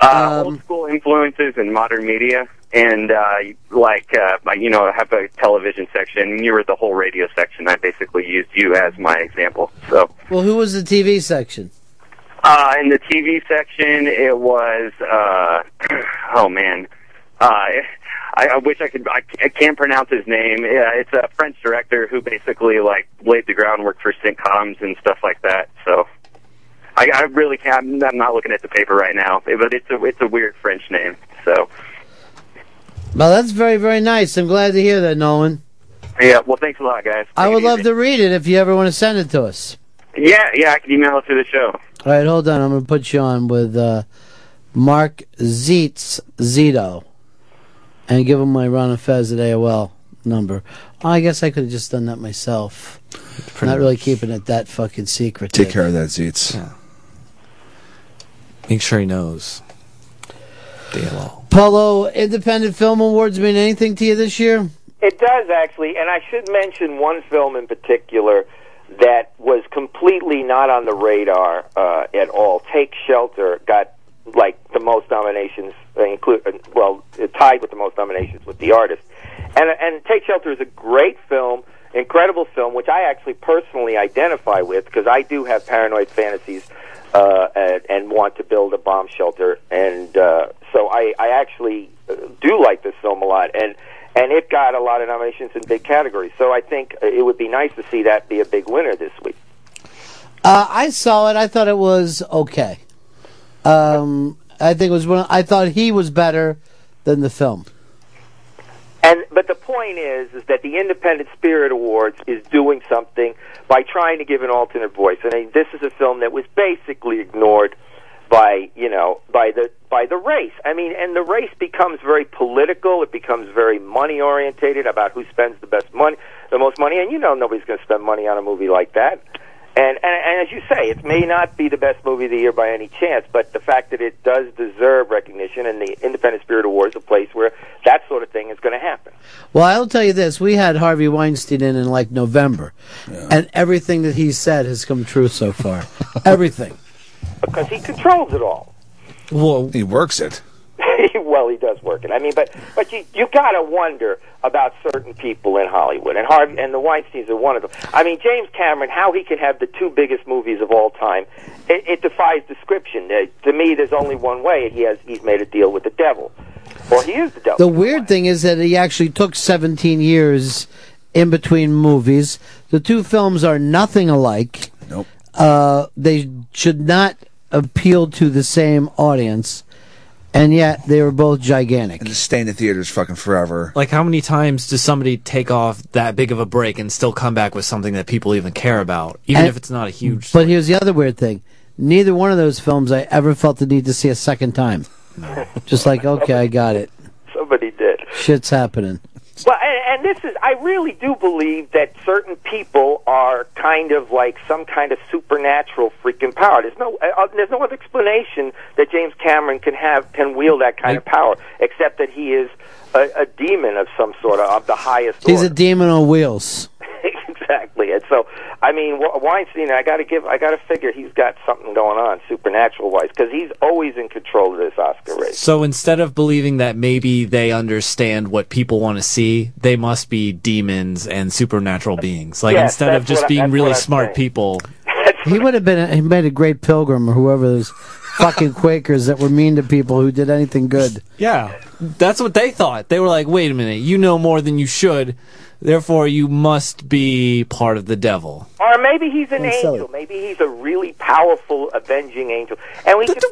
Uh, old school influences in modern media, and uh, like uh, you know, I have a television section. and You were the whole radio section. I basically used you as my example. So. Well, who was the TV section? Uh, in the TV section, it was uh, oh man, uh, I, I wish I could. I, I can't pronounce his name. Yeah, it's a French director who basically like laid the groundwork for sitcoms and stuff like that. So I, I really can't. I'm not looking at the paper right now, but it's a it's a weird French name. So Well, that's very very nice. I'm glad to hear that, Nolan. yeah, well, thanks a lot, guys. I would love to read it if you ever want to send it to us. Yeah, yeah, I can email it to the show. All right, hold on. I'm going to put you on with uh, Mark Zietz Zito and give him my Ron and Fez at AOL number. Oh, I guess I could have just done that myself. Not really keeping it that fucking secret. Take care of that, Zeets. Make sure he knows. DLL. Polo Independent Film Awards mean anything to you this year? It does actually, and I should mention one film in particular that was completely not on the radar uh, at all. Take Shelter got like the most nominations, uh, include uh, well it tied with the most nominations with the artist, and and Take Shelter is a great film, incredible film, which I actually personally identify with because I do have paranoid fantasies uh, and, and want to build a bomb shelter, and uh, so I, I actually uh, do like this film a lot, and and it got a lot of nominations in big categories. So I think uh, it would be nice to see that be a big winner this week. Uh, I saw it. I thought it was okay. Um, I think it was one. I thought he was better than the film. And but the point is, is that the Independent Spirit Awards is doing something by trying to give an alternate voice. And I mean, this is a film that was basically ignored by you know by the by the race. I mean, and the race becomes very political. It becomes very money orientated about who spends the best money, the most money. And you know, nobody's going to spend money on a movie like that. And, and and as you say, it may not be the best movie of the year by any chance, but the fact that it does deserve recognition, and the Independent Spirit Awards, is a place where that sort of thing is going to happen. Well, I'll tell you this: we had Harvey Weinstein in in like November, and everything that he said has come true so far. everything. because he controls it all. Well, he works it. well, he does work it. I mean, but but you you gotta wonder about certain people in Hollywood, and Harvey and the Weinstein's are one of them. I mean, James Cameron, how he could have the two biggest movies of all time, it, it defies description. Uh, to me, there's only one way. He has he's made a deal with the devil, or he is the devil. The weird thing is that he actually took 17 years in between movies. The two films are nothing alike. Nope. Uh, they should not appeal to the same audience, and yet they were both gigantic. And just stay in the theaters fucking forever. Like, how many times does somebody take off that big of a break and still come back with something that people even care about, even And- if it's not a huge? But here's the other weird thing: neither one of those films I ever felt the need to see a second time. Just like, okay, I got it. Somebody did. Shit's happening. Well, and, and this is, I really do believe that certain people are kind of like some kind of supernatural freaking power. There's no, uh, uh, there's no other explanation that James Cameron can have, can wield that kind of power, except that he is a, a demon of some sort, of the highest He's order. a demon on wheels. exactly. And so, I mean, Wa- Weinstein, I got to give, I got to figure he's got something going on supernatural wise because he's always in control of this Oscar race. So instead of believing that maybe they understand what people want to see, they must be demons and supernatural beings. Like Yes, instead of that's just what I- being that's really what I'm smart saying. people, He would have been he made a great pilgrim or whoever those fucking Quakers that were mean to people who did anything good. yeah, that's what they thought. They were like, "Wait a minute, you know more than you should, therefore you must be part of the devil." Or maybe he's an That's angel. silly. Maybe he's a really powerful avenging angel. And we could,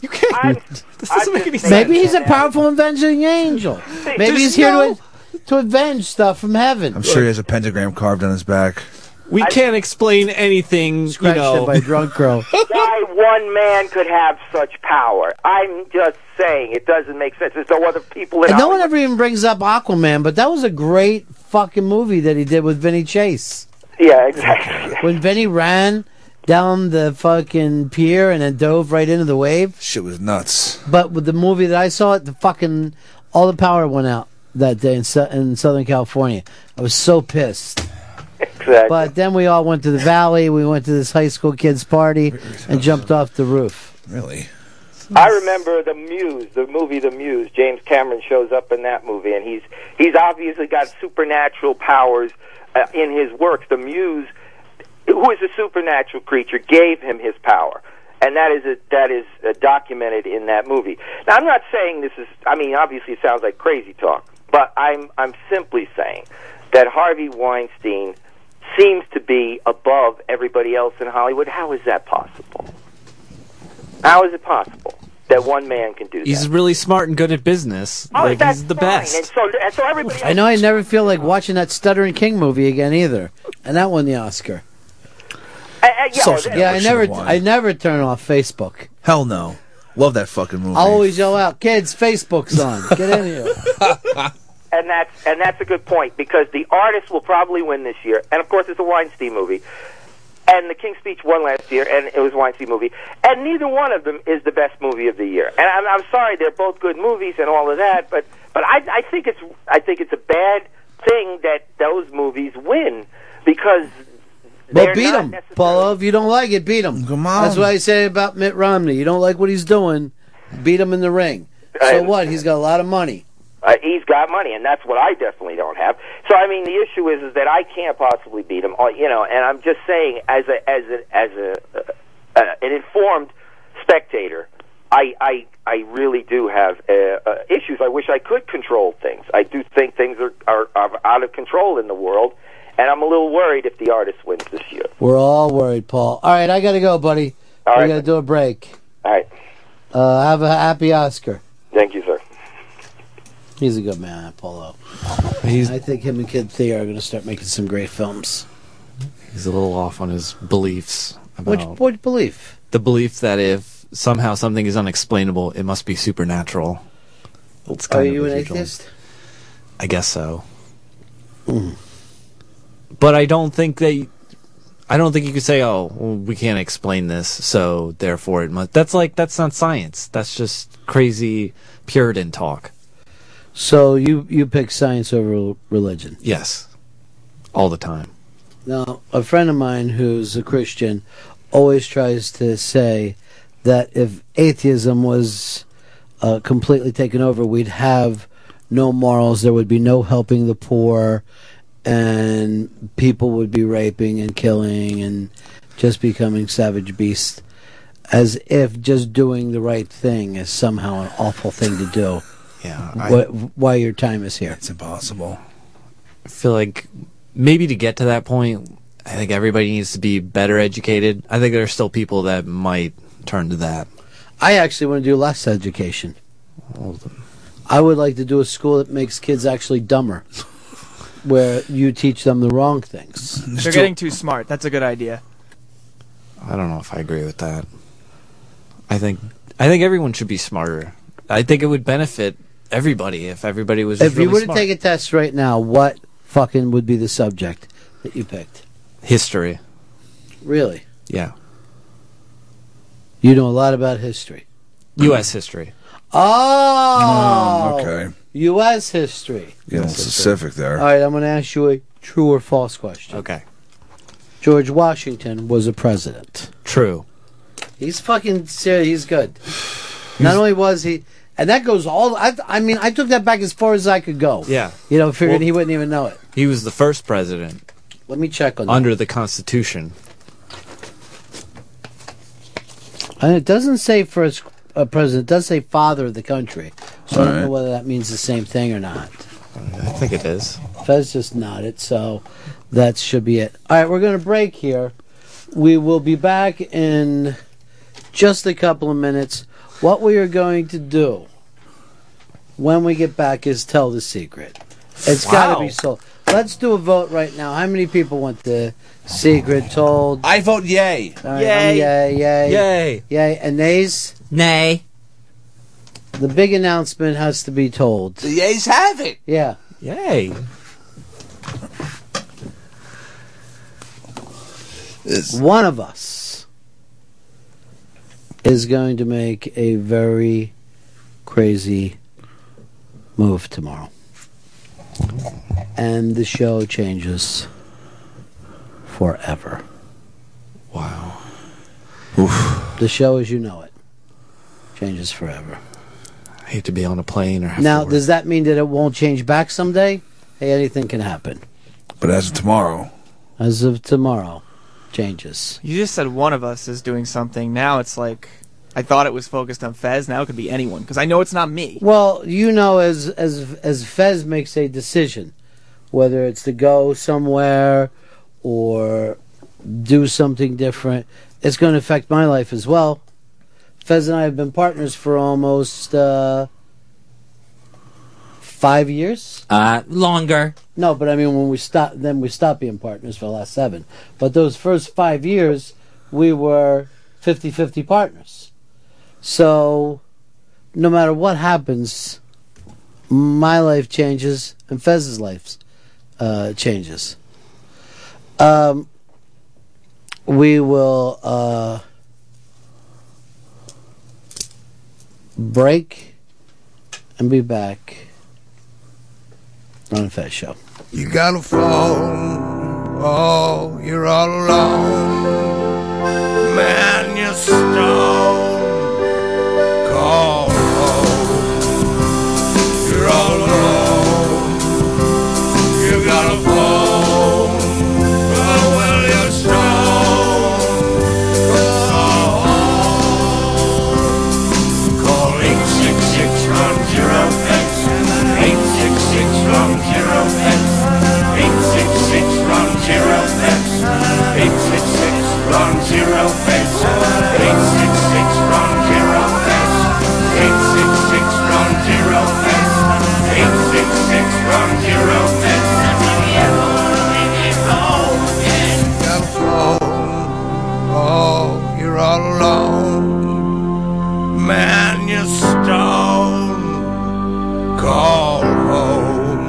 you can't. I'm, this doesn't make any Maybe he's a powerful avenging angel. Maybe he's here to to avenge stuff from heaven. I'm sure he has a pentagram carved on his back. We can't explain anything, Scratched you know. it by a drunk girl. Why one man could have such power? I'm just saying it doesn't make sense. There's no other people in And no Hollywood. one ever even brings up Aquaman, but that was a great fucking movie that he did with Vinny Chase. Yeah, exactly. When Vinny ran down the fucking pier and then dove right into the wave. Shit was nuts. But with the movie that I saw, the fucking all the power went out that day in, Sou- in Southern California. I was so pissed. Exactly. But then we all went to the valley. We went to this high school kids party and jumped off the roof. Really? I remember the Muse, the movie The Muse. James Cameron shows up in that movie, and he's he's obviously got supernatural powers uh, in his works. The Muse, who is a supernatural creature, gave him his power, and that is a, that is uh, documented in that movie. Now, I'm not saying this is. I mean, obviously, it sounds like crazy talk, but I'm I'm simply saying that Harvey Weinstein seems to be above everybody else in Hollywood. How is that possible? How is it possible that one man can do that? He's really smart and good at business. Oh, like that's he's the fine. best. And so, and so everybody I know I never feel like watching that Stuttering King movie again either, and that won the Oscar. yeah, Social yeah, I Network never, should've won. I never turn off Facebook. Hell no. Love that fucking movie. I always yell out, "Kids, Facebook's on! Get in here!" and that's and that's a good point because the artist will probably win this year, and of course it's a Weinstein movie. And the King's Speech won last year, and it was a Weinstein movie. And neither one of them is the best movie of the year. And I'm, I'm sorry, they're both good movies and all of that, but but I, I think it's I think it's a bad thing that those movies win because Well, They're beat not him, Paulo. If you don't like it, beat him. Come on. That's what I say about Mitt Romney. You don't like what he's doing, beat him in the ring. So what? He's got a lot of money. Uh, he's got money, and that's what I definitely don't have. So I mean, the issue is is that I can't possibly beat him. uh, You know, and I'm just saying, as a as a as a uh, uh, an informed spectator, I I I really do have uh, uh, issues. I wish I could control things. I do think things are, are are out of control in the world, and I'm a little worried if the artist wins this year. We're all worried, Paul. All right, I gotta go, buddy. All we right. gotta do a break. All right. Uh, have a happy Oscar. Thank you, sir. He's a good man, Paulo. I think him and Kid Thea are gonna start making some great films. He's a little off on his beliefs about Which, which belief? the belief that if somehow something is unexplainable, it must be supernatural. It's Are kind of you an his usual- atheist? Hmm. I guess so. But I don't think they. I don't think you could say, "Oh, well, we can't explain this, so therefore it must." That's like that's not science. That's just crazy Puritan talk. So you you pick science over religion. Yes, all the time. Now, a friend of mine who's a Christian always tries to say that if atheism was uh, completely taken over, we'd have no morals, there would be no helping the poor, and people would be raping and killing and just becoming savage beasts, as if just doing the right thing is somehow an awful thing to do. Yeah. Wh- why your time is here? It's impossible. I feel like maybe to get to that point, I think everybody needs to be better educated. I think there are still people that might turn to that. I actually want to do less education. I would like to do a school that makes kids actually dumber, where you teach them the wrong things. They're getting too smart. That's a good idea. I don't know if I agree with that. I think I think everyone should be smarter. I think it would benefit everybody if everybody was. if Just you really were to smart. take a test right now, what fucking would be the subject that you picked? history, Really? yeah, You know a lot about history. U.S. history. Oh, okay. U.S. history. Getting specific there. Oh. All right, I'm going to ask you a True or false question. Okay. George Washington was a president. True. He's fucking serious. He's good. Not only was he, and that goes all. I, I mean, I took that back as far as I could go. Yeah. You know, figuring Well- he wouldn't even know it. He was the first president Let me check on under the Constitution. And it doesn't say first uh, president. It does say father of the country. So I don't All know right. whether that means the same thing or not. I think it is. Fez just nodded, so that should be it. All right, we're going to break here. We will be back in just a couple of minutes. What we are going to do when we get back is tell the secret. It's got to Wow. be sold. Let's do a vote right now. How many people want the secret told? I vote yay. yay. Yay. Yay, yay. Yay. Yay. And nays? Nay. The big announcement has to be told. The yays have it. Yeah. Yay. One of us is going to make a very crazy move tomorrow. And the show changes forever. Wow. The show as you know it changes forever. I hate to be on a plane or have Now, to work. does that mean that it won't change back someday? Hey, anything can happen. But as of tomorrow, As of tomorrow, changes. You just said one of us is doing something. Now it's like I thought it was focused on Fez. Now it could be anyone because I know it's not me. Well, you know, as as as Fez makes a decision, whether it's to go somewhere or do something different, it's going to affect my life as well. Fez and I have been partners for almost uh, five years. Uh, longer. No, but I mean, when we stop, then we stopped being partners for the last seven. But those first five years, we were 50 50 partners. So, no matter what happens, my life changes and Fez's life uh, changes. Um, we will uh, break and be back on the Fez Show. You got a phone, oh, you're all alone. Man, you're stoned. Call home. You're all alone. You got a phone, oh, well, you're stoned. Call home. Call 866 from zero X. 866 from zero X. 866 from zero X. 866 from zero X. 866 from zero X. 866 from zero X. 866 from zero X. Got a phone. Oh, you're all alone. Man, you're stoned. Call home.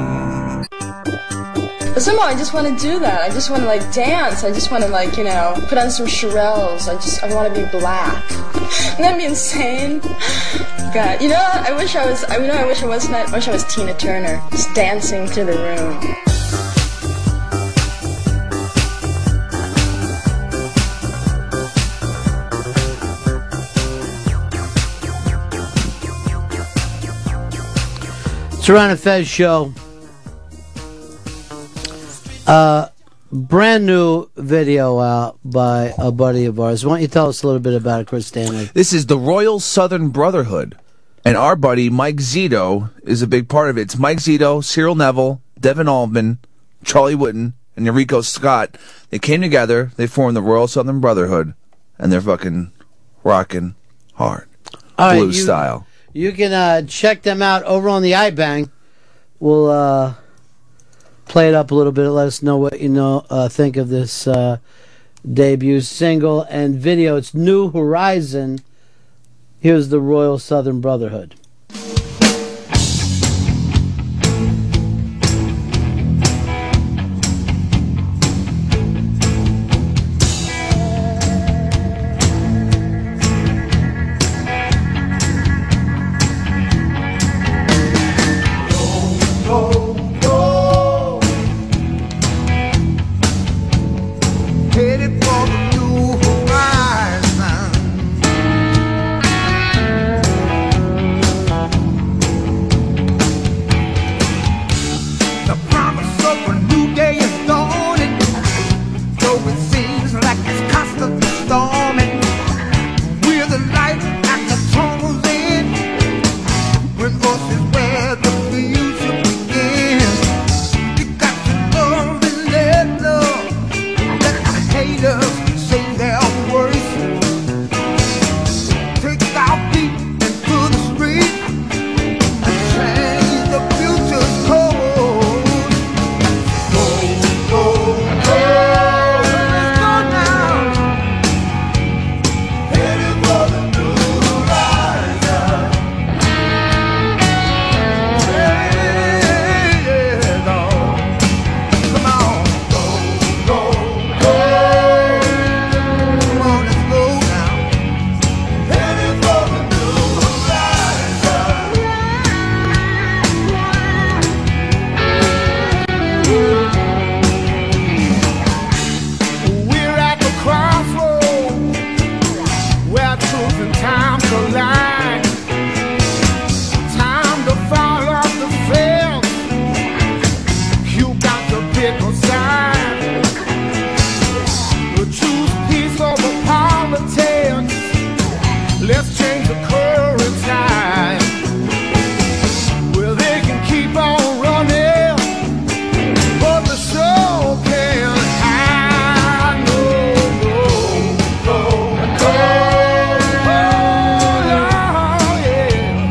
But somehow I just want to do that. I just want to like dance. I just want to like you know put on some Shirelles. I just I want to be black. Wouldn't that be insane? God, you know I wish I was. I you know I wish I was not. I wish I was Tina Turner, just dancing through the room. Serrano Fez show. Uh, brand new video out by a buddy of ours. Why don't you tell us a little bit about it, Chris Stanley? This is the Royal Southern Brotherhood, and our buddy Mike Zito is a big part of it. It's Mike Zito, Cyril Neville, Devin Altman, Charlie Wooden, and Enrico Scott. They came together. They formed the Royal Southern Brotherhood, and they're fucking rocking hard, All right, blue you- style. You can uh, check them out over on the iBang. We'll uh, play it up a little bit. Let us know what you know uh, think of this uh, debut single and video. It's New Horizon. Here's the Royal Southern Brotherhood. No, no, no. Let's change the current time. Well, they can keep on running, but the show can't hide. No, no, no, no, no, oh, yeah.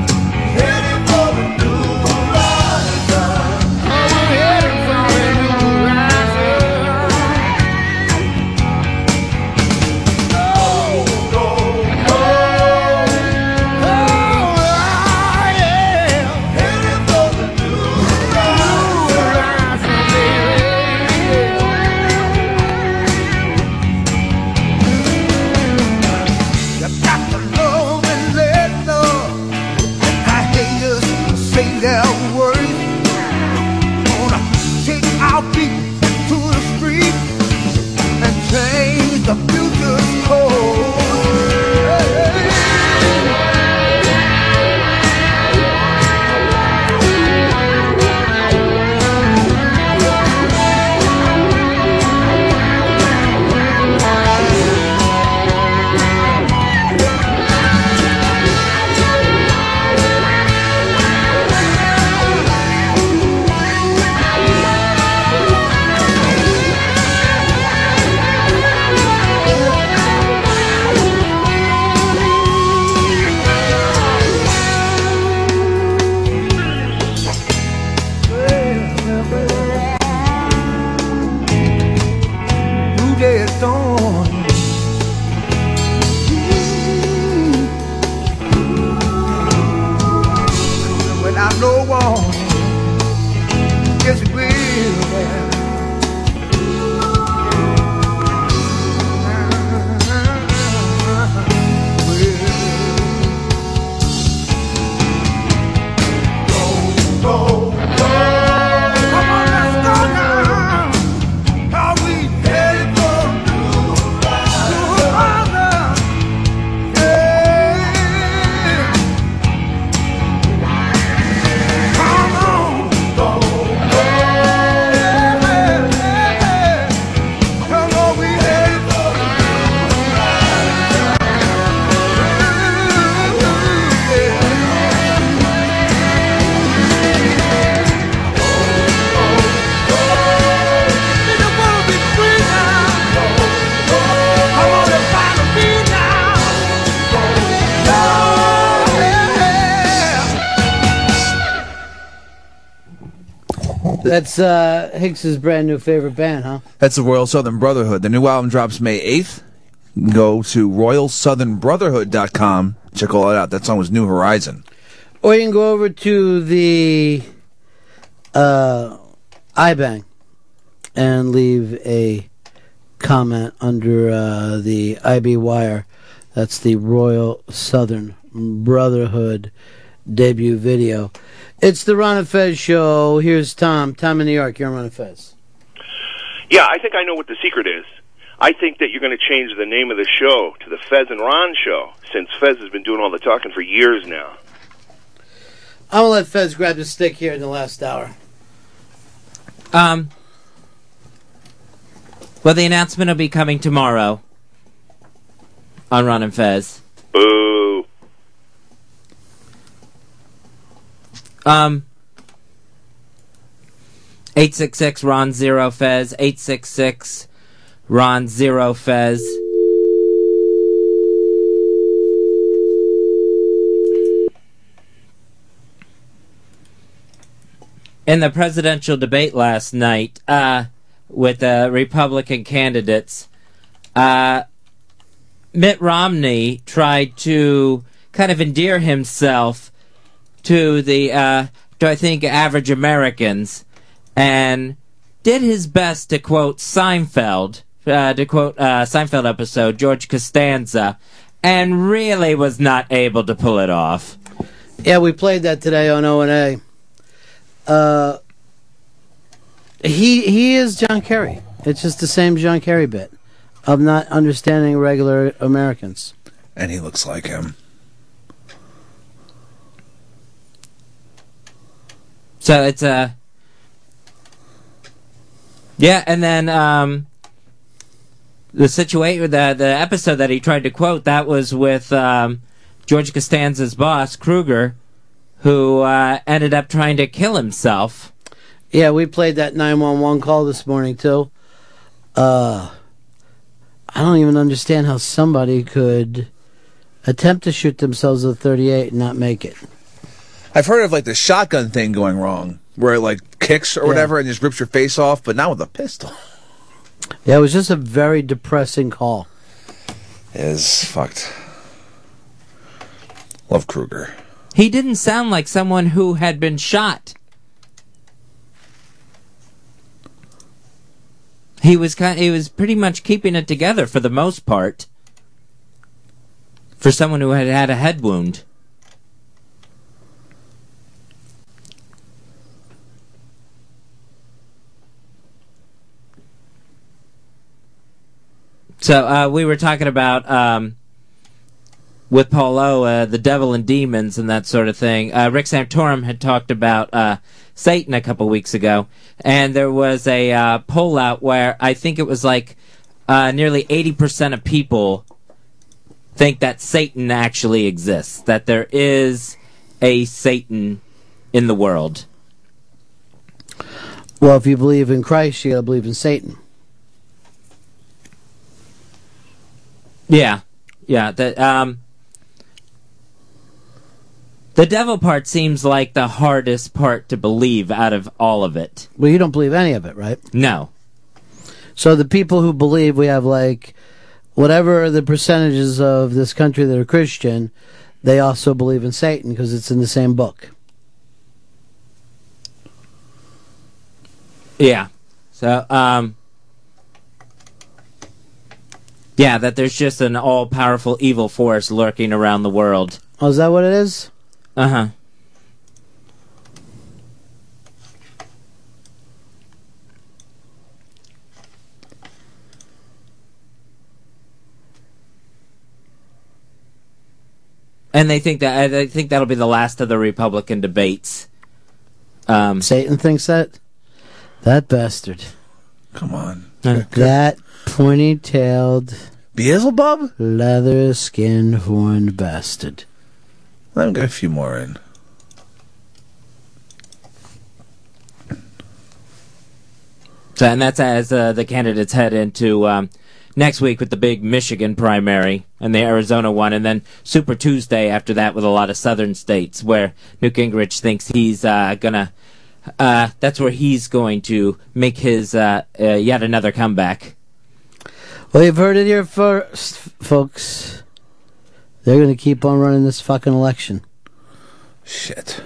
Heading for the new horizon. Oh, we're heading for the new horizon. no, no, no, no. Change the future's course. New day at dawn. Coming without no warning. Yes, it will. That's uh, Hicks's brand new favorite band, huh? That's the Royal Southern Brotherhood. The new album drops May 8th. Go to royalsouthernbrotherhood.com. Check all that out. That song was New Horizon. Or you can go over to the uh, iBang and leave a comment under uh, the IB Wire. That's the Royal Southern Brotherhood debut video. It's the Ron and Fez show. Here's Tom. Tom in New York. You're on Ron and Fez. Yeah, I think I know what the secret is. I think that you're going to change the name of the show to the Fez and Ron Show, since Fez has been doing all the talking for years now. I'm gonna let Fez grab the stick here in the last hour. Um. Well, the announcement will be coming tomorrow on Ron and Fez. Boo. Um. 866 Ron Zero Fez. 866 Ron Zero Fez. In the presidential debate last night, uh, with the Republican candidates, uh, Mitt Romney tried to kind of endear himself to the uh, to I think average Americans, and did his best to quote Seinfeld, uh, to quote uh, Seinfeld episode George Costanza, and really was not able to pull it off. Yeah, we played that today on O and A. Uh, he he is John Kerry. It's just the same John Kerry bit of not understanding regular Americans. And he looks like him. So it's Uh, yeah, and then um, the situation, the the episode that he tried to quote, that was with um, George Costanza's boss, Kruger, who uh, ended up trying to kill himself. Yeah, we played that 911 call this morning, too. Uh, I don't even understand how somebody could attempt to shoot themselves with 38 and not make it. I've heard of like the shotgun thing going wrong, where it like kicks or whatever and just rips your face off, but not with a pistol. Yeah, it was just a very depressing call. Is fucked. Love Kruger. He didn't sound like someone who had been shot. He was kind. He was pretty much keeping it together for the most part. For someone who had had a head wound. So uh, we were talking about um, with Paul O, uh, the devil and demons and that sort of thing. Uh, Rick Santorum had talked about uh, Satan a couple weeks ago, and there was a uh, poll out where I think it was like uh, nearly eighty percent of people think that Satan actually exists, that there is a Satan in the world. Well, if you believe in Christ, you gotta believe in Satan. Yeah, yeah. The um, the devil part seems like the hardest part to believe out of all of it. Well, you don't believe any of it, right? No. So the people who believe we have like whatever the percentages of this country that are Christian, they also believe in Satan because it's in the same book. Yeah. So, um, yeah, that there's just an all powerful evil force lurking around the world. Oh, is that what it is? Uh huh. And they think that I- they think that'll be the last of the Republican debates. Um, Satan thinks that? That bastard. Come on. That pointy tailed. Beelzebub? Leather skinned horned bastard. Let me get a few more in. So, and that's as uh, the candidates head into um, next week with the big Michigan primary and the Arizona one, and then Super Tuesday after that with a lot of southern states where Newt Gingrich thinks he's uh, gonna. Uh, that's where he's going to make his uh, uh, yet another comeback. Well, you've heard it here first, folks. They're going to keep on running this fucking election. Shit.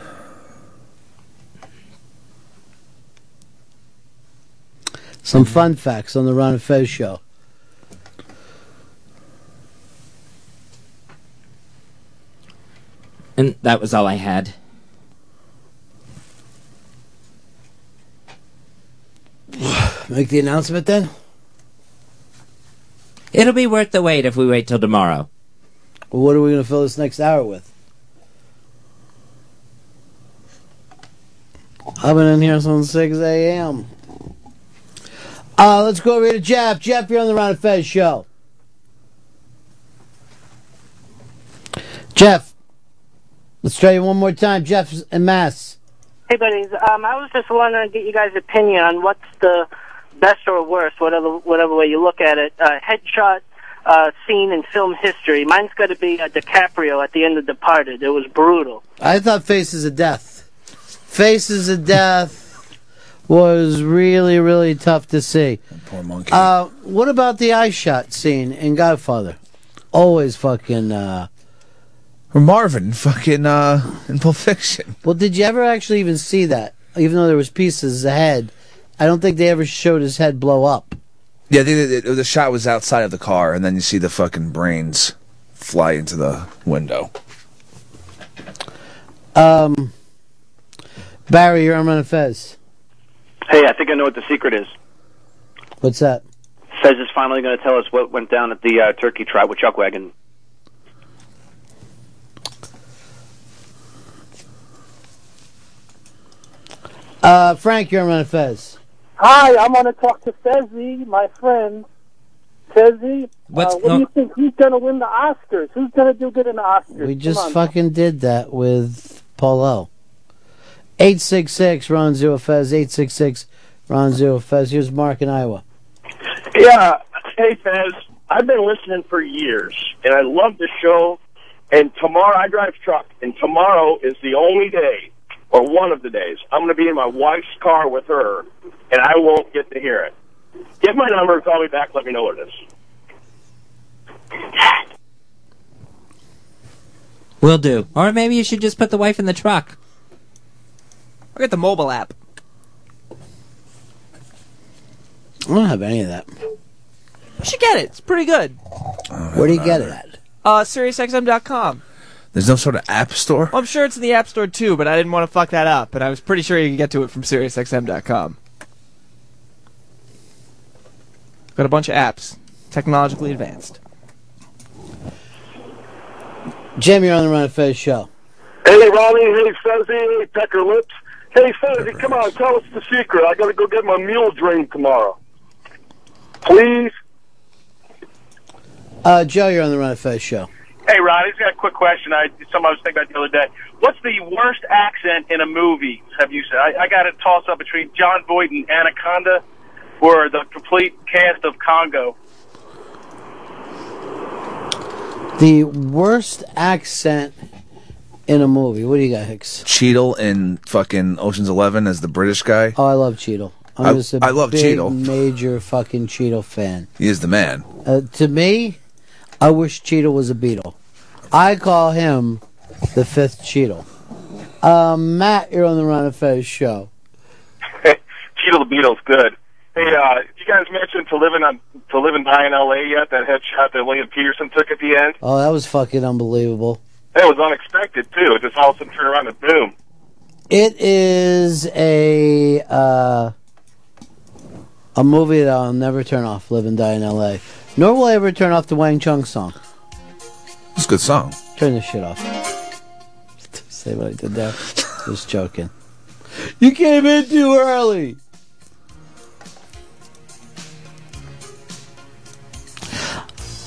Some fun facts on the Ron and Fez show. And that was all I had. Make the announcement then? It'll be worth the wait if we wait till tomorrow. Well, what are we going to fill this next hour with? I've been in here since 6 a.m. Uh, let's go over here to Jeff. Jeff, you're on the Ron and Fez show. Jeff, let's try you one more time. Jeff's in Mass. Hey, buddies. Um, I was just wondering to get you guys' opinion on what's the best or worst, whatever whatever way you look at it, uh, headshot uh, scene in film history. Mine's got to be uh, DiCaprio at the end of Departed. It was brutal. I thought Faces of Death. Faces of Death was really, really tough to see. Poor monkey. Uh, what about the eye shot scene in Godfather? Always fucking. Uh, Or Marvin, fucking uh, in Pulp Fiction. well, did you ever actually even see that? Even though there was pieces ahead, I don't think they ever showed his head blow up. Yeah, the, the, the shot was outside of the car, and then you see the fucking brains fly into the window. Um, Barry, you're on Run and Fez. Hey, I think I know what the secret is. What's that? Fez is finally going to tell us what went down at the uh, turkey trot with Chuck Wagon. Uh, Frank, you're on Run and Fez. Hi, I'm going to talk to Fezzi, my friend. Fezzi. What's uh, what do you go- think? Who's going to win the Oscars? Who's going to do good in the Oscars? We Come just on. fucking did that with Polo. 866 Ron Zero Fez, 866 Ron Zero Fez. Here's Mark in Iowa. Yeah. Hey, Fez. I've been listening for years, and I love the show. And tomorrow, I drive truck, and tomorrow is the only day, or one of the days, I'm going to be in my wife's car with her, and I won't get to hear it. Get my number, call me back, let me know what it is. Will do. Or maybe you should just put the wife in the truck. I got the mobile app. I don't have any of that. You should get it. It's pretty good. Where do you get it at? Uh, SiriusXM.com. There's no sort of app store. Well, I'm sure it's in the App Store too, but I didn't want to fuck that up, and I was pretty sure you could get to it from SiriusXM.com. Got a bunch of apps, technologically advanced. Jim, you're on the Ron and Fez show. Hey, Ronnie. Hey, Fezzi. Hey, Pecker Lips. Hey, Fezzi, come on. Tell us the secret. I got to go get my mule drained tomorrow. Please. Uh, Joe, you're on the Ron and Fez show. Hey, Rod, I just got a quick question. I something I was thinking about the other day. What's the worst accent in a movie? Have you? seen? I, I got a toss up between John Voight and Anaconda, or the complete cast of Congo. The worst accent in a movie. What do you got, Hicks? Cheadle in fucking Ocean's Eleven as the British guy. Oh, I love Cheadle. I'm I- just a I love big, Cheadle. major fucking Cheadle fan. He is the man. Uh, to me, I wish Cheadle was a Beatle. I call him the fifth Cheadle. Uh, Matt, you're on the Ron and Fez show. Cheadle the Beatles, good. Hey, uh, you guys mentioned to live in on to live and die in L.A. yet? That headshot that William Peterson took at the end. Oh, that was fucking unbelievable. That was unexpected too. It just all of a sudden turned around and boom. It is a uh, a movie that I'll never turn off. Live and die in L.A. Nor will I ever turn off the Wang Chung song. It's a good song. Turn this shit off. Say what I did there. Just joking. You came in too early.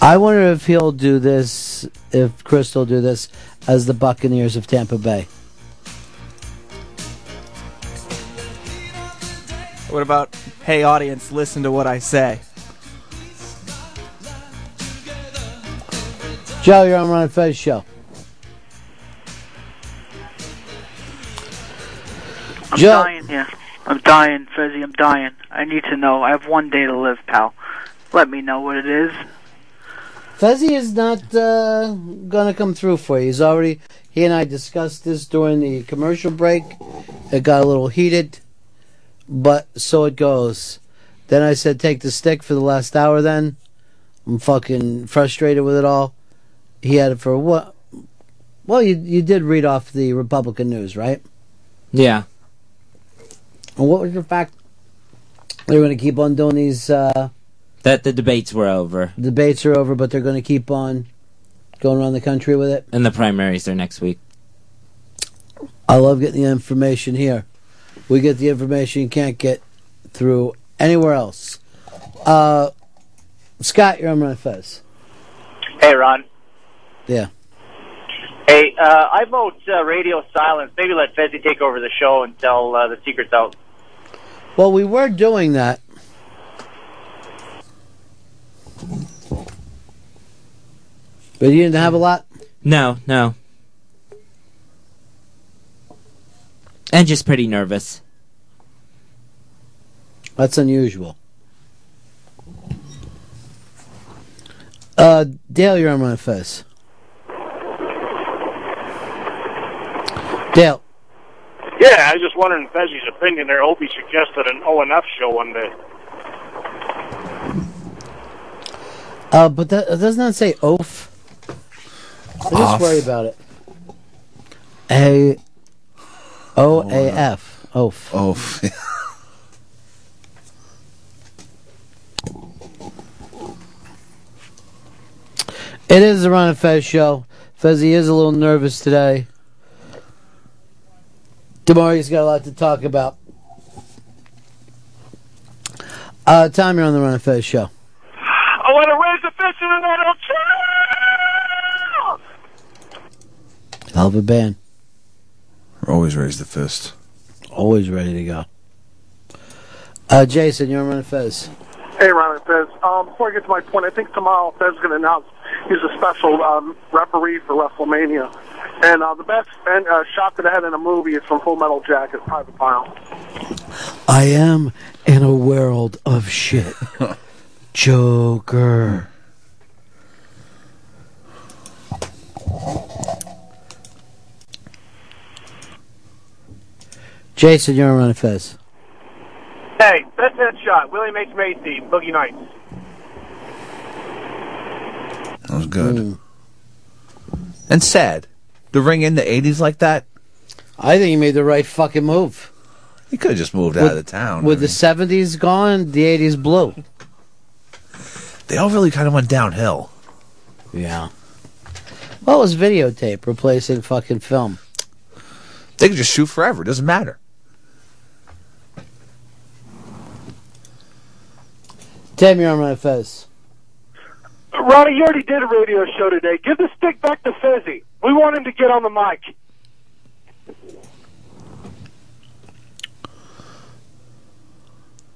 I wonder if he'll do this, if Chris will do this as the Buccaneers of Tampa Bay. What about, hey audience, listen to what I say? Joe, you're on Ron and Fez show. I'm Joe. dying here. I'm dying, Fezzi. I'm dying. I need to know. I have one day to live, pal. Let me know what it is. Fezzi is not uh, gonna come through for you. He's already. He and I discussed this during the commercial break. It got a little heated, but so it goes. Then I said, take the stick for the last hour. Then I'm fucking frustrated with it all. He had it for what? Well, you you did read off the Republican news, right? Yeah. And what was your fact? They're gonna keep on doing these. Uh, That the debates were over. debates are over, but they're gonna keep on going around the country with it. And the primaries are next week. I love getting the information here. We get the information you can't get through anywhere else. Uh, Scott, you're on Run Fez. Hey, Ron. Yeah. Hey, uh, I vote uh, radio silence. Maybe let Fezzi take over the show and tell uh, the secrets out. Well, we were doing that. But you didn't have a lot? No, no. And just pretty nervous. That's unusual. Uh, Dale, you're on Run Fez. Dale. Yeah, I was just wondering Fezzi's opinion there. Hope he suggested an ONF show one day. Uh, but that it does not say oaf. I Off. just worry about it. A O A F. Oaf. Oaf. it is the Ron and Fez show. Fezzy is a little nervous today. Tomorrow he's got a lot to talk about. Uh, Tom, you're on the Ron and Fez show. I want to a fish in an auto trailer. Hell of a band. Always raise the fist. Always ready to go. Uh, Jason, you're on Run and Fez. Hey, Ron and Fez. Um, before I get to my point, I think tomorrow Fez is going to announce he's a special um, referee for WrestleMania. And uh, the best and, uh, shot to the head in a movie is from Full Metal Jacket, Private Pile. I am in a world of shit. Joker. Jason, you're on Run and Fez. Hey, best headshot. William H. Macy, Boogie Nights. That was good. Mm. And sad. To ring in the 80s like that, I think he made the right fucking move. he could have just moved out of the town. With I the mean, 70s gone, the 80s blew. they all really kind of went downhill. Yeah. What was videotape replacing fucking film? They could just shoot forever. It doesn't matter. Tim, you're on Run and Fez. Ronnie, you already did a radio show today. Give the stick back to Fezzi. We want him to get on the mic.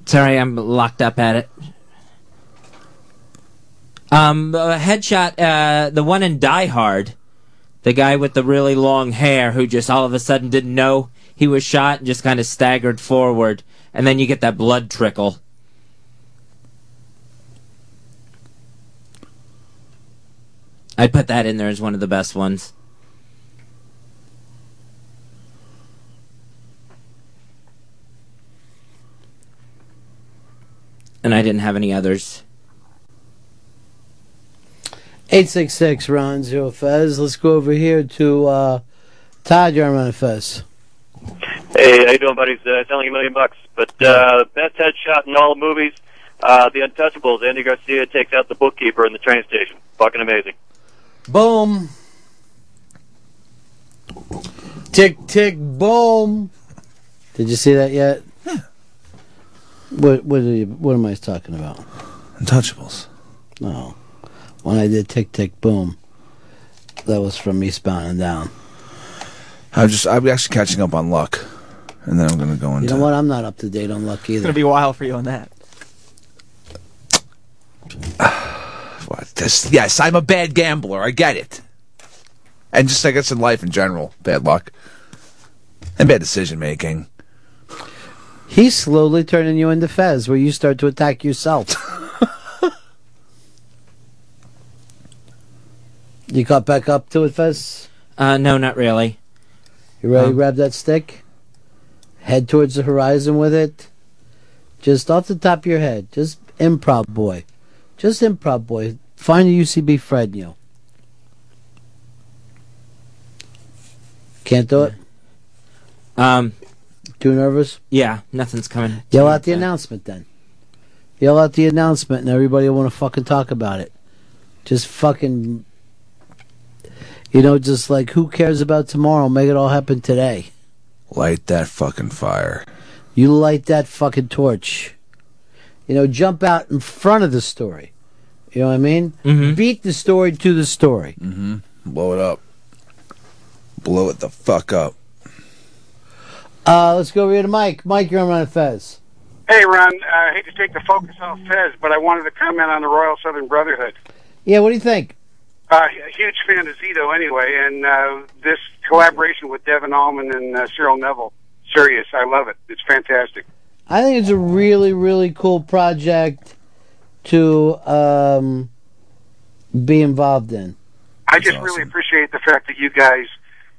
Sorry, I'm locked up at it. Um, uh, headshot, uh, the one in Die Hard, the guy with the really long hair who just all of a sudden didn't know he was shot and just kind of staggered forward, and then you get that blood trickle. I put that in there as one of the best ones. And I didn't have any others. 866 Ron Zero Fez. Let's go over here to uh, Todd, you're on Run and Fez. Hey, how you doing, buddies? Uh, selling a million bucks. But uh, best headshot in all movies, uh, The Untouchables. Andy Garcia takes out the bookkeeper in the train station. Fucking amazing. Boom. Tick, tick, boom. Did you see that yet? Yeah. What, what, are you, what am I talking about? Untouchables. No. When I did tick, tick, boom, that was from Eastbound and Down. I'm just, I'm actually catching up on luck. And then I'm going to go You into. know what? I'm not up to date on luck It's gonna either. be a while for you on that. What, this, yes, I'm a bad gambler. I get it. And just, I guess, in life in general, bad luck and bad decision making. He's slowly turning you into Fez, where you start to attack yourself. you caught back up to it, Fez? Uh, no, not really. You ready to Um, grab that stick? Head towards the horizon with it. Just off the top of your head. Just improv boy. Just improv boy. Find a UCB Fred you. Can't do it? Um, Too nervous? Yeah, nothing's coming. Yell out the announcement then. Yell out the announcement and everybody will want to fucking talk about it. Just fucking. You know, just like who cares about tomorrow? Make it all happen today. Light that fucking fire. You light that fucking torch. You know, jump out in front of the story. You know what I mean? Beat the story to the story. Mm-hmm. Blow it up. Blow it the fuck up. Uh, let's go over here to Mike. Mike, you're on Ron and Fez. Hey, Ron. Uh, I hate to take the focus off Fez, but I wanted to comment on the Royal Southern Brotherhood. Yeah, what do you think? Uh, a huge fan of Zito anyway, and uh, this collaboration with Devin Allman and uh, Cyril Neville. Serious, I love it. It's fantastic. I think it's a really, really cool project to um, be involved in. I just really appreciate the fact that you guys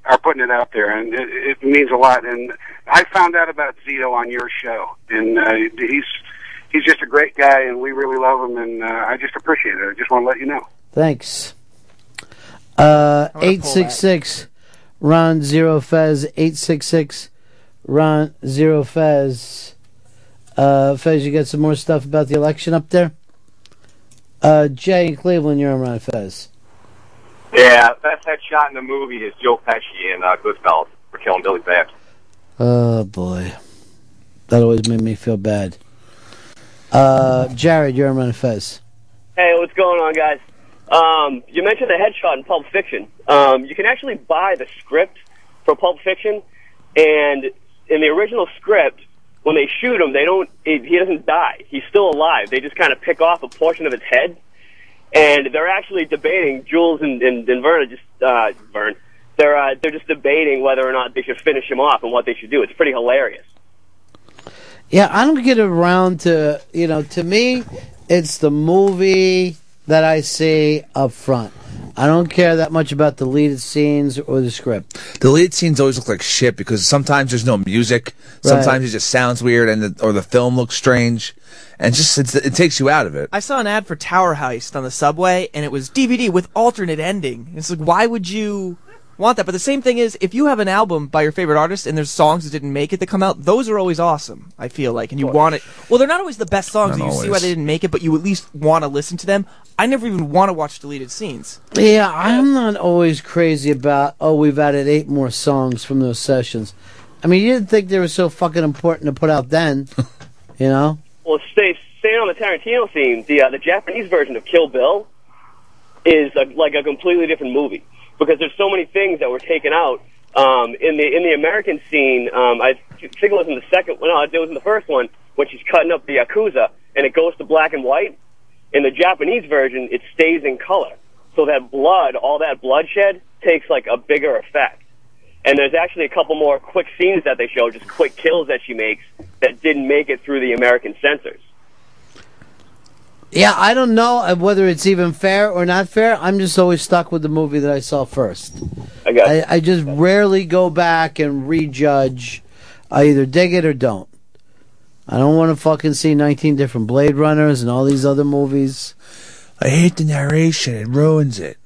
are putting it out there, and it, it means a lot. And I found out about Zito on your show, and uh, he's he's just a great guy, and we really love him, and uh, I just appreciate it. I just want to let you know. Thanks. Uh, 866 Ron Zero Fez. 866 Ron Zero Fez. Uh, Fez, you got some more stuff about the election up there? Uh, Jay in Cleveland, you're on Ron Fez. Yeah, best headshot in the movie is Joe Pesci in uh, Goodfellas for killing Billy Babs. Oh, boy. That always made me feel bad. Uh, Jared, you're on Ron Fez. Hey, what's going on, guys? Um, you mentioned the headshot in Pulp Fiction. Um, you can actually buy the script for Pulp Fiction, and in the original script, when they shoot him, they don't. It, he doesn't die. He's still alive. They just kind of pick off a portion of his head, and they're actually debating. Jules and, and, and Vern are just uh, Vern. They're uh, they're just debating whether or not they should finish him off and what they should do. It's pretty hilarious. Yeah, I don't get around to you know. To me, it's the movie that I see up front. I don't care that much about deleted scenes or the script. The lead scenes always look like shit because sometimes there's no music, sometimes Right. it just sounds weird, and the, or the film looks strange, and just it's, it takes you out of it. I saw an ad for Tower Heist on the subway, and it was DVD with alternate ending. It's like, why would you want that? But the same thing is, if you have an album by your favorite artist and there's songs that didn't make it that come out, those are always awesome. I feel like, and you want it. Well, they're not always the best songs. Not and you see why always. they didn't make it, but you at least want to listen to them. I never even want to watch deleted scenes. Yeah, I'm not always crazy about, oh, we've added eight more songs from those sessions. I mean, you didn't think they were so fucking important to put out then, you know? Well, stay, staying on the Tarantino theme, the uh, the Japanese version of Kill Bill is a, like a completely different movie because there's so many things that were taken out um, in the in the American scene. Um, I think it was in the second. Well, no, it was in the first one when she's cutting up the yakuza and it goes to black and white. In the Japanese version, it stays in color, so that blood, all that bloodshed, takes like a bigger effect. And there's actually a couple more quick scenes that they show, just quick kills that she makes that didn't make it through the American censors. Yeah, I don't know uh, whether it's even fair or not fair. I'm just always stuck with the movie that I saw first. I got I, just rarely go back and rejudge. I either dig it or don't. I don't want to fucking see 19 different Blade Runners and all these other movies. I hate the narration; it ruins it.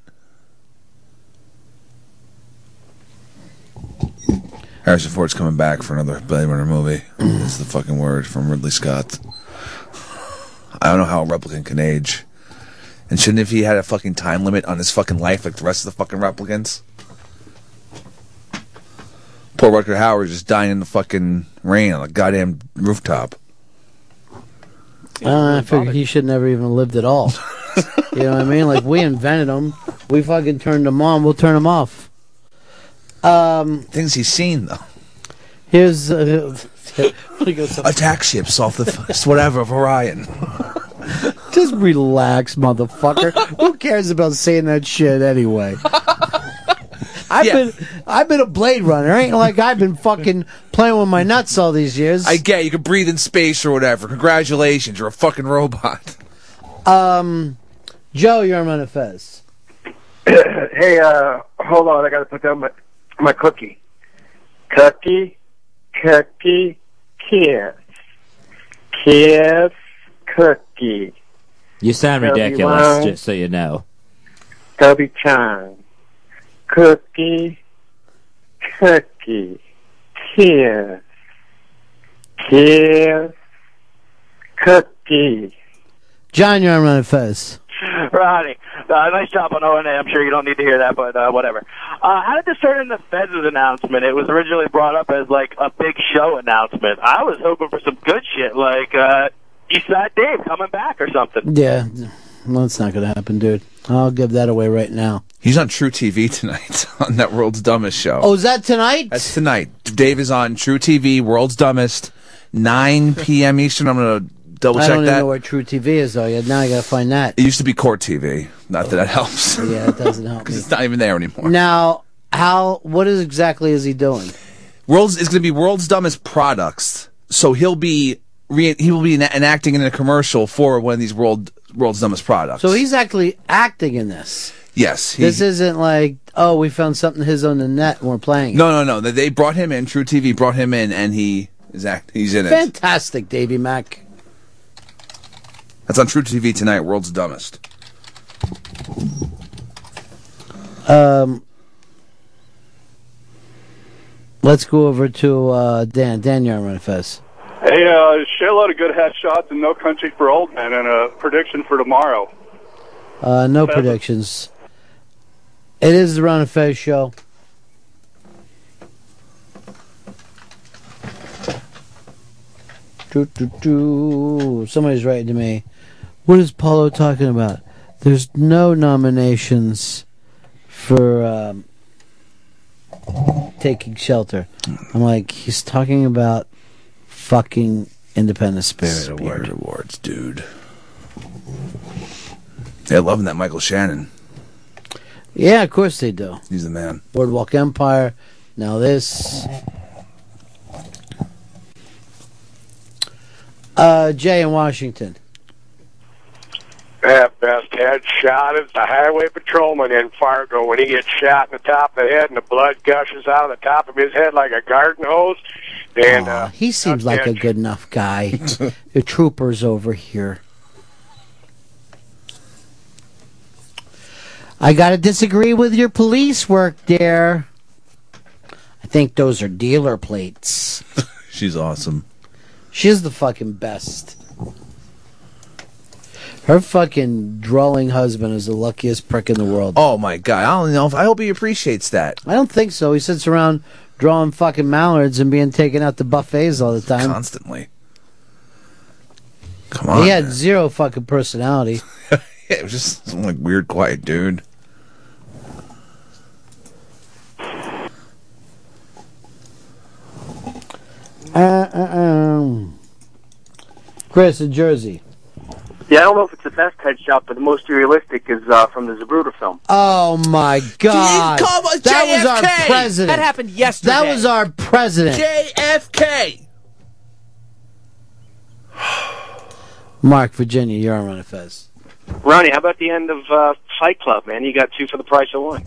Harrison Ford's coming back for another Blade Runner movie. is the fucking word from Ridley Scott. I don't know how a replicant can age. And shouldn't if he had a fucking time limit on his fucking life like the rest of the fucking replicants? Poor Rutger Howard just dying in the fucking rain on a goddamn rooftop. Uh, I figured he should never even lived at all. you know what I mean? Like we invented them, we fucking turned them on. We'll turn them off. Um, Things he's seen though. Here's uh, Attack ships off the f- whatever of Orion. just relax, motherfucker. Who cares about saying that shit anyway? I've been I've been a Blade Runner. Ain't like I've been fucking playing with my nuts all these years. I get you can breathe in space or whatever. Congratulations, you're a fucking robot. Um, Joe, you're on a fez. hey, uh, hold on. I got to put down my, my cookie. Cookie, cookie, kiss. Kiss, cookie. You sound That'd be ridiculous, wild. just so you know. Dubby Chan. Cookie, cookie, kiss. Kiss, cookie. John, you're on a fez. Ronnie, uh, nice job on O and I'm sure you don't need to hear that, but uh, whatever. Uh, how did this turn into Fez's announcement? It was originally brought up as like a big show announcement. I was hoping for some good shit, like uh, Eastside Dave coming back or something. Yeah, well, that's not gonna happen, dude. I'll give that away right now. He's on True TV tonight on that World's Dumbest show. Oh, is that tonight? That's tonight. Dave is on True TV, World's Dumbest, 9 p.m. Eastern. I'm gonna double I check don't even that. know where True TV is though. Yet now I gotta find that. It used to be Court TV. Not that that helps. Yeah, it doesn't help. Because it's not even there anymore. Now, how? What is exactly is he doing? World's it's gonna be World's Dumbest Products. So he'll be re- he will be en- enacting in a commercial for one of these World World's Dumbest Products. So he's actually acting in this. yes, he, This isn't like, oh, we found something his on the net and we're playing. it. No, no, no. They- They brought him in. True TV brought him in, and he is act. He's in it. Fantastic, Davy Mac. That's on True TV tonight. World's dumbest. Um, let's go over to uh, Dan. Dan, you're on Manifest. Hey, uh, shitload of good headshots and no country for old men, and a prediction for tomorrow. Uh, no predictions. It is the Ron and Fez show. Doo, doo, doo. Somebody's writing to me. What is Paulo talking about? There's no nominations for um, taking shelter. I'm like, he's talking about fucking Independent Spirit, Award. Awards, dude. They're loving that Michael Shannon. Yeah, of course they do. He's the man. Boardwalk Empire. Now this. Uh, Jay in Washington. That best head shot is the highway patrolman in Fargo when he gets shot in the top of the head and the blood gushes out of the top of his head like a garden hose. And Aw, uh, he seems like a good enough guy. the troopers over here. I gotta disagree with your police work there. I think those are dealer plates. She's awesome. She's the fucking best. Her fucking drolling husband is the luckiest prick in the world. Oh my god! I don't know. If, I hope he appreciates that. I don't think so. He sits around drawing fucking mallards and being taken out to buffets all the time. Constantly. Come on. He had zero fucking personality. Yeah, it was just some like weird, quiet dude. Uh, uh, uh. Chris in Jersey. Yeah, I don't know if it's the best head shot, but the most realistic is uh, from the Zabruder film. Oh my God! that was our president. That happened yesterday. That was our president. JFK. Mark, Virginia, you're on Fez. Ronnie, how about the end of uh, Fight Club, man? You got two for the price of one.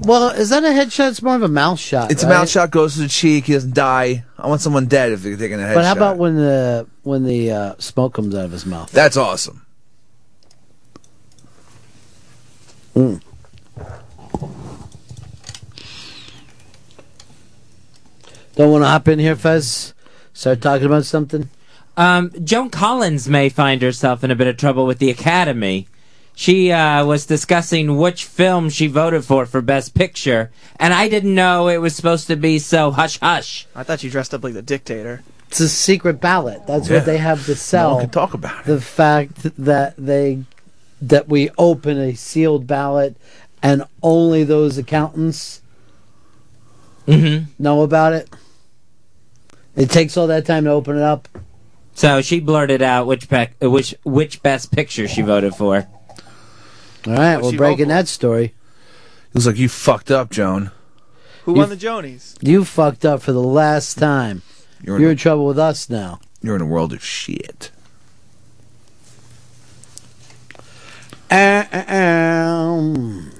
Well, is that a headshot? It's more of a mouth shot. It's right? a mouth shot, goes to the cheek. He doesn't die. I want someone dead if they're taking a headshot. But how about when the when the uh, smoke comes out of his mouth? That's awesome. Mm. Don't want to hop in here, Fez. Start talking about something. Um, Joan Collins may find herself in a bit of trouble with the Academy. She uh, was discussing which film she voted for for Best Picture, and I didn't know it was supposed to be so hush hush. I thought you dressed up like the dictator. It's a secret ballot. That's Yeah. what they have to sell. one can talk about the fact that they that we open a sealed ballot and only those accountants Mm-hmm. know about it. It takes all that time to open it up. So she blurted out which pec- uh, which which Best Picture she voted for. All right, What's we're he breaking that story. It was like you fucked up, Joan. Who You- won the Jonies? You fucked up for the last time. You're You're in in, the- trouble with us now. You're in a world of shit. Uh, uh, um.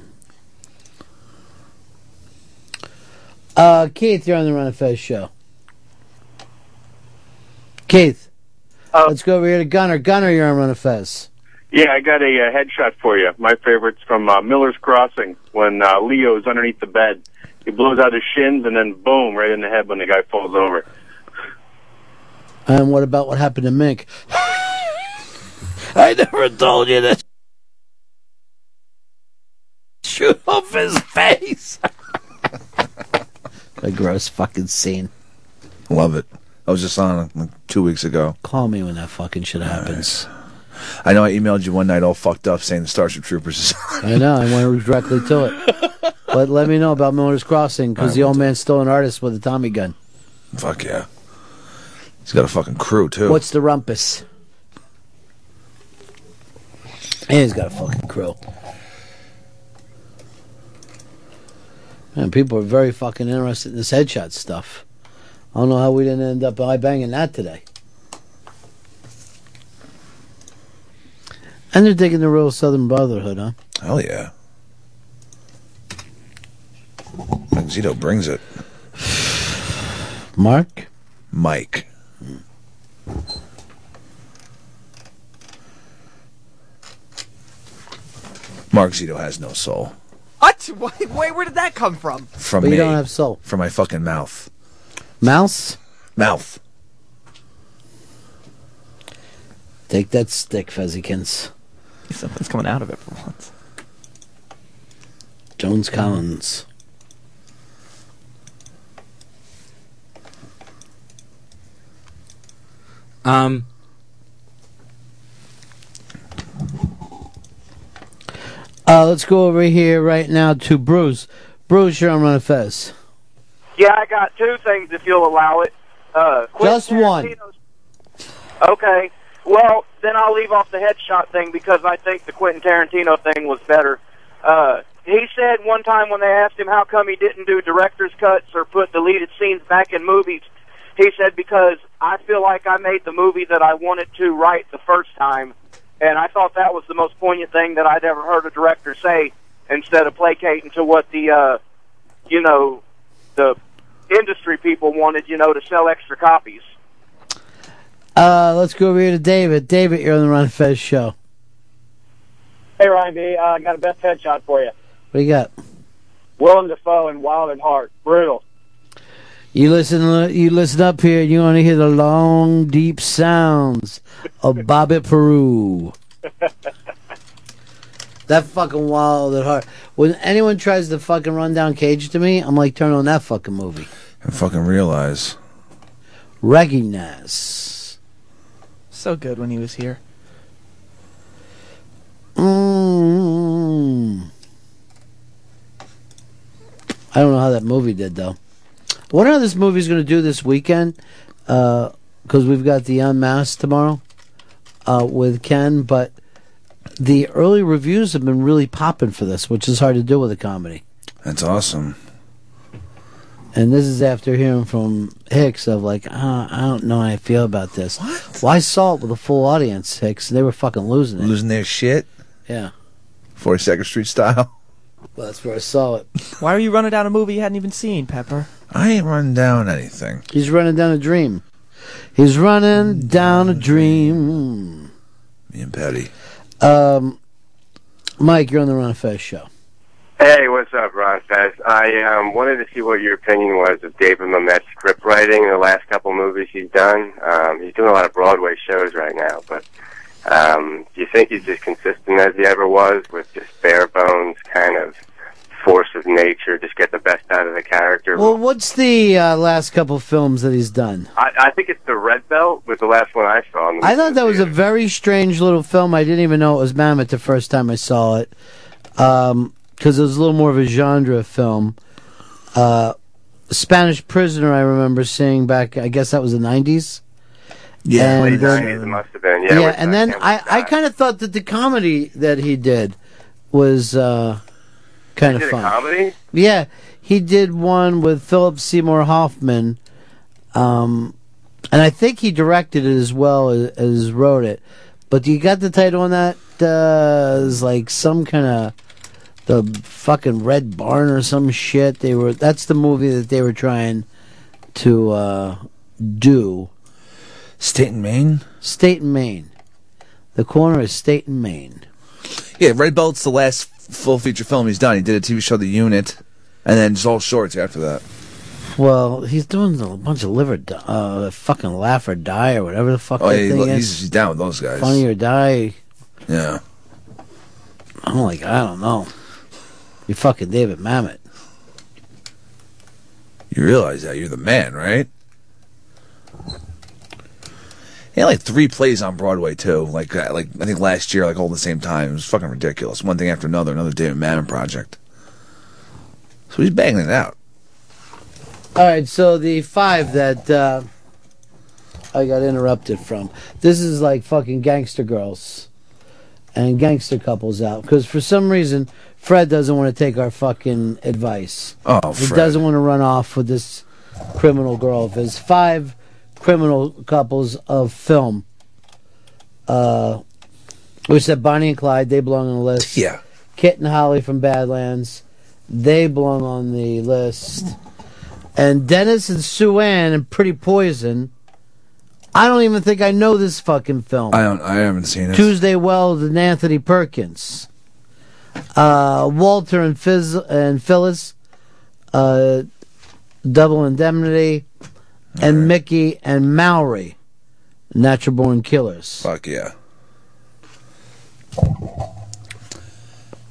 Uh, Keith, you're on the Run of Fez show. Keith, let's go over here to Gunner. Gunner, you're on Run of Fez. Yeah, I got a uh, headshot for you. My favorite's from uh, Miller's Crossing when uh, Leo's underneath the bed. He blows out his shins and then boom, right in the head when the guy falls over. And what about what happened to Mink? I never told you this. Shoot off his face. A gross fucking scene. Love it. I was just on like two weeks ago. Call me when that fucking shit happens. I know I emailed you one night all fucked up saying the Starship Troopers is I know. I went directly to it. But let me know about Miller's Crossing because the old man's still an artist with a Tommy gun. Fuck yeah. He's got a fucking crew too. What's the rumpus? And he's got a fucking crew. Man, people are very fucking interested in this headshot stuff. I don't know how we didn't end up eye banging that today. And they're digging the real Southern Brotherhood, huh? Hell yeah. Mike Zito brings it. Mark? Mike. Mark Zito has no soul. What? Wait, wait, where did that come from? From But you me. don't have soul. From my fucking mouth. Mouse? Mouth. Take that stick, Fezzikins. Something's coming out of it for once. Jones Collins. Um, Uh, let's go over here right now to Bruce. Bruce, you're on Run of Fez. Yeah, I got two things if you'll allow it. Uh, Quentin Just one. Tarantino's- Okay. Well, then I'll leave off the headshot thing because I think the Quentin Tarantino thing was better. Uh, he said one time when they asked him how come he didn't do director's cuts or put deleted scenes back in movies, he said because I feel like I made the movie that I wanted to write the first time, and I thought that was the most poignant thing that I'd ever heard a director say instead of placating to what the uh, you know the industry people wanted, you know, to sell extra copies. Uh, let's go over here to David. David, you're on the Run of Fez show. Hey, Ryan B, uh, I got a best headshot for you. What do you got? Willem Dafoe and Wild at Heart. Brutal. You listen. You listen up here. You want to hear the long, deep sounds of Bobby Peru. that fucking wild at heart. When anyone tries to fucking run down cage to me, I'm like, turn on that fucking movie. I fucking realize. Recognize. So good when he was here. Mm. I don't know how that movie did though. I wonder how this movie's going to do this weekend, because we've got the Unmasked tomorrow uh, with Ken. But the early reviews have been really popping for this, which is hard to do with a comedy. That's awesome. And this is after hearing from Hicks of like, uh, I don't know how I feel about this. Why saw it with a full audience, Hicks? They were fucking losing it. Losing their shit, Yeah. 42nd Street style. Well, that's where I saw it. Why were you running down a movie you hadn't even seen, Pepper? I ain't run down anything. Mm, He's running down a dream. He's running down a dream. Me and Patty. Um, Mike, you're on the Run of Fez show. Hey, what's up, Ron Fez? I um, wanted to see what your opinion was of David Mamet's script writing in the last couple movies he's done. Um, he's doing a lot of Broadway shows right now, but um, do you think he's just consistent as he ever was with just bare bones kind of force of nature, just get the best out of the character? Well, what's the uh, last couple films that he's done? I, I think it's the Red Belt was the last one I saw. In the I thought that was a very strange little film. I didn't even know it was Mammoth the first time I saw it, because it was a little more of a genre film. Uh, Spanish Prisoner, I remember seeing back. I guess that was the nineties. uh, yeah, late 90s it must have been. Yeah, with, and uh, then I, I kind of thought that the comedy that he did was uh, kind of did fun. a comedy. Yeah, he did one with Philip Seymour Hoffman, um, and I think he directed it as well as, as wrote it. But you got the title on that uh, is like some kind of the fucking Red Barn or some shit. They were that's the movie that they were trying to uh, do. State and Maine. State and Maine. The corner is State and Maine. Yeah, Red Belt's the last full feature film he's done. He did a TV show, The Unit, and then just all shorts after that. Well, he's doing a bunch of liver, di- uh, fucking laugh or die or whatever the fuck Oh, that yeah, he thing lo- is. he's, he's down with those guys. Funny or die. Yeah. I'm like, I don't know. You fucking David Mamet. You realize that you're the man, right? He had like three plays on Broadway too. Like, uh, like I think last year, like all at the same time. It was fucking ridiculous. One thing after another, another David Mamet project. So he's banging it out. All right, so the five that uh, I got interrupted from. This is like fucking gangster girls and gangster couples out because for some reason Fred doesn't want to take our fucking advice. Oh, he Fred. doesn't want to run off with this criminal girl of his. Five criminal couples of film. Uh, we said Bonnie and Clyde. They belong on the list. Yeah. Kit and Holly from Badlands. They belong on the list. And Dennis and Sue Ann and Pretty Poison. I don't even think I know this fucking film. I don't. I haven't seen it. Tuesday Weld and Anthony Perkins. Uh, Walter and Fizz and Phyllis. Uh, Double Indemnity. And Mickey and Maury. Natural Born Killers. Fuck yeah.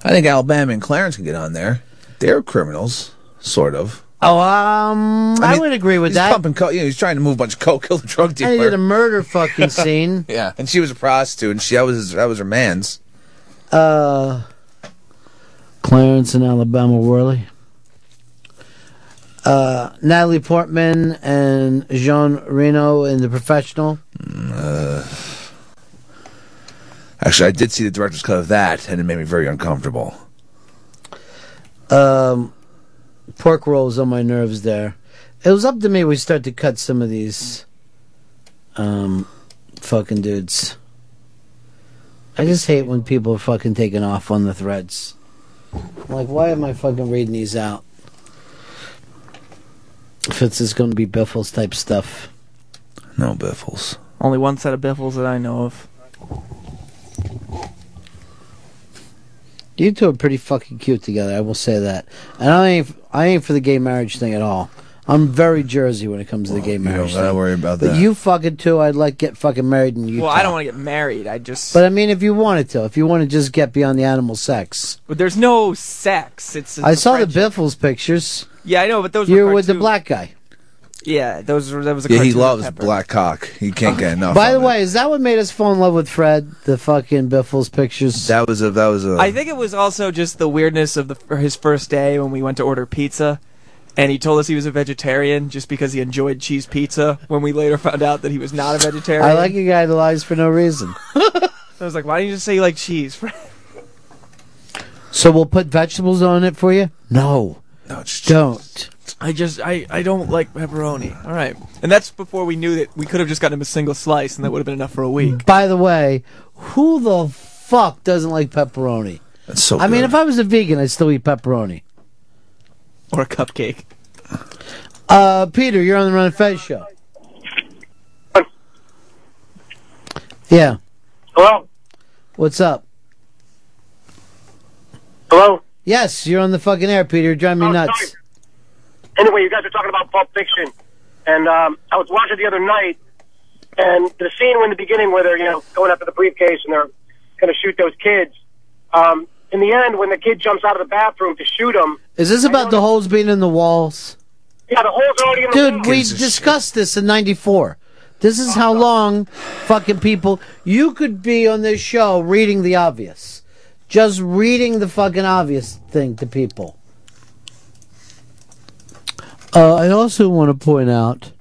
I think Alabama and Clarence can get on there. They're criminals, sort of. Oh, um, I, mean, would agree with he's that. Pumping coke. You know, he's trying to move a bunch of coke, kill the drug And he dealer. did a murder fucking scene. yeah, and she was a prostitute, and she that was his, that was her man's. Uh, Clarence and Alabama Whirly. Uh, Natalie Portman and Jean Reno in The Professional. Uh, actually, I did see the director's cut of that, and it made me very uncomfortable. Um, pork rolls on my nerves there. It was up to me we start to cut some of these um, fucking dudes. I just hate when people are fucking taking off on the threads. I'm like, why am I fucking reading these out? If it's just going to be Biffles type stuff. No biffles. Only one set of biffles that I know of. You two are pretty fucking cute together. I will say that. And I ain't, I ain't for the gay marriage thing at all. I'm very Jersey when it comes to the gay You don't marriage gotta thing. worry about But that. you fucking two, I'd like get fucking married in Utah. Well, I don't want to get married. I just But I mean, if you wanted to, if you want to just get beyond the animal sex, but there's no sex. It's, it's I a saw friendship. the Biffles pictures. Yeah, I know, but those You're were with the cartoon- black guy. Yeah, those were that was a Yeah, he cartoon loves pepper. black cock. He can't get enough. By of the way, is that what made us fall in love with Fred? The fucking Biffles pictures. That was a that was a. I think it was also just the weirdness of the for his first day when we went to order pizza, and he told us he was a vegetarian just because he enjoyed cheese pizza. When we later found out that he was not a vegetarian, I like a guy that lies for no reason. I was like, why don't you just say you like cheese? Fred?" So we'll put vegetables on it for you. No, no, don't. I just I I don't like pepperoni. All right, and that's before we knew that we could have just gotten him a single slice, and that would have been enough for a week. By the way, who the fuck doesn't like pepperoni? That's so. I mean, good. if I was a vegan, I'd still eat pepperoni. Or a cupcake. Uh, Peter, you're on the Run and Fez show. Yeah, Hello? what's up? Hello? Oh, Yes, you're on the fucking air, Peter. You're driving me nuts. Anyway, you guys are talking about Pulp Fiction. And um, I was watching it the other night, and the scene in the beginning where they're, you know, going after the briefcase and they're going to shoot those kids. Um, in the end, when the kid jumps out of the bathroom to shoot him, Is this about the holes being in the walls? yeah, the hole's already in the wall. Dude, we discussed this in 94. This is how long fucking people. You could be on this show reading the obvious. Just reading the fucking obvious thing to people. Uh, I also want to point out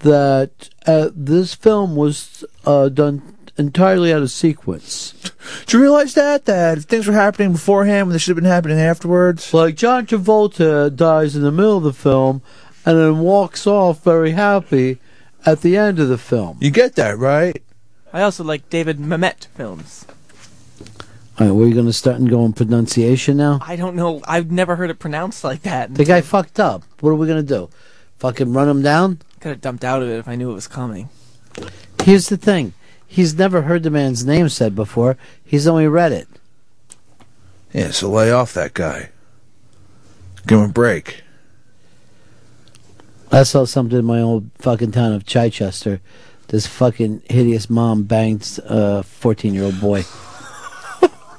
that uh, this film was uh, done entirely out of sequence. Do you realize that that things were happening beforehand when they should have been happening afterwards? Like John Travolta dies in the middle of the film, and then walks off very happy at the end of the film. You get that right? I also like David Mamet films. All right, we're going to start and go on pronunciation now. I don't know. I've never heard it pronounced like that. The guy fucked up. What are we going to do? Fucking run him down? Could have dumped out of it if I knew it was coming. Here's the thing. He's never heard the man's name said before. He's only read it. Yeah, so lay off that guy. Give him a break. I saw something in my old fucking town of Chichester. This fucking hideous mom banged a 14 year old boy.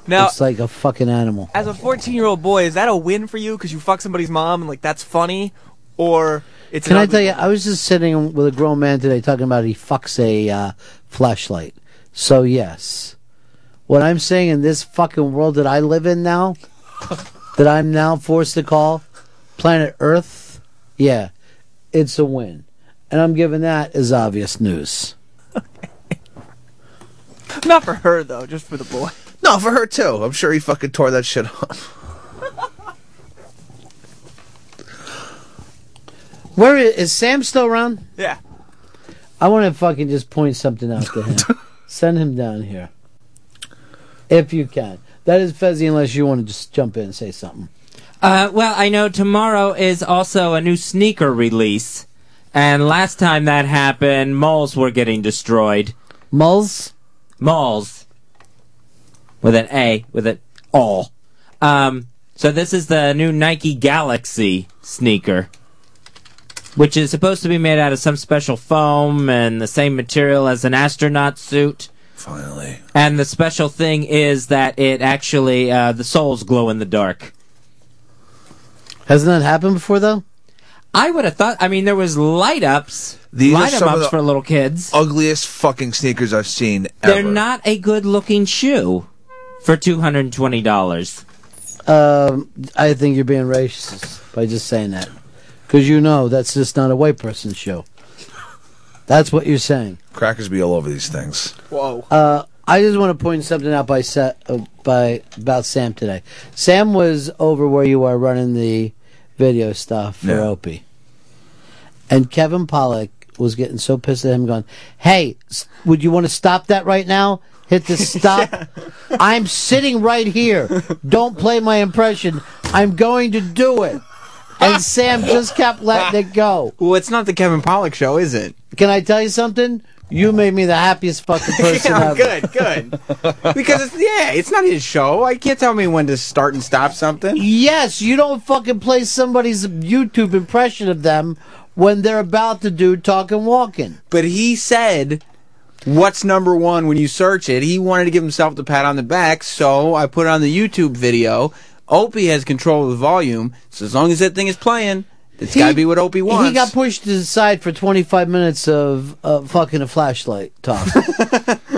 Now, it's like a fucking animal. as a 14 year old boy, is that a win for you because you fuck somebody's mom and like that's funny, or it's Can an I ugly- tell you? I was just sitting with a grown man today talking about he fucks a uh, flashlight. So yes, what I'm saying in this fucking world that I live in now, that I'm now forced to call planet Earth, yeah, it's a win, and I'm giving that as obvious news. Not for her though, just for the boy. No, for her too. I'm sure he fucking tore that shit up. Where is, is Sam still around? Yeah. I want to fucking just point something out to him. Send him down here. If you can. That is Fezzi, unless you want to just jump in and say something. Uh, well, I know tomorrow is also a new sneaker release, and last time that happened, malls were getting destroyed. Malls? Malls. With an A, with an all. Um, so this is the new Nike Galaxy sneaker, which is supposed to be made out of some special foam and the same material as an astronaut suit. Finally. And the special thing is that it actually, uh, the soles glow in the dark. Hasn't that happened before, though? I would have thought. I mean, there was light ups, These are light 'em some of ups the for little kids. Ugliest fucking sneakers I've seen They're ever. not a good looking shoe for two hundred and twenty dollars. Um, I think you're being racist by just saying that, because you know that's just not a white person's show. That's what you're saying. Crackers be all over these things. Whoa. Uh, I just want to point something out by Sa- uh, by about Sam today. Sam was over where you are running the video stuff for Yeah. Opie, and Kevin Pollock was getting so pissed at him, going, "Hey, s- would you want to stop that right now? Hit the stop. I'm sitting right here. Don't play my impression. I'm going to do it." And Sam just kept letting it go. Well, it's not the Kevin Pollock show, is it? Can I tell you something? You made me the happiest fucking person Yeah, ever. good, good. because it's, yeah, it's not his show. I can't tell me when to start and stop something. Yes, you don't fucking play somebody's YouTube impression of them when they're about to do talking walking. But he said, "What's number one when you search it?" He wanted to give himself the pat on the back, so I put it on the YouTube video. Opie has control of the volume, so as long as that thing is playing, it's got to be what Opie wants. He got pushed to the side for 25 minutes of uh, fucking a flashlight talk.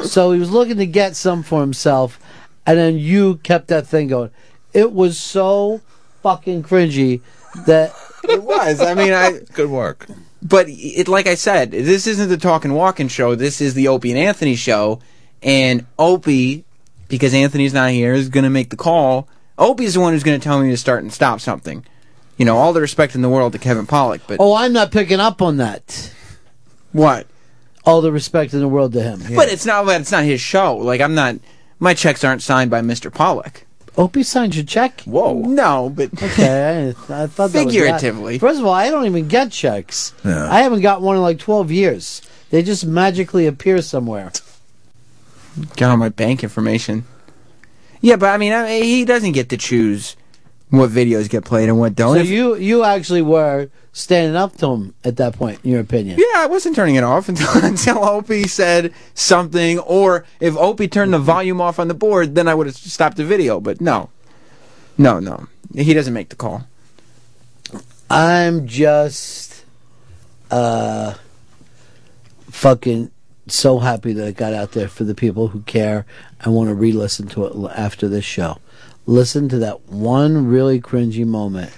so he was looking to get some for himself, and then you kept that thing going. It was so fucking cringy that. it was. I mean, I good work. But it, like I said, this isn't the talk and walking show. This is the Opie and Anthony show, and Opie, because Anthony's not here, is going to make the call. Opie's the one who's going to tell me to start and stop something. You know, all the respect in the world to Kevin Pollock, but Oh, I'm not picking up on that. What? All the respect in the world to him. but it's not that it's not his show. Like I'm not, my checks aren't signed by Mr. Pollock. Opie signed your check? Whoa. No, but okay, I, I thought that was that. Figuratively. First of all, I don't even get checks. I haven't got one in like twelve years. They just magically appear somewhere. got all my bank information. Yeah, but I mean, I, he doesn't get to choose what videos get played and what don't. so If- you you actually were standing up to him at that point, in your opinion. Yeah, I wasn't turning it off until, until Opie said something, or if Opie turned the volume off on the board, then I would have stopped the video. But no, no, no, he doesn't make the call. I'm just uh fucking so happy that it got out there for the people who care and want to re-listen to it l- after this show. Listen to that one really cringy moment.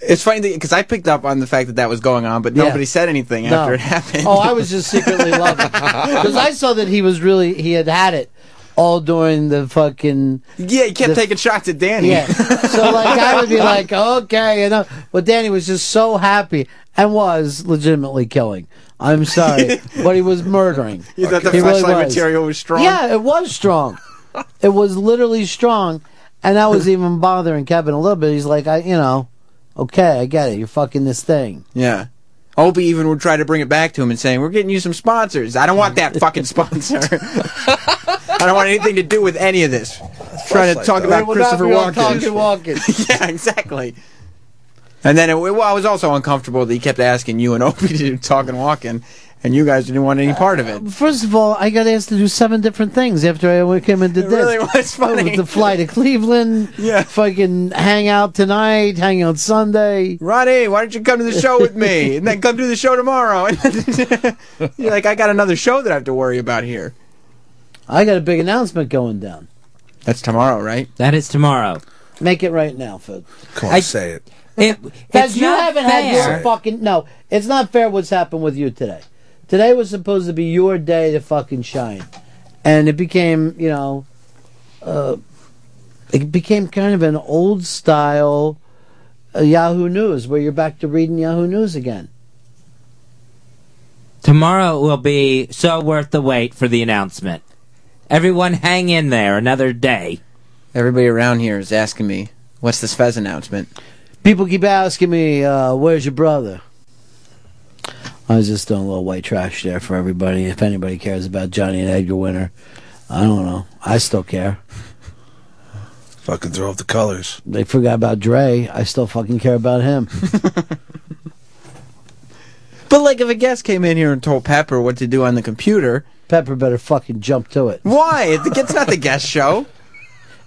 It's funny because I picked up on the fact that that was going on, but Yeah. nobody said anything No. after it happened. Oh, I was just secretly loving because I saw that he was really he had had it all during the fucking yeah, he kept the- taking shots at Danny. Yeah. So like I would be like, okay, you know, but Danny was just so happy and was legitimately killing. I'm sorry, but he was murdering. You thought the He really flashlight was. material was strong? Yeah, it was strong. it was literally strong, and that was even bothering Kevin a little bit. He's like, I, you know, okay, I get it. You're fucking this thing. Yeah. Opie even would try to bring it back to him and saying, "We're getting you some sponsors. I don't want that fucking sponsor. I don't want anything to do with any of this." Trying to Flashlight, talk though. about We will not Christopher be Walken. on Talking Walken. yeah, exactly. And then it, well, I was also uncomfortable that he kept asking you and Opie to do talk and walking, and you guys didn't want any part of it. First of all, I got asked to do seven different things after I came into this. really was funny. the fly to Cleveland. Yeah. Fucking hang out tonight, hang out Sunday. Ronnie, why don't you come to the show with me? And then come do the show tomorrow. You're like, I got another show that I have to worry about here. I got a big announcement going down. That's tomorrow, right? That is tomorrow. Make it right now, Phil. Come on, say it. It, Because It's you not haven't had fair. your fucking no. It's not fair what's happened with you today. Today was supposed to be your day to fucking shine, and it became you know, uh, it became kind of an old style uh, Yahoo News where you're back to reading Yahoo News again. Tomorrow will be so worth the wait for the announcement. Everyone hang in there another day. Everybody around here is asking me, what's this Fez announcement? People keep asking me, uh, "Where's your brother?" I was just doing a little white trash there for everybody. If anybody cares about Johnny and Edgar Winter, I don't know. I still care. Fucking throw off the colors. They forgot about Dre. I still fucking care about him. But like if a guest came in here and told Pepper what to do on the computer, Pepper better fucking jump to it. Why? It- It's not the guest show.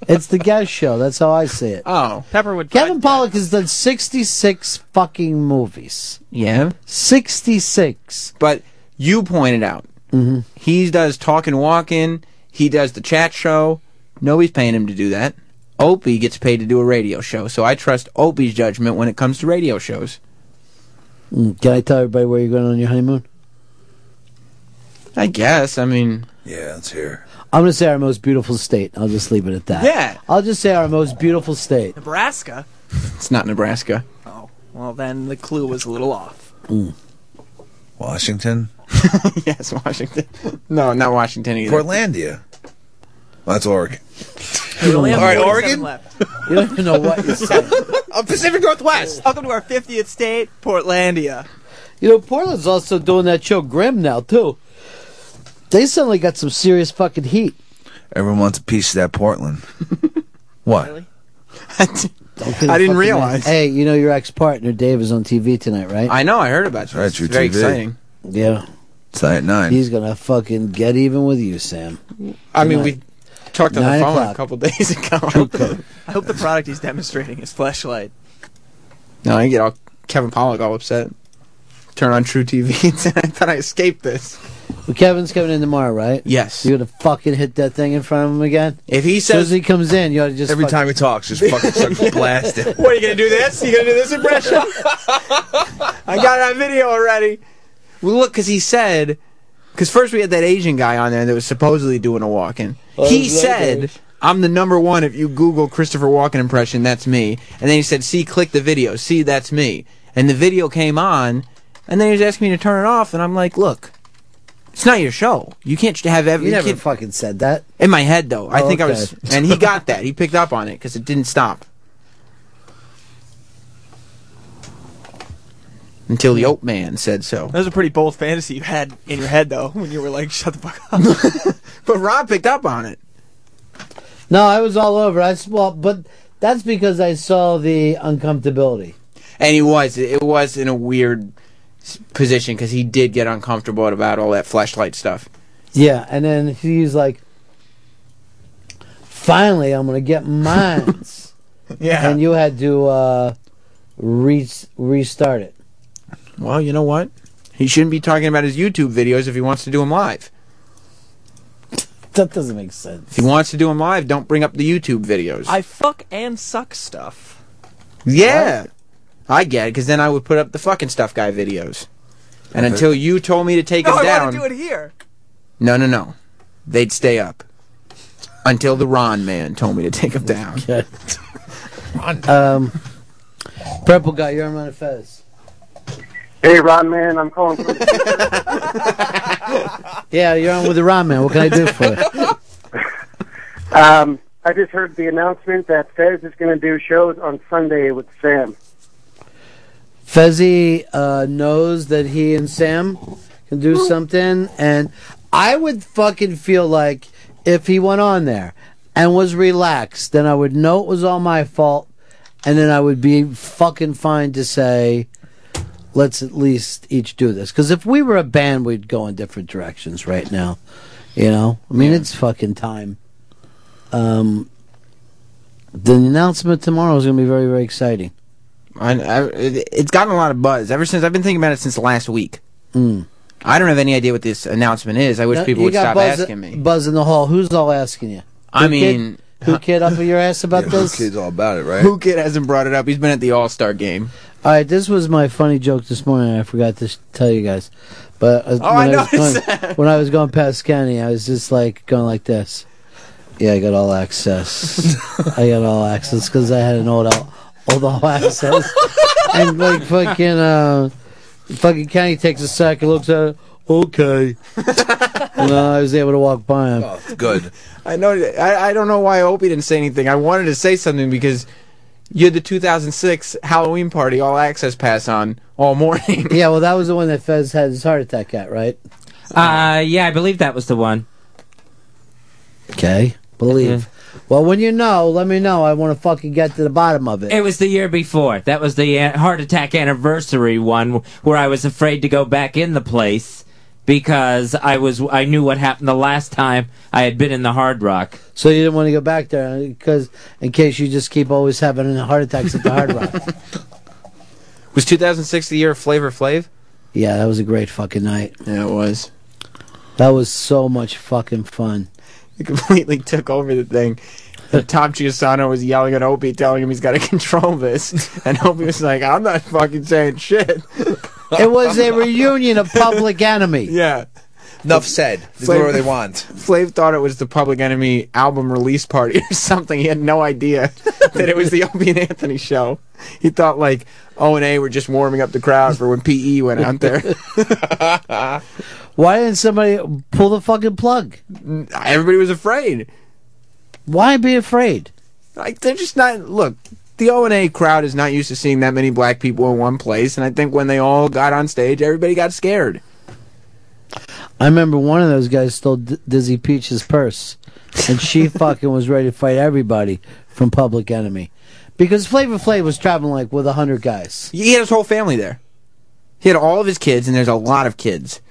It's the guest show. That's how I see it. Oh. Pepper would Kevin Pollock has done 66 fucking movies. Yeah. 66. But you pointed out Mm-hmm. he does talk and walk in, he does the chat show. Nobody's paying him to do that. Opie gets paid to do a radio show, so I trust Opie's judgment when it comes to radio shows. Mm, Can I tell everybody where you're going on your honeymoon? I guess. I mean, yeah, it's here. I'm going to say our most beautiful state. I'll just leave it at that. Yeah. I'll just say our most beautiful state. Nebraska. It's not Nebraska. Well, then the clue was a little off. Mm. Washington? yes, Washington. No, not Washington either. Portlandia. Well, that's Oregon. We only have All right, 47 Oregon? left. You don't even know what you said. Uh, Pacific Northwest. Welcome to our 50th state, Portlandia. You know, Portland's also doing that show Grimm now, too. They suddenly got some serious fucking heat. Everyone wants a piece of that Portland. what? Don't get I didn't fucking realize. mad. Hey, you know your ex partner Dave is on TV tonight, right? I know. I heard about this. It's your very TV. exciting. yeah. It's at nine. He's gonna fucking get even with you, Sam. I mean, Tonight. we talked on Nine the phone o'clock. a couple days ago. I hope the product he's demonstrating is flashlight. No, I get all Kevin Pollock all upset. Turn on True TV and say, I thought I escaped this. Well, Kevin's coming in tomorrow, right? Yes. You're gonna fucking hit that thing in front of him again. If he As soon says as he comes in, you ought to just Every fucking- time he talks, just fucking suck blast it. What are you gonna do this? You gonna do this impression? I got it on video already. Well, look, because he said, because first we had that Asian guy on there that was supposedly doing a walk-in. Oh, he that said, guy. "I'm the number one. If you Google Christopher Walken impression, that's me." And then he said, "See, click the video. See, that's me." And the video came on, and then he was asking me to turn it off, and I'm like, "Look. It's not your show. You can't j- have every. You never can't- fucking said that. in my head though. I Oh, think I okay. was, and he got that. He picked up on it because it didn't stop until Hmm. the oat man said so. That was a pretty bold fantasy you had in your head though, when you were like, "Shut the fuck up." but Rob picked up on it. No, I was all over. I s- well, but that's because I saw the uncomfortability. And he was. It was in a weird s- position because he did get uncomfortable about all that flashlight stuff. Yeah, and then he's like, "Finally, I'm gonna get mine." Yeah. and you had to uh, re- restart it. Well, you know what? He shouldn't be talking about his YouTube videos if he wants to do them live. That doesn't make sense. If he wants to do them live, don't bring up the YouTube videos. I fuck and suck stuff. yeah. I get it because then I would put up the fucking stuff guy videos. And Okay. until you told me to take no, them I down, want to do it here. no, no, no, they'd stay up until the Ron man told me to take them down. Um, purple guy, you're on a fez. Hey, Ron, man, I'm calling. From- Yeah, you're on with the ramen. What can I do for you? um, I just heard the announcement that Fez is going to do shows on Sunday with Sam. Fezzi uh, knows that he and Sam can do something, and I would fucking feel like if he went on there and was relaxed, then I would know it was all my fault, and then I would be fucking fine to say, let's at least each do this. Because if we were a band, we'd go in different directions right now. You know, I mean, it's fucking time. Um, the announcement tomorrow is going to be very, very exciting. I, I, it, it's gotten a lot of buzz ever since. I've been thinking about it since last week. Mm. I don't have any idea what this announcement is. I wish No, people you would got stop buzz, asking me. Buzz in the hall. Who's all asking you? I Who kid- mean, who kid up your ass about this? all about it, right? Who kid hasn't brought it up? He's been at the All Star game. All right, this was my funny joke this morning. I forgot to sh- tell you guys, but uh, Oh, I was noticed going, when I was going past Kenny, I was just like going like this. Yeah, I got all access. I got all access because I had an old all, old all access, and like fucking uh, fucking Kenny takes a sack and looks at it. Okay, and uh, I was able to walk by him. Oh. Good. Um, I know. I, I don't know why Opie didn't say anything. I wanted to say something because you had the 2006 Halloween party all access pass on all morning. Yeah, well, that was the one that Fez had his heart attack at, right? Uh, yeah, I believe that was the one. Mm-hmm. Okay. Believe. Well, when you know, let me know. I want to fucking get to the bottom of it. It was the year before. That was the uh, heart attack anniversary one where I was afraid to go back in the place because I was I knew what happened the last time I had been in the Hard Rock. So you didn't want to go back there because, in case you just keep always having heart attacks at the Hard Rock. Was 2006 the year of Flavor Flav? yeah, that was a great fucking night. Yeah, it was. That was so much fucking fun. They completely took over the thing. And Tom Giussano was yelling at Opie, telling him he's got to control this, and Opie was like, "I'm not fucking saying shit." It was a reunion of Public Enemy. Yeah. Enough said. They do whatever they want. Flav thought it was the Public Enemy album release party or something. He had no idea that it was the Opie and Anthony show. He thought like O and A were just warming up the crowd for when PE went out there. Why didn't somebody pull the fucking plug? Everybody was afraid. Why be afraid? Like they're just not. Look, the O and A crowd is not used to seeing that many black people in one place, and I think when they all got on stage, everybody got scared. I remember one of those guys stole D- Dizzy Peach's purse, and she fucking was ready to fight everybody from Public Enemy, because Flavor Flav was traveling like with a hundred guys. He had his whole family there. He had all of his kids, and there's a lot of kids.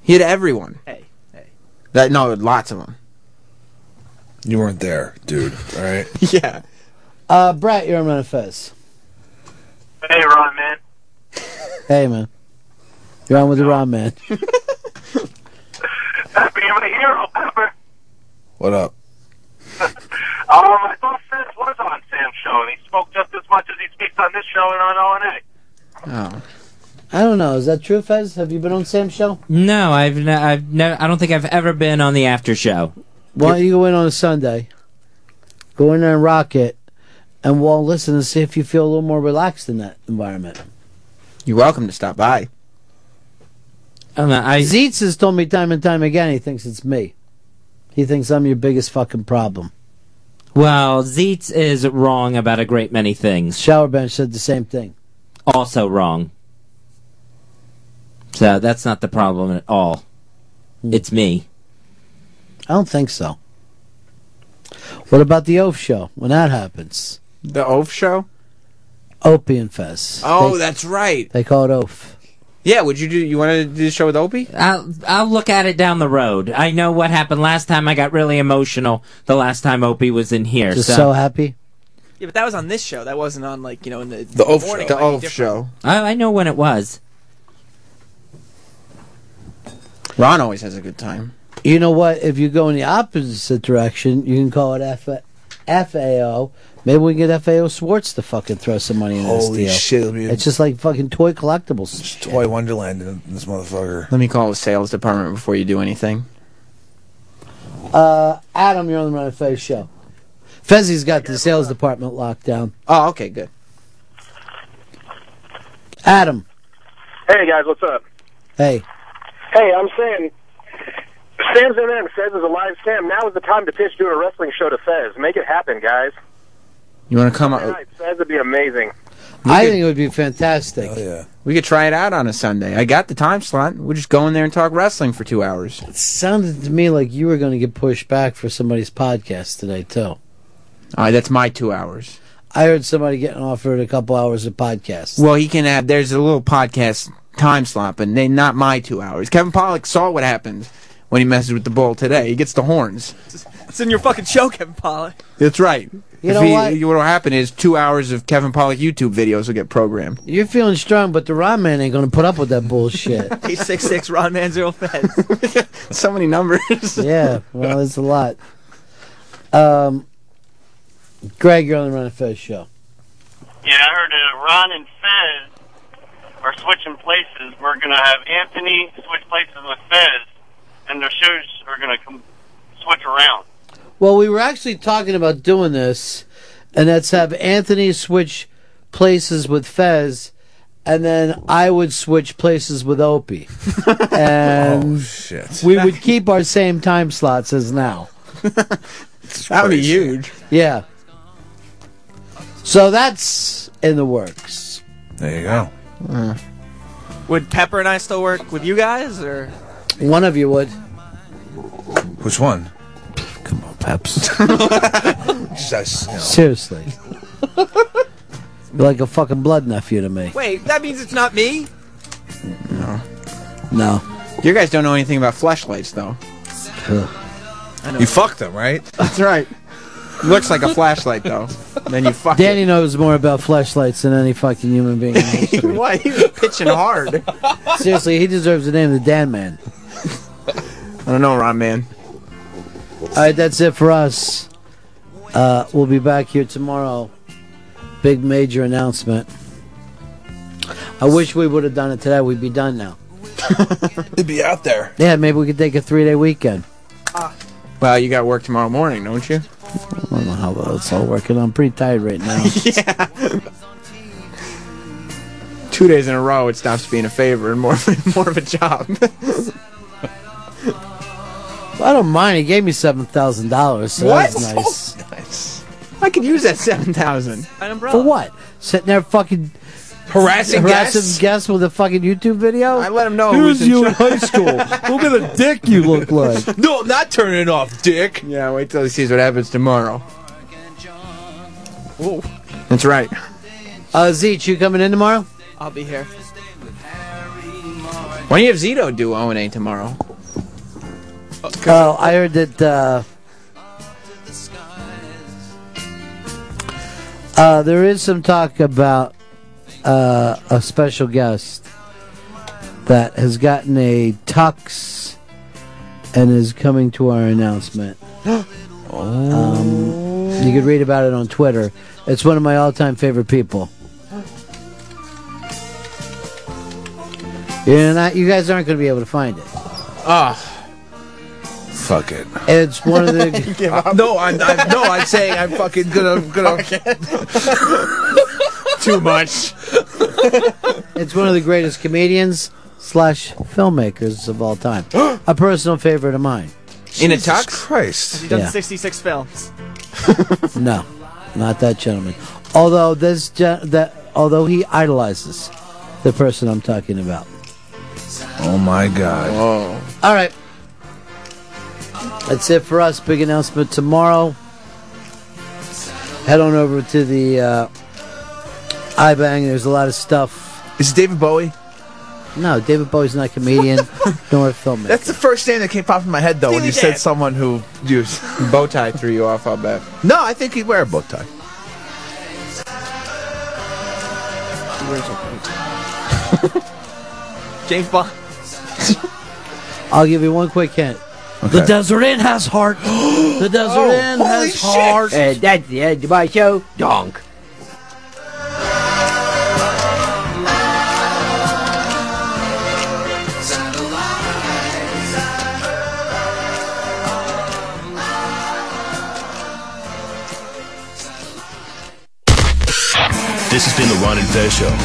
He had everyone. Hey, hey. That no, lots of them. You weren't there, dude. All right. yeah. Uh, Brett, you're on Run of Fez. Hey, Ron, man. Hey man, you're on with the Ron man. Happy I'm a hero, Pepper. What up? Um, Uh, I thought Fez was on Sam's show, and he spoke just as much as he speaks on this show and on O&A. Oh. I don't know. Is that true, Fez? Have you been on Sam's show? No, I've ne- I've never. I don't think I've ever been on the after show. Why don't you go in on a Sunday? Go in there and rock it, and we'll listen and see if you feel a little more relaxed in that environment. You're welcome to stop by. I, Zeitz has told me time and time again he thinks it's me. He thinks I'm your biggest fucking problem. Well, Zeitz is wrong about a great many things. Shower bench said the same thing. Also wrong. So that's not the problem at all. Hmm. It's me. I don't think so. What about the Oaf show when that happens? The Oaf show? Opie and Fez. Oh, They- that's right. They call it Oaf. Yeah, would you do? You want to do the show with Opie? I'll I'll look at it down the road. I know what happened last time. I got really emotional the last time Opie was in here. Just so happy. Yeah, but that was on this show. That wasn't on like you know in the The Oaf morning, Show. like, The Oaf different- Show. I, I know when it was. Ron always has a good time. You know what? If you go in the opposite direction, you can call it F- FAO. Maybe we can get FAO Swartz to fucking throw some money in this Holy deal. shit, it'll be- It's just like fucking toy collectibles. Toy Wonderland in this motherfucker. Let me call the sales department before you do anything. Uh, Adam, you're on the Run of Fez show. Fezzi's got the sales department locked down. Oh, okay, good. Adam, Hey guys, what's up? hey, Hey, I'm saying Sam's in there and Fez is alive. Sam, now is the time to pitch doing a wrestling show to Fez. Make it happen, guys. You want to Uh, come All out? right, Fez would be amazing. I think it would be fantastic. yeah. We could try it out on a Sunday. I got the time slot. We'll just go in there and talk wrestling for two hours. it sounded to me like you were going to get pushed back for somebody's podcast today, too. Uh, that's my two hours. I heard somebody getting offered a couple hours of podcast. Well, he can have. There's a little podcast time slot, but they, not my two hours. Kevin Pollock saw what happened when he messes with the bull today. He gets the horns. It's in your fucking show, Kevin Pollock. That's right. You If know he- what? you- What'll happen is two hours of Kevin Pollock YouTube videos will get programmed. You're feeling strong, but the Ron Man ain't going to put up with that bullshit. Eight six six Ron Manzero Fez. so many numbers. yeah, well, it's a lot. Um, Greg, you're on the Run and Fez show. Yeah, I heard uh, Ron and Fez are switching places. We're going to have Anthony switch places with Fez, and their shows are going to com- switch around. Well, we were actually talking about doing this, and that's have Anthony switch places with Fez, and then I would switch places with Opie. and shit. we would keep our same time slots as now. that would be huge. Yeah. So that's in the works. Uh, There you go. Would Pepper and I still work with you guys, or One of you would. Which one? Come on, Peps. Just, you know. Seriously. You're like a fucking blood nephew to me. wait? That means it's not me. No. No. You guys don't know anything about flashlights, though. You fucked them, right? That's right. Looks like a flashlight, though. then you fuck Danny knows more about flashlights than any fucking human being. in history. What? He was pitching hard. Seriously, he deserves the name of the Dan Man. I don't know, Ron Man. All right, that's it for us. Uh, we'll be back here tomorrow. Big major announcement. I wish we would have done it today. We'd be done now. It'd be out there. Yeah, maybe we could take a three day weekend. Ah. Well, you got work tomorrow morning, don't you? I don't know how well it's all working. I'm pretty tired right now. yeah. Two days in a row, it stops being a favor and more of more of a job. I don't mind. He gave me seven thousand dollars. So what? That's nice. nice. I could use that seven thousand. For what? Sitting there fucking Harassing harassing guests? guests with a fucking YouTube video. I let him know Here's who's in you in charge. high school. Look at the dick you look like. No, I'm not turning it off, Dick. Yeah, wait till he sees what happens tomorrow. Whoa. That's right. Uh, Zeech, you coming in tomorrow? I'll be here. Why do you have Zito do O and A tomorrow? Oh, I heard that. Uh, uh, there is some talk about uh, a special guest that has gotten a tux and is coming to our announcement. oh. Um, you could read about it on Twitter. It's one of my all-time favorite people. You're not, you guys aren't going to be able to find it. Ah, Fuck it. It's one of the. Uh, no, I'm, I'm no, I'm saying I'm fucking gonna gonna. Too much. It's one of the greatest comedians slash filmmakers of all time. A personal favorite of mine. In a Jesus tux? Christ. You've done Yeah. 66 films. No, not that gentleman. Although this gen- that although he idolizes the person I'm talking about. Oh my god. Oh. All right. That's it for us. Big announcement tomorrow. Head on over to the uh, iBang. There's a lot of stuff. Is it David Bowie? No, David Bowie's not a comedian nor a filmmaker. That's the first name that came popped in my head though when you said someone who used bow tie threw you off. I'll bet. No, I think he'd wear a bow tie. James Bond. I'll give you one quick hint. The Desert Inn has heart. the Desert Oh, Inn holy has shit. heart. And Uh, that's the end of my show. Donk. This has been the Ron and Fez Show.